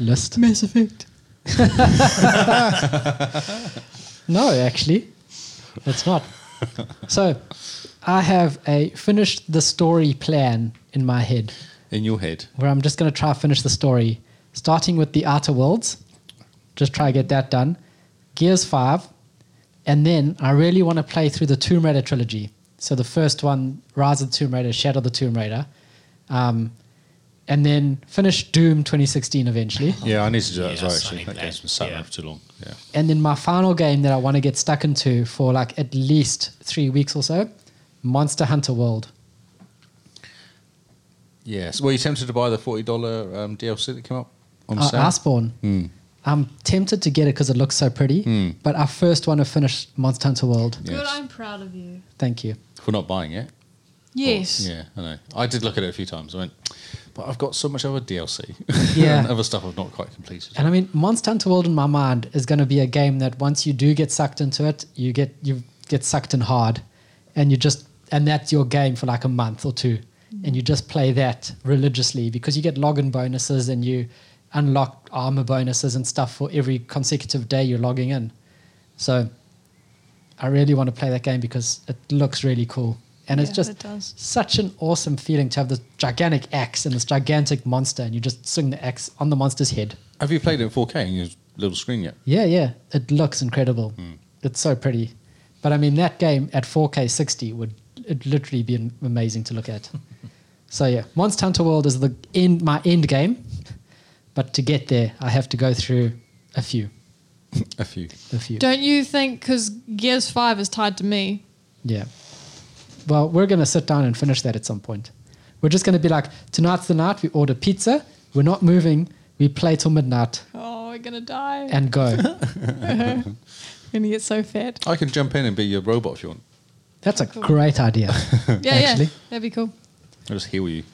list. Mass Effect. No, actually, it's not. so, I have a finished the story plan in my head In your head. where I'm just going to try finish the story, starting with the Outer Worlds. Just try to get that done. Gears 5. And then I really want to play through the Tomb Raider trilogy. So the first one, Rise of the Tomb Raider, Shadow of the Tomb Raider. Um, and then finish Doom 2016 eventually. Yeah, I need to do that as well. Yes, I Actually, need that that, game's been sat yeah. around for too long. Yeah. And then my final game that I want to get stuck into for like at least three weeks or so Monster Hunter World. Yes. Were you tempted to buy the forty dollar um, DLC that came up on uh, set. Iceborne. I'm tempted to get it because it looks so pretty, but I first want to finish Monster Hunter World. Yes. Good, I'm proud of you. Thank you. If we're not buying it. Yes. Oh, Yeah, I know. I did look at it a few times. I went, but I've got so much other DLC and Yeah. other stuff I've not quite completed. and I mean, Monster Hunter World in my mind is going to be a game that once you do get sucked into it, you get you get sucked in hard, and you just and that's your game for like a month or two, Mm-hmm. and you just play that religiously because you get login bonuses and you unlock armor bonuses and stuff for every consecutive day you're logging in. So, I really want to play that game because it looks really cool. And it's Yeah, just it does. such an awesome feeling to have this gigantic axe and this gigantic monster, and you just swing the axe on the monster's head. Have you played it in 4K on your little screen yet? Yeah, yeah, it looks incredible. It's so pretty. But I mean, that game at 4K 60 would it literally be am- amazing to look at. so yeah, Monster Hunter World is the end my end game, but to get there, I have to go through a few, A few. a few. Don't you think? Because Gears Five is tied to me. Yeah. Well, we're going to sit down and finish that at some point. We're just going to be like, tonight's the night, we order pizza, we're not moving, we play till midnight Oh, we're gonna die. and go. We're gonna get so fat. I can jump in and be your robot if you want. That's a great idea. Yeah, Actually. yeah. That'd be cool. I'll just heal you.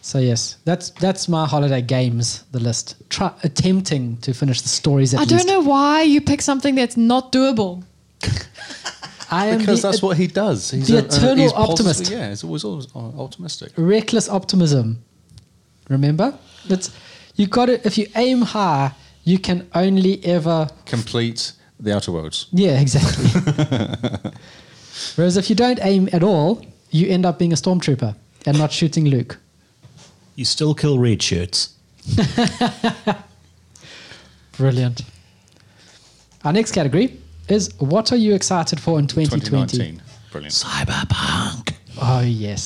So yes, that's that's my holiday games, the list. Try, attempting to finish the stories at I least. don't know why you pick something that's not doable. I am Um, the Because that's what he does. He's the a- eternal he's positive- optimist. yeah, he's always, always uh, optimistic. reckless optimism. Remember? It's you got to If you aim high, you can only ever Complete the Outer Worlds. Yeah, exactly. Whereas if you don't aim at all, you end up being a stormtrooper and not shooting Luke. You still kill red shirts. Brilliant. Our next category is what are you excited for in 2020? 2019. Brilliant. Cyberpunk. Oh, yes.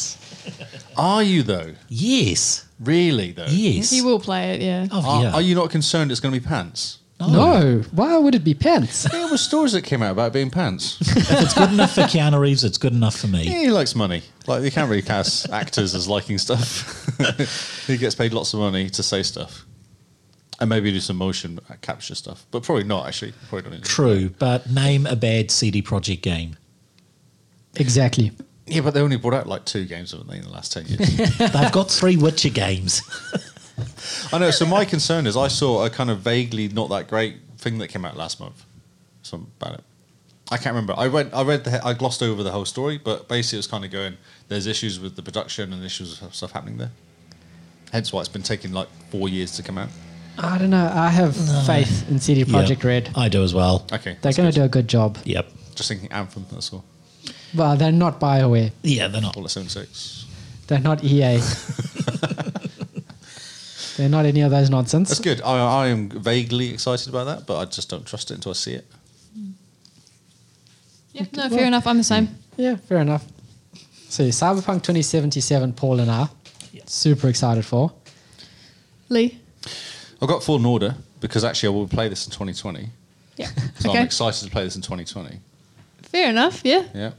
Are you, though? Yes. Really, though? Yes. He will play it. Yeah. Oh, Are, yeah. Oh, are you not concerned it's going to be pants? Oh. No, why would it be pants? There were stories that came out about it being pants. if it's good enough for Keanu Reeves, it's good enough for me. Yeah, he likes money. Like you can't really cast actors as liking stuff. he gets paid lots of money to say stuff, and maybe do some motion uh, capture stuff, but probably not actually. Probably not. True, but name a bad CD Projekt game. exactly. Yeah, but they only brought out like two games, haven't they, in the last ten years? They've got three Witcher games. I know. So my concern is, I saw a kind of vaguely not that great thing that came out last month. Something about it. I can't remember. I read. I read. The, I glossed over the whole story, but basically, it was kind of going. There's issues with the production and issues with stuff happening there. Hence why it's been taking like four years to come out. I don't know. I have faith in CD Projekt Yeah, Red. I do as well. Okay, They're that's going good. to do a good job. Yep. Just thinking Anthem, that's all. Well, they're not BioWare. Yeah, they're not. All seven six. They're not EA. they're not any of those nonsense. That's good. I, I am vaguely excited about that, but I just don't trust it until I see it. Yeah. No, fair enough. I'm the same. Yeah, fair enough. So yeah, Cyberpunk 2077, Paul and I, super excited for. Lee. I've got Fallen Order because actually I will play this in 2020, Yeah. so okay. I'm excited to play this in 2020. Fair enough. Yeah. Yeah,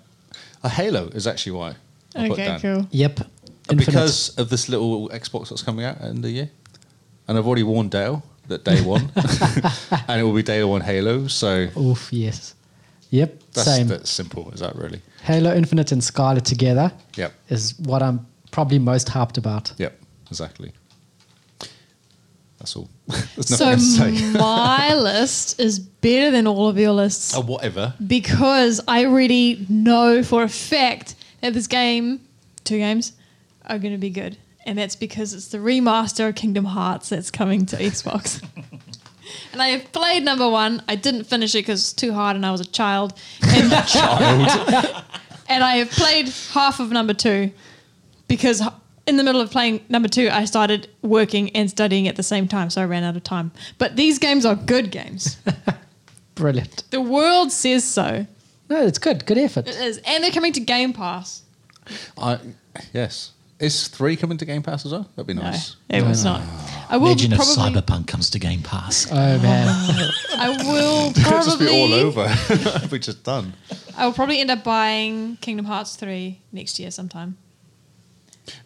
a Halo is actually why. I put Okay. down. Cool. Yep. Infinite. Because of this little Xbox that's coming out end of the year, and I've already warned Dale that day one, and it will be day one Halo. So Oof, yes. Yep, that's, same. that's simple. Is that really? Halo Infinite and Scarlet together Yep. is what I'm probably most hyped about. Yep. Exactly. That's all. There's nothing So else to say. my list is better than all of your lists. Oh, whatever. because I already know for a fact that this game, two games, are going to be good. And that's because it's the remaster of Kingdom Hearts that's coming to Xbox. and I have played number one. I didn't finish it because it's too hard and I was a child. And, and I have played half of number two because h- in the middle of playing number two, I started working and studying at the same time. So I ran out of time. But these games are good games. Brilliant. the world says so. No, it's good. Good effort. It is. And they're coming to Game Pass. I yes. Is three coming to Game Pass as well? That'd be No, nice. it was not. I will Imagine if probably. Cyberpunk comes to Game Pass. Oh man. I will It'd just be all probably. over. We're just done. I will probably end up buying Kingdom Hearts three next year sometime.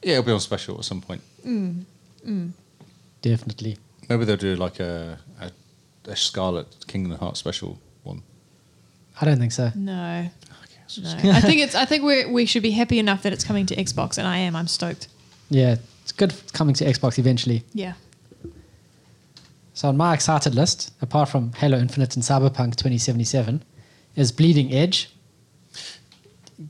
Yeah, it'll be on special at some point. Definitely. Maybe they'll do like a, a, a Scarlet Kingdom Hearts special one. I don't think so. No, I guess. no. I think it's. I think we we should be happy enough that it's coming to Xbox, and I am. I'm stoked. Yeah, it's good f- coming to Xbox eventually. Yeah. So on my excited list, apart from Halo Infinite and Cyberpunk 2077, is Bleeding Edge.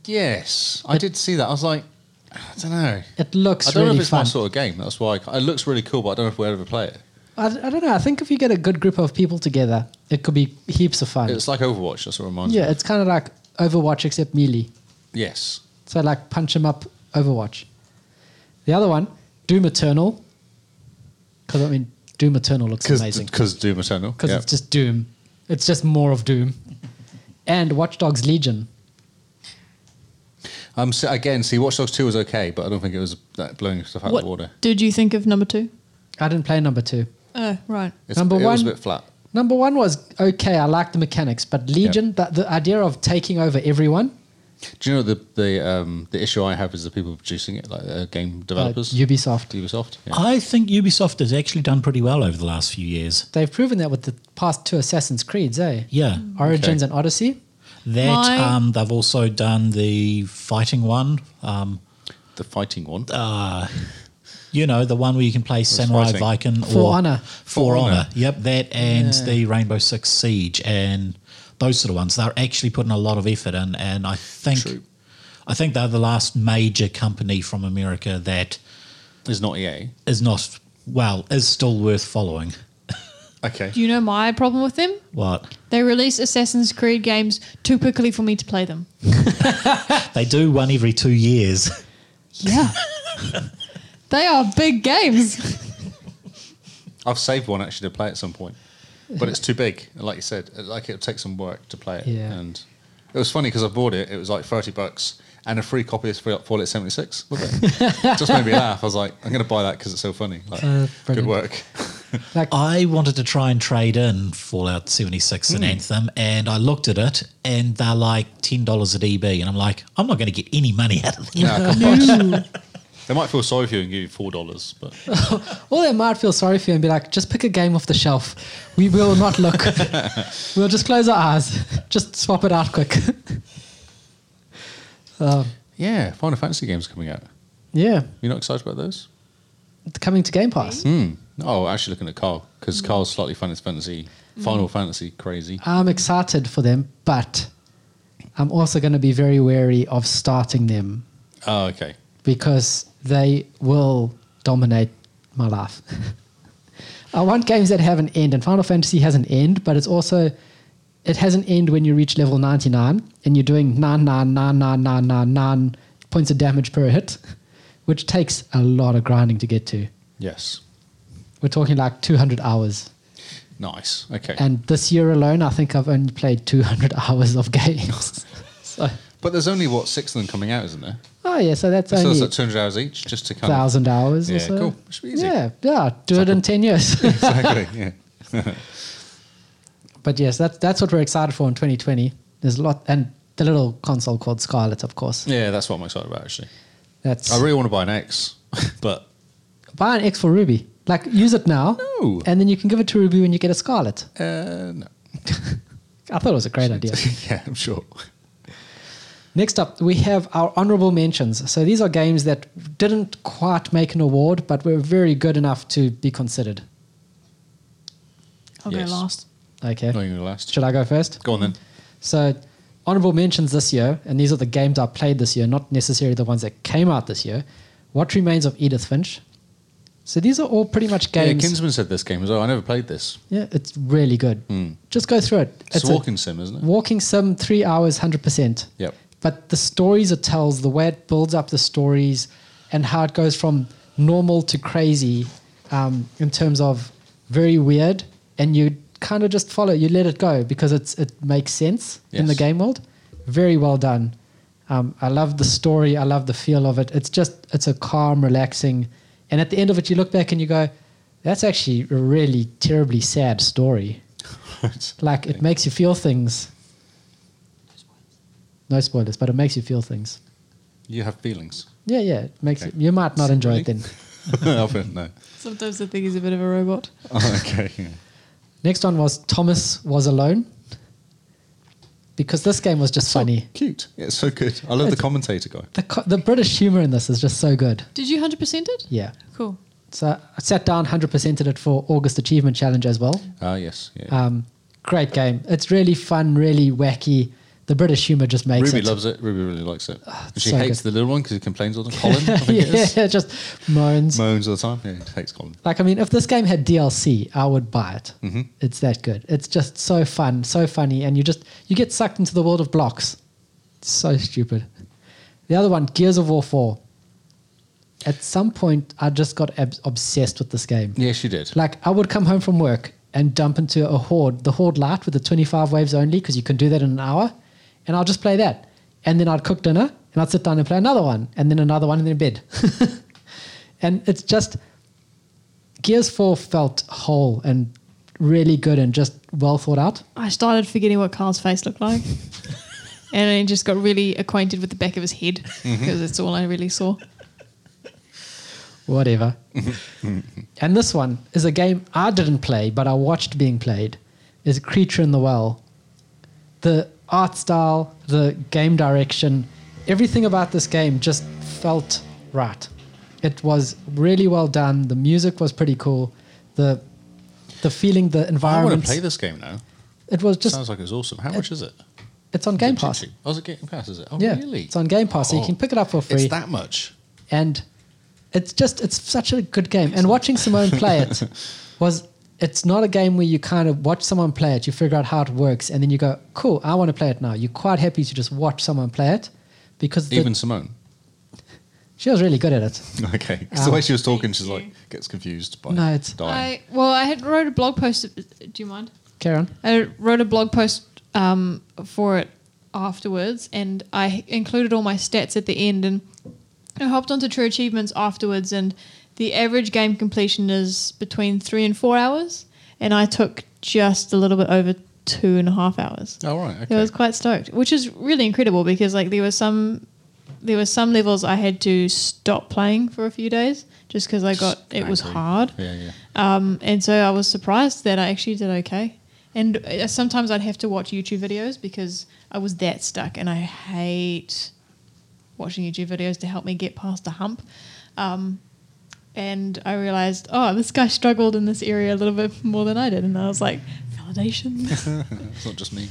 Yes, I did see that. I was like, I don't know. It looks I don't know really if it's fun. my sort of game. That's why I, ca- it looks really cool, but I don't know if we'll ever play it. I, I don't know. I think if you get a good group of people together, it could be heaps of fun. It's like Overwatch. That's what it reminds me. yeah, it's kind of like Overwatch except melee. Yes. So like punch 'em up Overwatch. The other one, Doom Eternal. Because I mean, Doom Eternal looks amazing. Because Doom Eternal. Because yeah. it's just Doom. It's just more of Doom. And Watch Dogs Legion. Um, so again, see, Watch Dogs 2 was okay, but I don't think it was that blowing stuff out of What the water. did you think of number two? I didn't play number two. Oh, right. It's, Number it was a one- bit flat. Number one was okay. I like the mechanics, but Legion, that the idea of taking over everyone, Do you know the the um, the issue I have is the people producing it, like uh, game uh, developers, Ubisoft, Ubisoft. Yeah. I think Ubisoft has actually done pretty well over the last few years. they've proven that with the past two Assassin's Creeds, eh? Yeah, Origins and Odyssey. that My- um, they've also done the fighting one. Um, The fighting one. uh, you know, the one where you can play Samurai fighting. Viking For or Honor. For For Honor. Honor. Yep, that and the Rainbow Six Siege and those sort of ones. They're actually putting a lot of effort in, and I think True. I think they're the last major company from America that It's not E EA. is not well is still worth following. Okay. Do you know my problem with them? What They release Assassin's Creed games too quickly for me to play them. they do one every two years. Yeah. they are big games. I've saved one actually to play at some point, but it's too big. And Like you said, it- like it'll take some work to play it. Yeah. And it was funny because I bought it. It was like thirty bucks and a free copy of Fall- Fallout seventy six. Just made me laugh. I was like, I'm going to buy that because it's so funny. Like, Uh, good brilliant. work. Like I wanted to try and trade in Fallout 76 Hmm. and Anthem, and I looked at it, and they're like $10 at EB. And I'm like, I'm not going to get any money out of this. No, I can't buy it. They might feel sorry for you and give you four dollars, but Or they might feel sorry for you and be like, just pick a game off the shelf. We will not look. we'll just close our eyes. Just swap it out quick. um, yeah, Final Fantasy games coming out. yeah, You're not excited about those? it's coming to Game Pass. Oh, actually, looking at Carl Hmm. because Carl's slightly Final Fantasy, Final Fantasy crazy. I'm excited for them, but I'm also going to be very wary of starting them Oh, okay. because they will dominate my life. I want games that have an end, and Final Fantasy has an end, but it's also it has an end when you reach level 99 and you're doing nine nine nine nine nine nine nine points of damage per hit, which takes a lot of grinding to get to. Yes. We're talking like 200 hours. Nice. Okay. And this year alone, I think I've only played 200 hours of games. so, but there's only what six of them coming out, isn't there? oh yeah, so that's So only that's like 200 hours each, just to kind thousand hours Yeah, or so. cool. Should be easy. Yeah, yeah. Do it in ten years. of exactly. Yeah. but yes, that's that's what we're excited for in 2020. There's a lot, and the little console called Scarlet, of course. Yeah, that's what I'm excited about actually. That's I Oh, really want to buy an X, but buy an X for Ruby. Like use it now, No. and then you can give it to Ruby when you get a Scarlet. uh, no. I thought it was a great idea. yeah, I'm sure. Next up, we have our honorable mentions. So these are games that didn't quite make an award, but were very good enough to be considered. I'll Yes. go last. Okay. Not even gonna last. Should I go first? Go on then. So, honorable mentions this year, and these are the games I played this year, not necessarily the ones that came out this year. What Remains of Edith Finch. So, these are all pretty much Yeah, games. Kinsman said this game as well. I never played this. Yeah, it's really good. Just go through it. It's, a a walking sim, isn't it? walking sim, three hours, 100%. Yep. But the stories it tells, the way it builds up the stories, and how it goes from normal to crazy um, in terms of very weird, and you kind of just follow, you let it go because it's it makes sense in the Yes. game world. Very well done. Um, I love the story. I love the feel of it. It's just it's a calm, relaxing, and at the end of it, you look back and you go, "That's actually a really terribly sad story." Like it makes you feel things. No spoilers, but it makes you feel things. you have feelings. Yeah, yeah, it makes Okay. it, you might not enjoy it Really? then. Alfred, no. Sometimes I think he's a bit of a robot. Oh, okay. yeah. Next one was Thomas was alone. Because this game was just funny. Cute. Yeah, it's so good. I love the commentator guy. The, co- the British humour in this is just so good. Did you 100% it? Yeah. Cool. So I sat down, 100%ed it for August Achievement Challenge as well. Ah, yes. Yeah. Um, great game. It's really fun, really wacky. The British humour just makes Ruby it. loves it. Ruby really likes it. And she so hates the little one because he complains all the time. Colin, I think it is. yeah, it just moans. Moans all the time. Yeah, he hates Colin. Like, I mean, if this game had DLC, I would buy it. It's that good. It's just so fun, so funny, and you just you get sucked into the world of blocks. It's so stupid. The other one, Gears of War Four. At some point, I just got ab- obsessed with this game. Yeah, she did. Like, I would come home from work and dump into a horde, the horde light with the 25 waves only, because you can do that in an hour, and I'll just play that. And then I'd cook dinner, and I'd sit down and play another one, and then another one, and then bed. and it's just Gears 4 felt whole and really good and just well thought out. I started forgetting what Carl's face looked like. and I just got really acquainted with the back of his head because that's all I really saw. Whatever. and this one is a game I didn't play, but I watched being played. Is Creature in the Well. The art style, the game direction, everything about this game just felt right. It was really well done. The music was pretty cool. The the feeling, the I want environment. to play this game now. It was just Sounds like it's awesome. How much is it? it's on Game Is it Pass. cheap? Oh, is it Game Pass? Is it? Oh, Yeah, really? it's on Game Pass, so you Oh, can pick it up for free. It's that much. and it's just it's such a good game. And watching Simone play it was it's not a game where you kind of watch someone play it, you figure out how it works, and then you go, "Cool, I want to play it now." You're quite happy to just watch someone play it because the- Even Simone. she was really good at it. Okay. 'Cause the Um, way she was talking, she's like gets confused by No, it's- dying. I, well, I had wrote a blog post. uh, Do you mind? Karen, I wrote a blog post um, for it afterwards, and I included all my stats at the end. And I hopped onto True Achievements afterwards, and the average game completion is between three and four hours, and I took just a little bit over two and a half hours. oh right. I Okay. was quite stoked, which is really incredible because like there were some there were some levels I had to stop playing for a few days just because I got it was Angry. hard. Yeah, yeah. Um, and so I was surprised that I actually did okay. And uh, sometimes I'd have to watch YouTube videos because I was that stuck, and I hate watching YouTube videos to help me get past the hump. Um, and I realized, oh, this guy struggled in this area a little bit more than I did, and I was like, validation. It's not just me.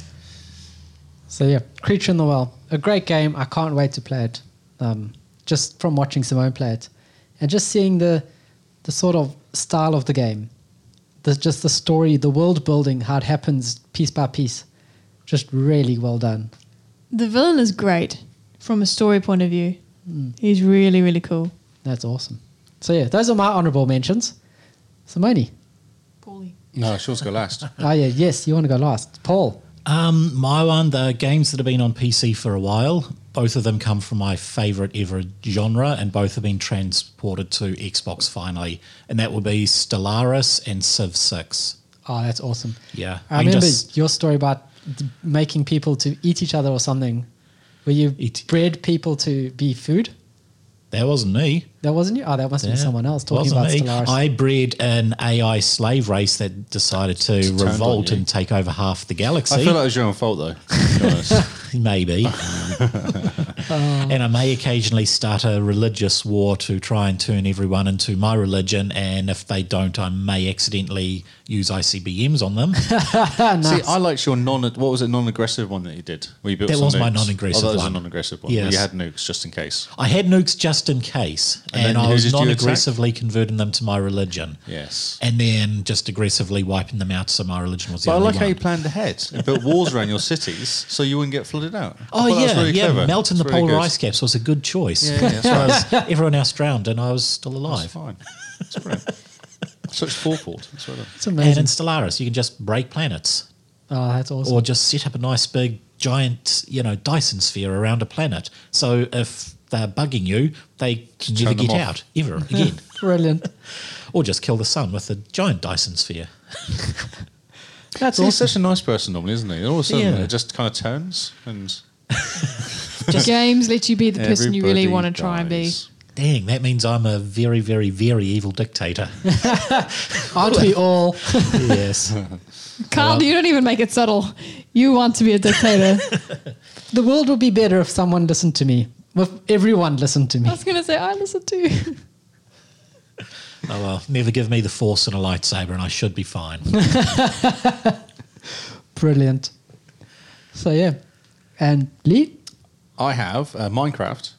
so yeah, Creature in the Well, a great game. I can't wait to play it. Um, just from watching Simone play it, and just seeing the the sort of style of the game, the just the story, the world building, how it happens piece by piece, just really well done. the villain is great from a story point of view. Hmm. He's really, really cool. That's awesome. So yeah, those are my honourable mentions. Simone. Paulie. No, she wants to go last. Oh yeah, yes, you want to go last, Paul? Um, my one, the games that have been on PC for a while, both of them come from my favourite ever genre, and both have been transported to Xbox finally, and that will be Stellaris and Civ Six. Oh, that's awesome. Yeah, I I'm remember just- your story about d- making people to eat each other or something. Where you Eat- bred people to be food? That wasn't me. That wasn't you. Oh, that must have been Yeah, someone else talking wasn't about me. Stellaris. I bred an AI slave race that decided to turned on revolt you. and take over half the galaxy. I feel like it was your own fault though. to be honest. maybe. and I may occasionally start a religious war to try and turn everyone into my religion. And if they don't, I may accidentally use ICBMs on them. See, I liked your non. What was it? Non-aggressive one that you did. Where you built That some was my nukes. non-aggressive Oh, that was one. a non-aggressive one. where Yes. you had nukes just in case. I had nukes just in case, And and, then I who was did you attack? non aggressively converting them to my religion. Yes. And then just aggressively wiping them out, so my religion was the But I only like one. how you planned ahead and built walls around your cities so you wouldn't get flooded out. I Oh thought that was yeah, really yeah. clever. Melting the It's really polar good. ice caps was a good choice. Yeah, yeah, that's Because everyone else drowned, and I was still That's alive. fine. That's brilliant. Such forethought. That's well done. it's And in amazing. Stellaris, you can just break planets. Oh, that's awesome. or just set up a nice big giant, you know, Dyson sphere around a planet. So if they're bugging you, they can never turn them get off. out ever again. Brilliant. or just kill the sun with a giant Dyson sphere. That's See, he's awesome. such a nice person normally, isn't he? And all of a sudden, Yeah. it just kind of turns and Games let you be the person you really everybody want to try and be. dies. dang, that means I'm a very, very, very evil dictator. Aren't we all? yes. Carl, you don't even make it subtle. You want to be a dictator. The world would be better if someone listened to me. If everyone listened to me. I was going to say, I listen to you. Oh, well, never give me the force and a lightsaber, and I should be fine. Brilliant. So yeah, and Lee. I have uh, Minecraft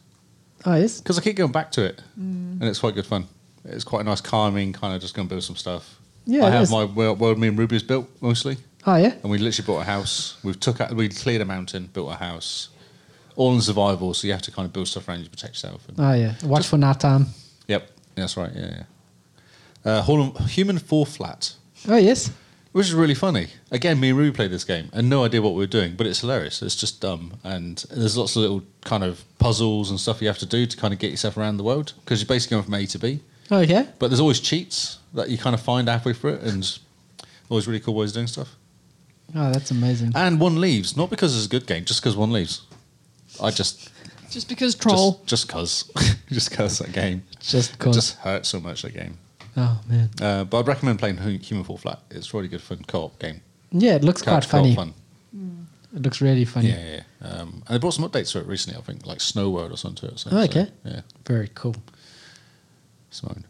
Oh yes. because I keep going back to it, Mm. and it's quite good fun. It's quite a nice calming kind of just going to build some stuff. Yeah, I it have is. my world, world me and Ruby's built mostly, Oh yeah. and we literally bought a house. We've took out, we cleared a mountain, built a house, all in survival. So you have to kind of build stuff around you to protect yourself. And, Oh yeah. Watch for nighttime. Yep, that's right. Yeah, yeah. Uh, Hall and- Human Four Flat, Oh yes. which is really funny. Again, me and Ruby played this game, and no idea what we were doing, but it's hilarious. It's just dumb, and there's lots of little kind of puzzles and stuff you have to do to kind of get yourself around the world because you're basically going from A to B. Oh yeah. But there's always cheats that you kind of find halfway through it, and always really cool ways of doing stuff. Oh, that's amazing. And one leaves, not because it's a good game, just because one leaves. I just Just because troll. just just cause just cause that game. Just It cause. just hurts so much that game. oh man. Uh, but I'd recommend playing Hu- Human Fall Flat. It's really good fun co-op game. Yeah, it looks quite Couch co-op funny. Mm. fun. It looks really funny. Yeah, yeah. yeah. Um, and they brought some updates to it recently. I think like Snow World or something to it. So, Oh, okay. so, yeah, Very cool. Simone.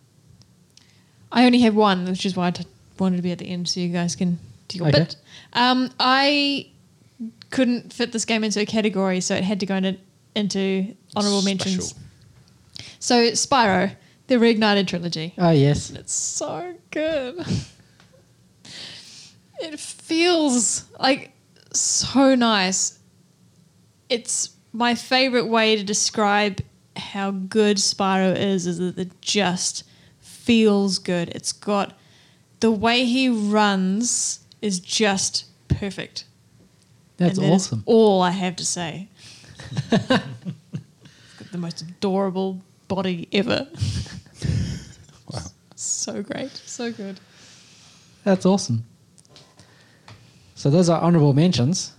I only have one, which is why I t- wanted to be at the end so you guys can do your Okay. bit. Um, I couldn't fit this game into a category, so it had to go into, into honorable mentions. Special. So Spyro, the Reignited Trilogy. Oh yes. It's so good. It feels like so nice. It's my favorite way to describe how good Spyro is is that it just feels good. It's got the way he runs is just perfect. That's And that is awesome. all I have to say. He's got the most adorable body ever. Wow. So great. So good. That's awesome. So those are honorable mentions.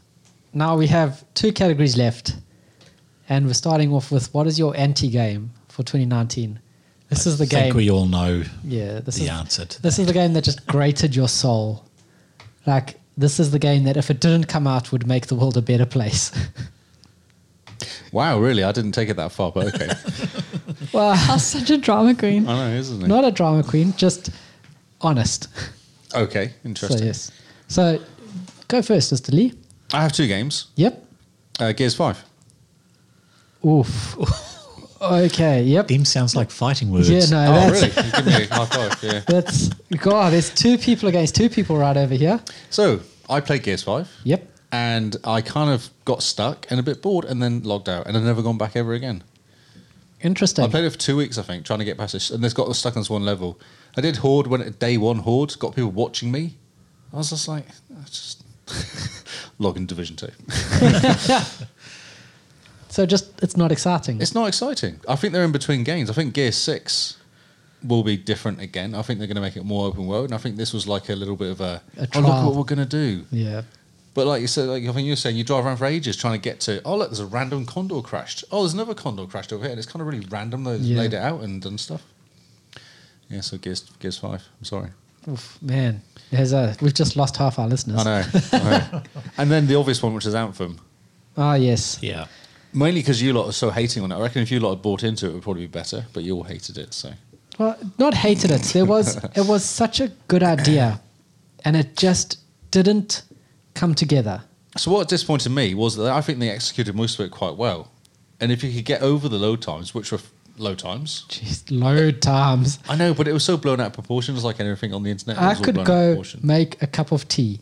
Now we have two categories left. And we're starting off with what is your anti game for 2019? This is the I think game. we all know yeah, this the is answer to This is the game that just grated your soul. Like this is the game that if it didn't come out would make the world a better place. Wow, really? I didn't take it that far, but okay. well, That's such a drama queen. I know, isn't it? not a drama queen, just honest. okay, So interesting. yes. So go first, Mr. Lee. I have two games. Yep. Uh, Gears Five. Oof. okay. Yep. Them sounds like fighting words. Yeah. No. oh, that's really? You Give me a high five. Yeah. that's God. There's two people against two people right over here. So I played Gears Five. Yep. and I kind of got stuck and a bit bored and then logged out and I've never gone back ever again. I Interesting. played it for two weeks, I think, trying to get past this, and this got stuck on this one level. I did Horde when it day one Horde, got people watching me. I was just like, I just log in Division 2. so just it's not exciting. It's not exciting. I think they're in between games. I think Gear 6 will be different again. I think they're going to make it more open world, and I think this was like a little bit of a, A oh, look trial. what we're going to do. yeah. But like you said, like I think you were saying, you drive around for ages trying to get to. Oh look, there's a random condor crashed. Oh, there's another condor crashed over here, and it's kind of really random. They've Yeah. laid it out and done stuff. Yeah, so Gears, Gears Five. I'm sorry. Oof, man. There's a, we've just lost half our listeners. I know. I know. and then the obvious one, which is Anthem, Ah yes. Yeah. mainly because you lot are so hating on it. I reckon if you lot had bought into it, it would probably be better. But you all hated it, so Well, not hated it. There was it was such a good idea, and it just didn't come together. So what disappointed me was that I think they executed most of it quite well, and if you could get over the load times, which were f- low times. Jeez, load times. I know, but it was so blown out of proportion, just like anything on the internet. it I was all could blown out of go proportion. make a cup of tea.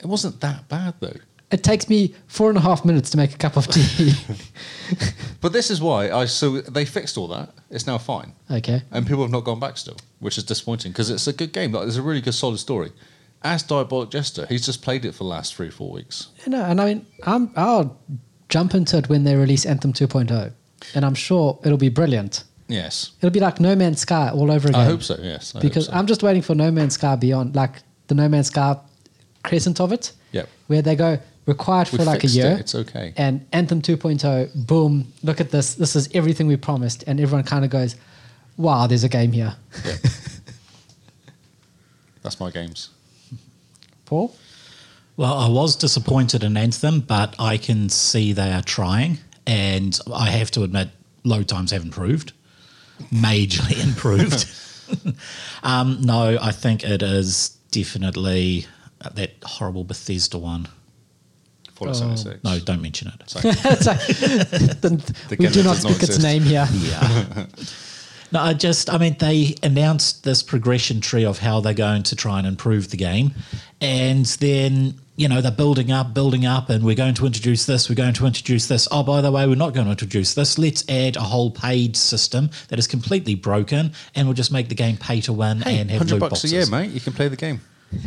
It wasn't that bad though. It takes me four and a half minutes to make a cup of tea. But this is why I so they fixed all that. It's now fine, okay. and people have not gone back still, which is disappointing because it's a good game. Like, it's a really good, solid story. As Diabolic Jester, he's just played it for the last three, four weeks. You know, and I mean, I'm, I'll jump into it when they release Anthem 2.0, and I'm sure it'll be brilliant. Yes, It'll be like No Man's Sky all over again. I hope so. Yes, I hope because so. I'm just waiting for No Man's Sky Beyond, like the No Man's Sky crescent of it. Yep. Where they go, required for We like a fixed year. it. It's okay. And Anthem 2.0, boom, look at this. This is everything we promised. And everyone kind of goes, wow, there's a game here. That's my games. Paul? Well, I was disappointed in Anthem, but I can see they are trying. And I have to admit, load times have improved, majorly improved. um, no, I think it is definitely uh, that horrible Bethesda one. Fallout Oh. 76. No, don't mention it. Sorry. it's like, the, we Ghetto do not does not speak its exist. name here. Yeah. no, I just, I mean, they announced this progression tree of how they're going to try and improve the game. And then, you know, they're building up, building up, and we're going to introduce this, we're going to introduce this. Oh, by the way, we're not going to introduce this. Let's add a whole paid system that is completely broken, and we'll just make the game pay to win and have 100 loot bucks boxes. a year, mate. You can play the game.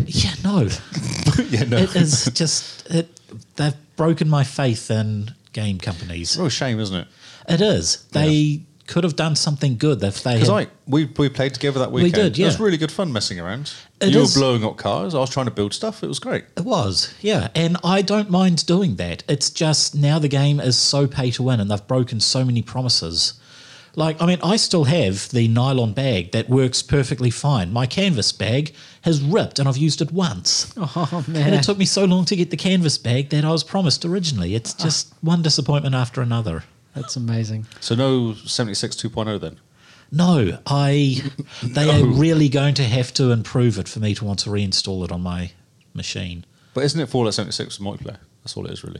Yeah, no. yeah, no. it is just, it, they've broken my faith in game companies. Real shame, isn't it? It is. They could have done something good if they Because I had we, we played together that weekend. did, It was yeah. really good fun messing around. It you is. were blowing up cars. I was trying to build stuff. It was great. It was, yeah. And I don't mind doing that. It's just now the game is so pay to win and they've broken so many promises. Like, I mean, I still have the nylon bag that works perfectly fine. My canvas bag has ripped and I've used it once. Oh, And man. it took me so long to get the canvas bag that I was promised originally. It's just one disappointment after another. That's amazing. So no 76 2.0 then. No, I. They are really going to have to improve it for me to want to reinstall it on my machine. But isn't it Fallout 76 with multiplayer? That's all it is, really.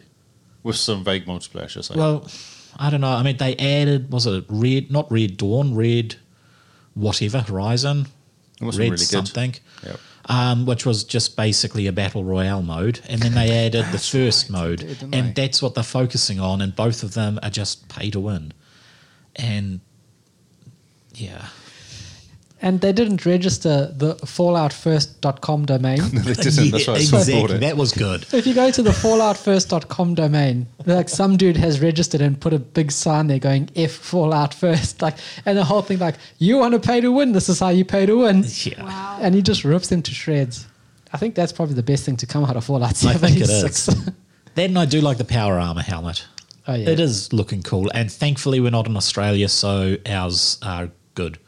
With some vague multiplayer, should I say. Well, I don't know. I mean, they added was it red? Not red dawn, red whatever horizon, It must red be really good. something, Yep. um, which was just basically a battle royale mode, and then they added the first mode, did, didn't and they? that's what they're focusing on, and both of them are just pay to win, and yeah, And they didn't register the falloutfirst.com domain. they didn't. That's Yeah, why I still bought exactly. it. That was good. If you go to the falloutfirst.com domain, like some dude has registered and put a big sign there going F Fallout First, like and the whole thing like you want to pay to win, this is how you pay to win. Yeah. Wow. And he just rips them to shreds. I think that's probably the best thing to come out of Fallout I think it 76. is. then I do like the power armor helmet. Oh, yeah. It is looking cool, and thankfully we're not in Australia, so ours are good.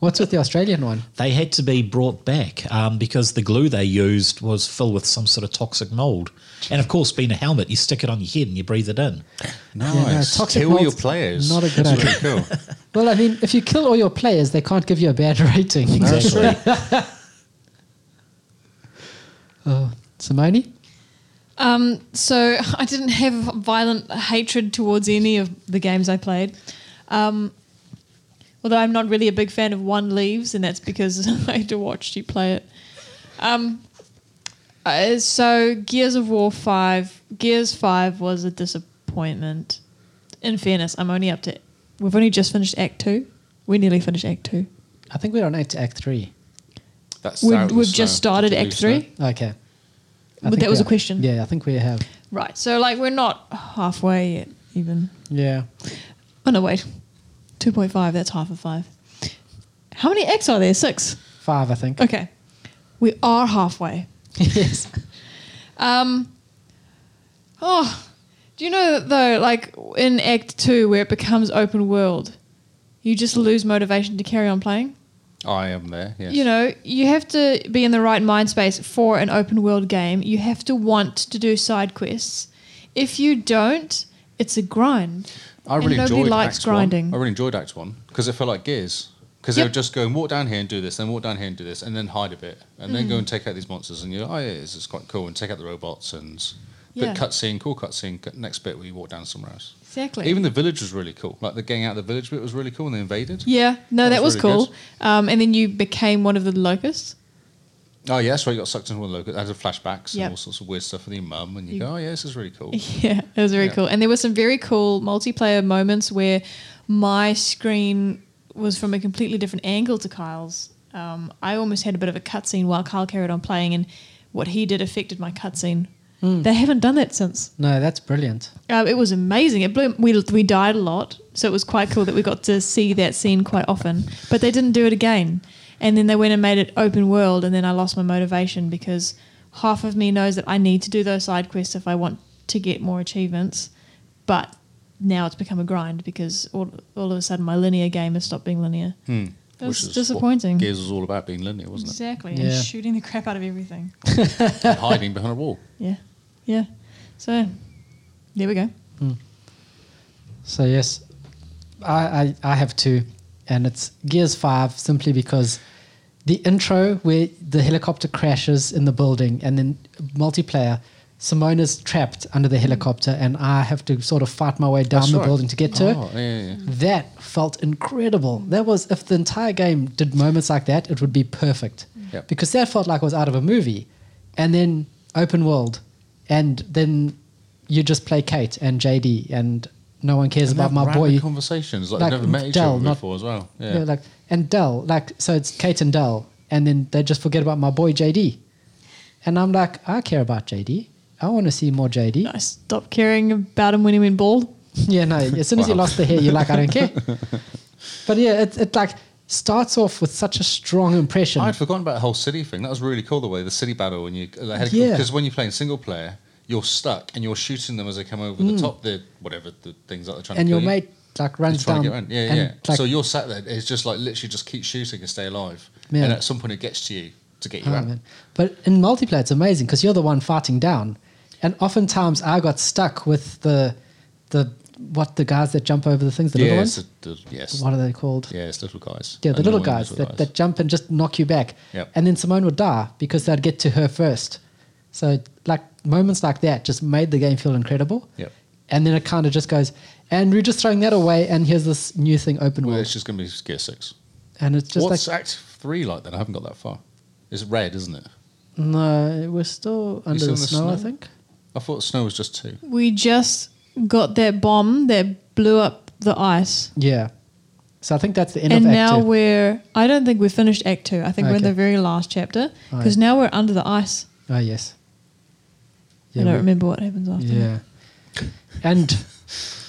What's with the Australian one? They had to be brought back um, because the glue they used was filled with some sort of toxic mold. And of course, being a helmet, you stick it on your head and you breathe it in. nice. toxic Kill your mold's players. not a good That's idea. Really cool. Well, I mean, if you kill all your players, they can't give you a bad rating. Exactly. Oh, Simone? Um, so I didn't have violent hatred towards any of the games I played. Um, although I'm not really a big fan of One Leaves, and that's because I had to watch you play it. Um, uh, so Gears of War 5, Gears 5 was a disappointment. In fairness, I'm only up to, we've only just finished Act 2. We nearly finished Act 2. I think we're on Act, act 3. That's We've, we've just started Act 3. Okay. I But think that was we a are- question. Yeah, I think we have. Right, so like we're not halfway yet, even. Yeah. Oh no, wait. Two point five. That's half of five. How many X are there? Six. Five, I think. Okay, we are halfway. yes. Um. Oh, do you know that though? Like in Act Two, where it becomes open world, you just lose motivation to carry on playing. I am there. Yes. You know, you have to be in the right mind space for an open world game. You have to want to do side quests. If you don't, it's a grind. I and really nobody enjoyed likes Act grinding. One. I really enjoyed Act One because it felt like Gears. Because they Yep. would just go and walk down here and do this, then walk down here and do this, and then hide a bit, and then Mm. go and take out these monsters, and you're like, oh yeah, this is quite cool, and take out the robots, and Yeah. but cutscene, cool cutscene, cut- next bit where you walk down somewhere else. Exactly. Even the village was really cool. Like the getting out of the village bit was really cool, and they invaded. Yeah, no, that, That was, was really cool. Um, and then you became one of the locusts. Oh yeah, so you got sucked into one local. That had flashbacks Yep. and all sorts of weird stuff with your mum, and you, You- go, oh yeah, this is really cool. Yeah, it was very Yeah. cool. And there were some very cool multiplayer moments where my screen was from a completely different angle to Kyle's. Um, I almost had a bit of a cutscene while Kyle carried on playing, and what he did affected my cutscene. They haven't done that since. No, that's brilliant. Uh, it was amazing. It blew. We we died a lot, so it was quite cool that we got to see that scene quite often. But they didn't do it again, and then they went and made it open world, and then I lost my motivation because half of me knows that I need to do those side quests if I want to get more achievements, but now it's become a grind because all, all of a sudden my linear game has stopped being linear. Which That's is what disappointing. Gears was all about being linear, wasn't Exactly. Yeah. And shooting the crap out of everything. it? And hiding behind a wall. Yeah, yeah. So there we go. So yes, I, I I have two, and it's Gears Five simply because the intro where the helicopter crashes in the building, and then multiplayer, Simona's trapped under Hmm. the helicopter, and I have to sort of fight my way down That's the right. building to get to Oh, her. yeah, yeah, yeah. That felt incredible. That was if the entire game did moments like that, it would be perfect. Yep. Because that felt like it was out of a movie, and then open world, and then you just play Kate and JD, and no one cares And they about my have random boy. Conversations like, Like, they've never met each Dell, other not- before as well. Yeah. Yeah. like and Dell, like so it's Kate and Dell, and then they just forget about my boy JD, and I'm like, I care about JD. I want to see more JD. I stopped caring about him when he went bald. Yeah, no. As soon as you Wow. lost the hair, you're like, I don't care. but yeah, it, it like starts off with such a strong impression. I'd forgotten about the whole city thing. That was really cool the way the city battle when you because Yeah. when you're playing single player, you're stuck and you're shooting them as they come over the top the whatever the things that they're trying and to your kill you. mate like runs He's trying down. to get around. Yeah, yeah. and, yeah. like, so you're sat there. It's just like literally just keep shooting and stay alive. Yeah. And at some point it gets to you to get you oh, out. man. But in multiplayer, it's amazing because you're the one fighting down, and oftentimes I got stuck with the the what the guys that jump over the things, the little Yeah, ones. it's a- the- yes, what are they called? yeah, it's little guys. Yeah, the little Annoying guys, that, that jump and just knock you back. Yep. And then Simone would die because they'd get to her first. So like moments like that just made the game feel incredible. Yep. And then it kind of just goes, and we're just throwing that away, and here's this new thing, open Well, world, it's just going to be Gear Six. and it's just What's like Act Three like then? I haven't got that far. It's red, isn't it? no, we're still under the, still in the snow, I snow? think. I thought snow was just two. We just got that bomb that blew up the ice. Yeah. So I think that's the end and of now Act Two. we're I don't think we've finished Act Two. I think we're in Okay. the very last chapter. Aye. Because now we're under the ice. Oh yes. I don't we- remember what happens after. that. Yeah. And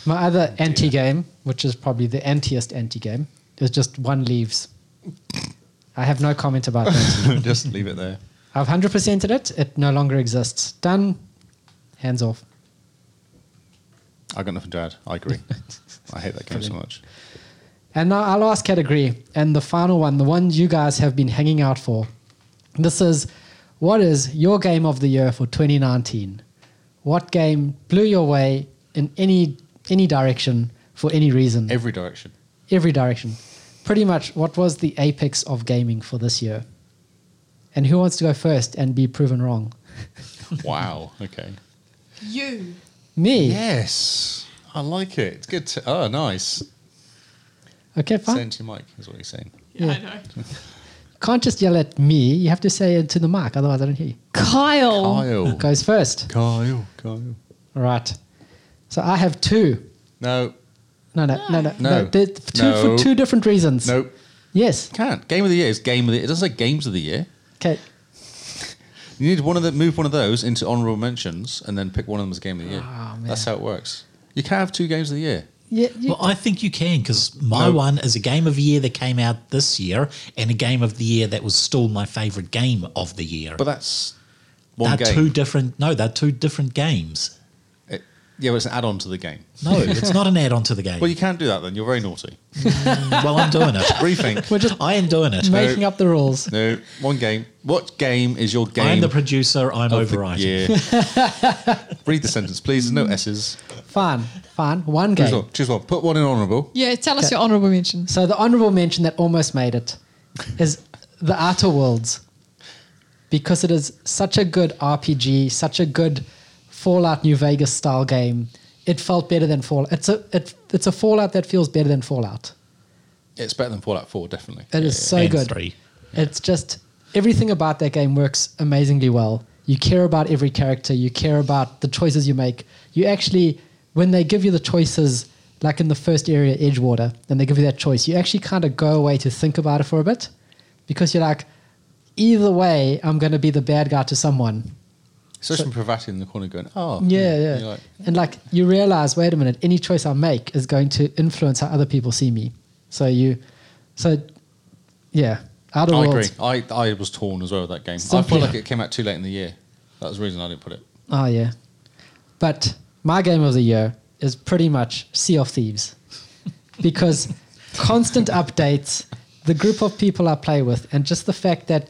my other anti game, which is probably the antiest anti game, is just one leaves. I have no comment about that. just leave it there. I've 100%ed it. It no longer exists. Done. Hands off. I got nothing to add. I agree. I hate that game so Brilliant. much. And now our last category, and the final one, the one you guys have been hanging out for. This is what is your game of the year for 2019? What game blew your way in any any direction for any reason? Every direction. every direction. Pretty much, what was the apex of gaming for this year? And who wants to go first and be proven wrong? Wow. Okay. You. Me. Yes. I like it. It's good to. Oh, nice. Okay, fine. Saying to your mic is what he's saying. Yeah. I know. Can't just yell at me. You have to say it to the mic, otherwise I don't hear you. Kyle. Kyle. Goes first. Kyle. Kyle. All right. So I have two. No. No, no, no, no. No. They're two No. for two different reasons. Nope. Yes. Can't. Game of the year is game of the. It doesn't say games of the year. Okay. You need one of the move one of those into honorable mentions and then pick one of them as game of the year. Ah, man. That's how it works. You can have two games of the year. Yeah. You, Well, I think you can because my No. one is a game of the year that came out this year and a game of the year that was still my favourite game of the year. But that's one they're game. two different. No, they're two different games. It- yeah, but it's an add-on to the game. No, it's not an add-on to the game. Well, you can't do that then. You're very naughty. well, I'm doing it. Rethink. we're just I am doing it. making up the rules. no, one game. What game is your game? I'm the producer. of I'm the overriding. year? Read the sentence, please. There's no S's. Fine. Fine. One Choose game. one. Choose one. Put one in honourable. Yeah, tell us your honourable mentions. So the honorable mention that almost made it is The Outer Worlds because it is such a good RPG, such a good Fallout New Vegas style game. It felt better than Fallout. It's a it, it's a Fallout that feels better than Fallout. It's better than Fallout 4, definitely. It is so and good. three. It's just everything about that game works amazingly well. You care about every character. You care about the choices you make. You actually, when they give you the choices, like in the first area, Edgewater, and they give you that choice, you actually kind of go away to think about it for a bit, because you're like, either way, I'm going to be the bad guy to someone. Especially from Pravati in the corner going, oh. Yeah, yeah. You're like, and like you realize, wait a minute, any choice I make is going to influence how other people see me. So you, so yeah, out of I world. agree. I, I was torn as well with that game. I Simply- feel like it came out too late in the year. That was the reason I didn't put it. Oh yeah, but my game of the year is pretty much Sea of Thieves, because constant updates, the group of people I play with, and just the fact that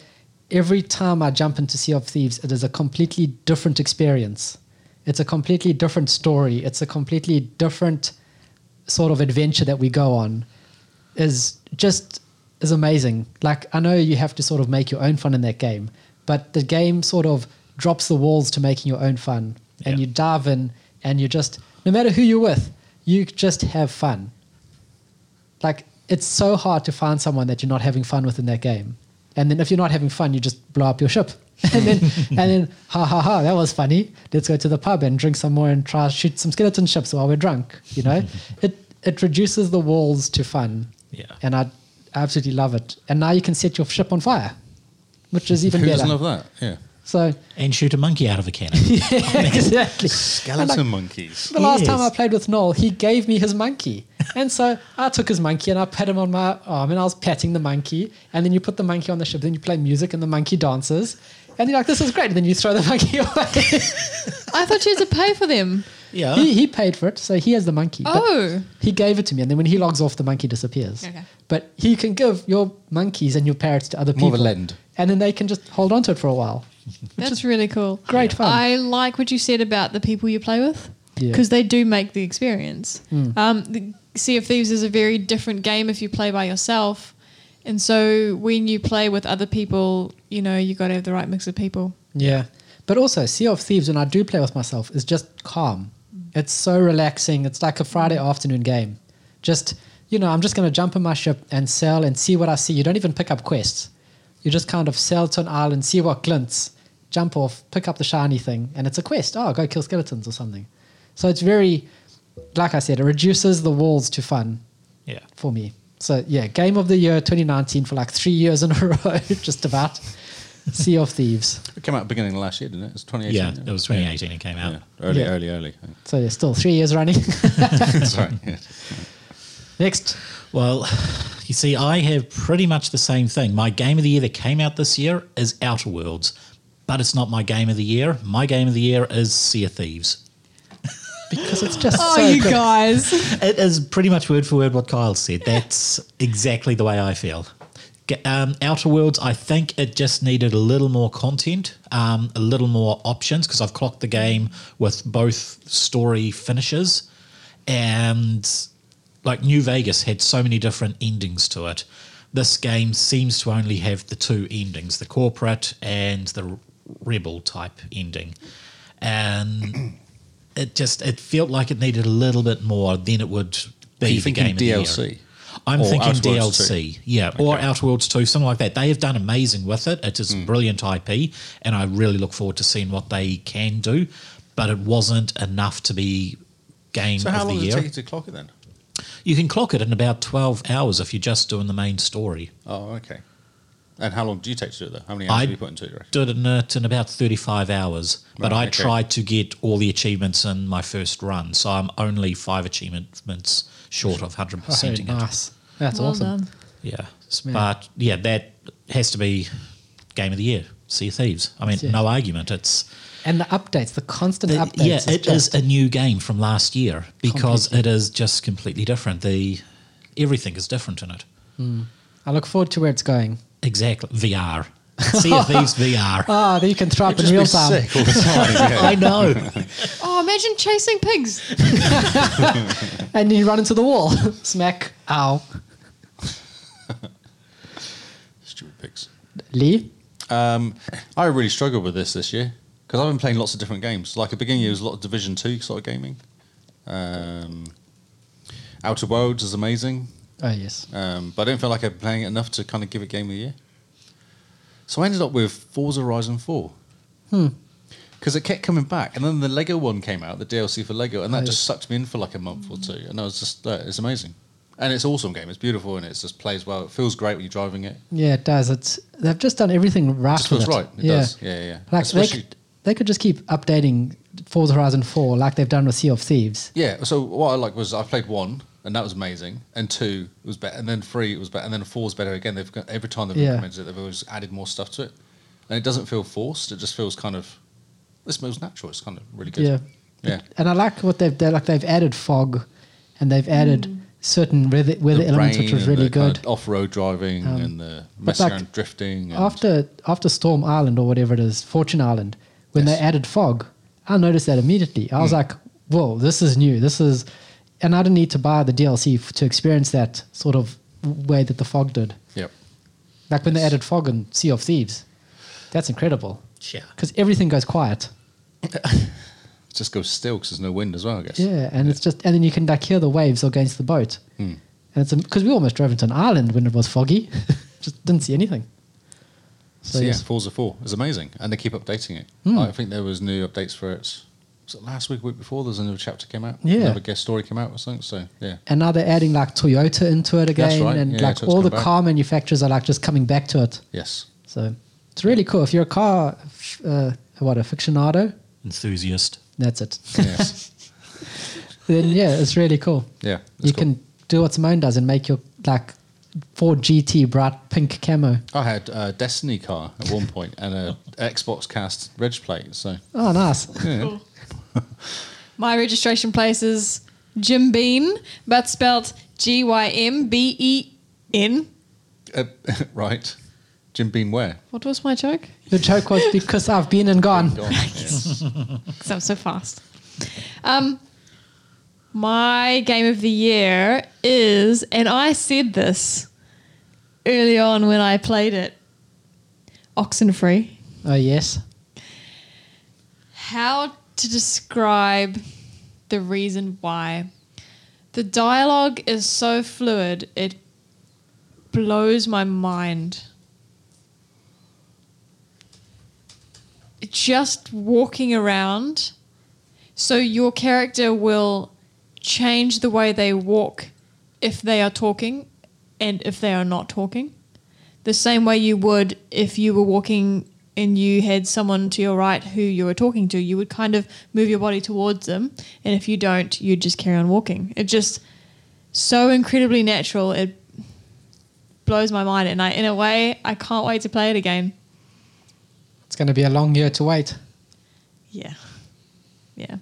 every time I jump into Sea of Thieves, it is a completely different experience. It's a completely different story. It's a completely different sort of adventure that we go on. Is just is amazing. Like I know you have to sort of make your own fun in that game, but the game sort of drops the walls to making your own fun, and Yeah. you dive in, and you just no matter who you're with, you just have fun. Like it's so hard to find someone that you're not having fun with in that game, and then if you're not having fun, you just blow up your ship, and then and then ha ha ha, that was funny. Let's go to the pub and drink some more and try shoot some skeleton ships while we're drunk. You know, it it reduces the walls to fun Yeah. and I absolutely love it. And now you can set your ship on fire, which is even Who better. doesn't love that? Yeah. so And shoot a monkey out of a cannon. exactly. Skeleton monkeys. The last time I Yes. played with Noel, he gave me his monkey, and so I took his monkey and I pat him on my arm, and I was patting the monkey, and then you put the monkey on the ship, then you play music, and the monkey dances, and you're like, "This is great," and then you throw the monkey away. I thought you had to pay for them. yeah. he, he paid for it, so he has the monkey. but Oh. he gave it to me, and then when he logs off, the monkey disappears. Okay. But you can give your monkeys and your parrots to other people. More of a lend. And then they can just hold on to it for a while. That's really cool. Great fun. I like what you said about the people you play with Yeah. Hmm. because they do make the experience. Um, the sea of Thieves is a very different game if you play by yourself. And so when you play with other people, you know, you got to have the right mix of people. Yeah. But also, Sea of Thieves, when I do play with myself, is just calm. It's so relaxing. It's like a Friday afternoon game. Just, you know, I'm just going to jump in my ship and sail and see what I see. You don't even pick up quests. You just kind of sail to an island, see what glints, jump off, pick up the shiny thing, and it's a quest. Oh, go kill skeletons or something. So it's very, like I said, it reduces the walls to fun yeah. for me. So yeah, game of the year 2019 for like three years in a row, just about. sea of Thieves. It came out at the beginning of last year, didn't it? It's 2018. Yeah. It was 2018 it came out. Yeah. Early, Yeah. early, early, So yeah, still three years running. Sorry. Yeah. Next. Well, you see, I have pretty much the same thing. My game of the year that came out this year is Outer Worlds, but it's not my game of the year. My game of the year is Sea of Thieves. Because it's just Oh, so you good. guys. It is pretty much word for word what Kyle said. That's exactly the way I feel. G- Um, Outer Worlds, I think it just needed a little more content, um, a little more options, because I've clocked the game with both story finishes and like New Vegas had so many different endings to it. This game seems to only have the two endings the corporate and the rebel type ending. And it just it felt like it needed a little bit more than it would be. Are you the thinking game of the year. DLC? I'm Or thinking Outer Worlds DLC, 2? yeah, or Okay. Hmm. Outer Worlds 2, something like that. They have done amazing with it. It is a brilliant IP, and I really look forward to seeing what they can do. But it wasn't enough to be game So how of the long does year. it take you to clock it then? You can clock it in about 12 hours if you're just doing the main story. Oh, okay. And how long do you take to do it though? How many hours I- do you put into it? do you reckon? Did it in about 35 hours, but Right, I okay. tried to get all the achievements in my first run, so I'm only five achievements short of 100%ing Very it. Oh, nice. That's Well awesome. done. Yeah. S- Yeah. But yeah, that has to be game of the year. Sea of Thieves. I mean, Yeah. no argument. It's And the updates, the constant it- updates. yeah, is it is just- a new game from last year because it is just completely different. The everything is different in it. I look forward to where it's going. Exactly. VR. Sea of Thieves VR. Ah, then you can throw up in Just real be time. sick all the time. yeah. I know. Oh, imagine chasing pigs. And you run into the wall. Smack. Ow. Stupid pigs. Lee? Um, I really struggled with this this year because I've been playing lots of different games. Like at the beginning, it was a lot of Division Two sort of gaming. Um, Outer Worlds is amazing, Oh yes. um, but I don't feel like I'm playing it enough to kind of give it game of the year. So I ended up with Forza Horizon Four. Because it kept coming back, and then the Lego one came out, the DLC for Lego, and that Oh, just sucked me in for like a month or two, and I was just, uh, it's amazing, and it's an awesome game, it's beautiful, and it just plays well. It feels great when you're driving it. Yeah, it does. It's they've just done everything right. It just feels with it. right. It does. Yeah, yeah. yeah. Like they, Especially- c- they could just keep updating Forza Horizon 4 like they've done with Sea of Thieves. Yeah. So what I like was I played one, and that was amazing, and two was better, and then three was better, and then four was better again. They've got every time they've Yeah. implemented it, they've always added more stuff to it, and it doesn't feel forced. It just feels kind of this moves natural. It's kind of really good. Yeah. Yeah. And I like what they've they like they've added fog, and they've added certain weather, weather The elements, which rain was and really the kind good. of off-road driving Um, and the but messing like, around drifting. And after after Storm Island or whatever it is, Fortune Island, when Yes. Mm. they added fog, I noticed that immediately. I was like, "Whoa, this is new. This is," and I didn't need to buy the DLC f- to experience that sort of way that the fog did. yep. Like when they Yes. added fog in Sea of Thieves, that's incredible Yeah. because everything goes quiet. It just goes still because there's no wind as well, I guess. Yeah, and it's just and then you can like hear the waves against the boat, Hmm. and it's because we almost drove into an island when it was foggy, just didn't see anything. So So, Hmm. yes, yeah, Forza 4 is amazing, and they keep updating it. I think there was new updates for it. Was it last week, week before? There's a new chapter came out. Yeah. another guest story came out or something. So yeah, and now they're adding like Toyota into it again, right, and yeah, like so it's all come the back. car manufacturers are like just coming back to it. yes, So it's really cool. If you're a car, f- uh, what a aficionado, Enthusiast. that's it. yes, then yeah, it's really cool. yeah. you That's cool. can do what Simone does and make your like Ford GT bright pink camo. I had a Destiny car at one point and a Xbox cast reg plate. So Oh, nice. yeah. My registration place is Jim Bean, but spelt G Y M B E N. Uh, right, Jim Beam where? What was my joke? Your joke was because I've been and gone. Gone. Yeah. Because I'm so fast. Um, my game of the year is, and I said this early on when I played it, Oxenfree. Oh yes. How to describe the reason why? The dialogue is so fluid, it blows my mind. Just walking around, so your character will change the way they walk if they are talking and if they are not talking. The same way you would if you were walking and you had someone to your right who you were talking to, you would kind of move your body towards them. And if you don't, you'd just carry on walking. It just so incredibly natural. It blows my mind. And I, in a way, I can't wait to play it again. It's going to be a long year to wait. Yeah. Yeah.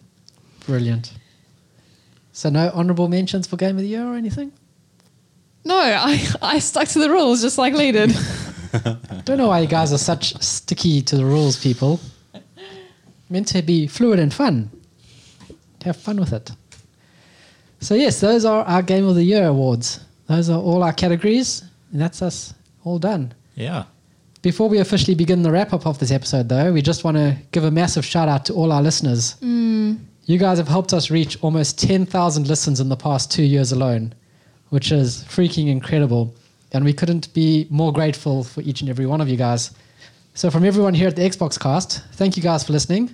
Brilliant. So no honourable mentions for game of the year or anything. No, I, I stuck to the rules just like Lee did. Don't know why you guys are such sticky to the rules, people. Meant to be fluid and fun. Have fun with it. So yes, those are our game of the year awards. Those are all our categories, and that's us all done. Yeah. Before we officially begin the wrap up of this episode, though, we just want to give a massive shout out to all our listeners. You guys have helped us reach almost 10,000 listens in the past two years alone, which is freaking incredible. And we couldn't be more grateful for each and every one of you guys. So, from everyone here at the Xbox Cast, thank you guys for listening.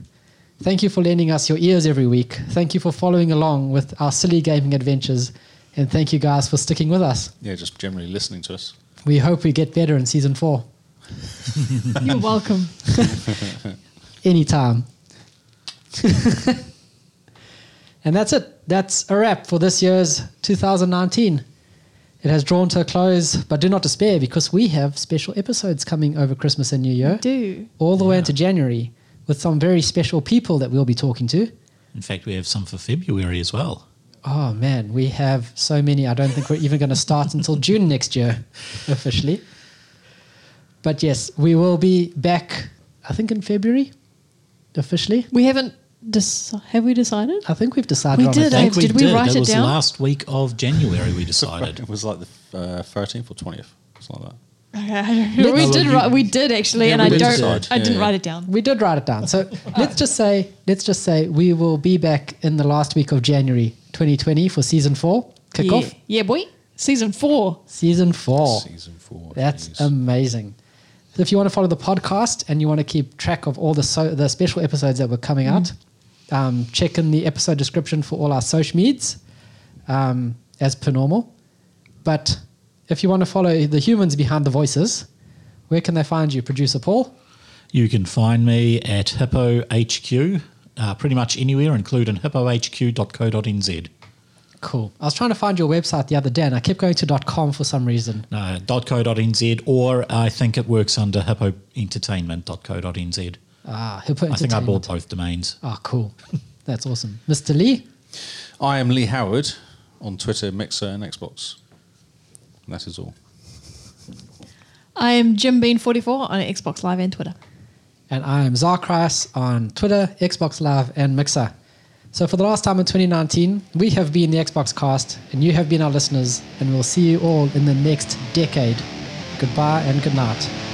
Thank you for lending us your ears every week. Thank you for following along with our silly gaming adventures. And thank you guys for sticking with us. yeah, just generally listening to us. We hope we get better in season four. You're welcome. anytime. and that's it. That's a wrap for this year's 2019. It has drawn to a close, but do not despair because we have special episodes coming over Christmas and New Year, Do. all the way into January, with some very special people that we'll be talking to. In fact, we have some for February as well. Oh man, we have so many. I don't think we're even going to start until June next year, officially. But yes, we will be back, I think, in February, officially. We haven't, deci- have we decided? I think we've decided We on a did, date. eh? Did we write it it was down? last week of January we It decided. was like the uh, thirteenth or twentieth, something like that. Okay, I don't remember. Let's- We did, write, we did actually, Yeah, and we I did don't, decide. I Yeah, didn't yeah. write it down. We did write it down. So let's just say let's just say we will be back in the last week of January 2020 for season four yeah. kickoff. yeah, boy. Season four. Season four. Season four. Oh, That's um jeez. amazing. So if you want to follow the podcast and you want to keep track of all the so, the special episodes that were coming out, Mm-hmm. um, check in the episode description for all our social meds, um, as per normal. But if you want to follow the humans behind the voices, where can they find you, producer Paul? You can find me at Hippo HQ, uh, pretty much anywhere, including hippohq.co.nz. Cool. I was trying to find your website the other day and I kept going to .com for some reason. Uh, No, .co.nz, or I think it works under hippoentertainment.co.nz. Ah, who put I think I entertainment. bought both domains. Ah, cool. That's awesome. Mr. Lee? I am Lee Howard on Twitter, Mixer, and Xbox. And that is all. I am Jim Bean 44 on Xbox Live and Twitter. And I am Zarkras on Twitter, Xbox Live, and Mixer. So for the last time in 2019, we have been the Xbox cast, and you have been our listeners, and we'll see you all in the next decade. Goodbye and good night.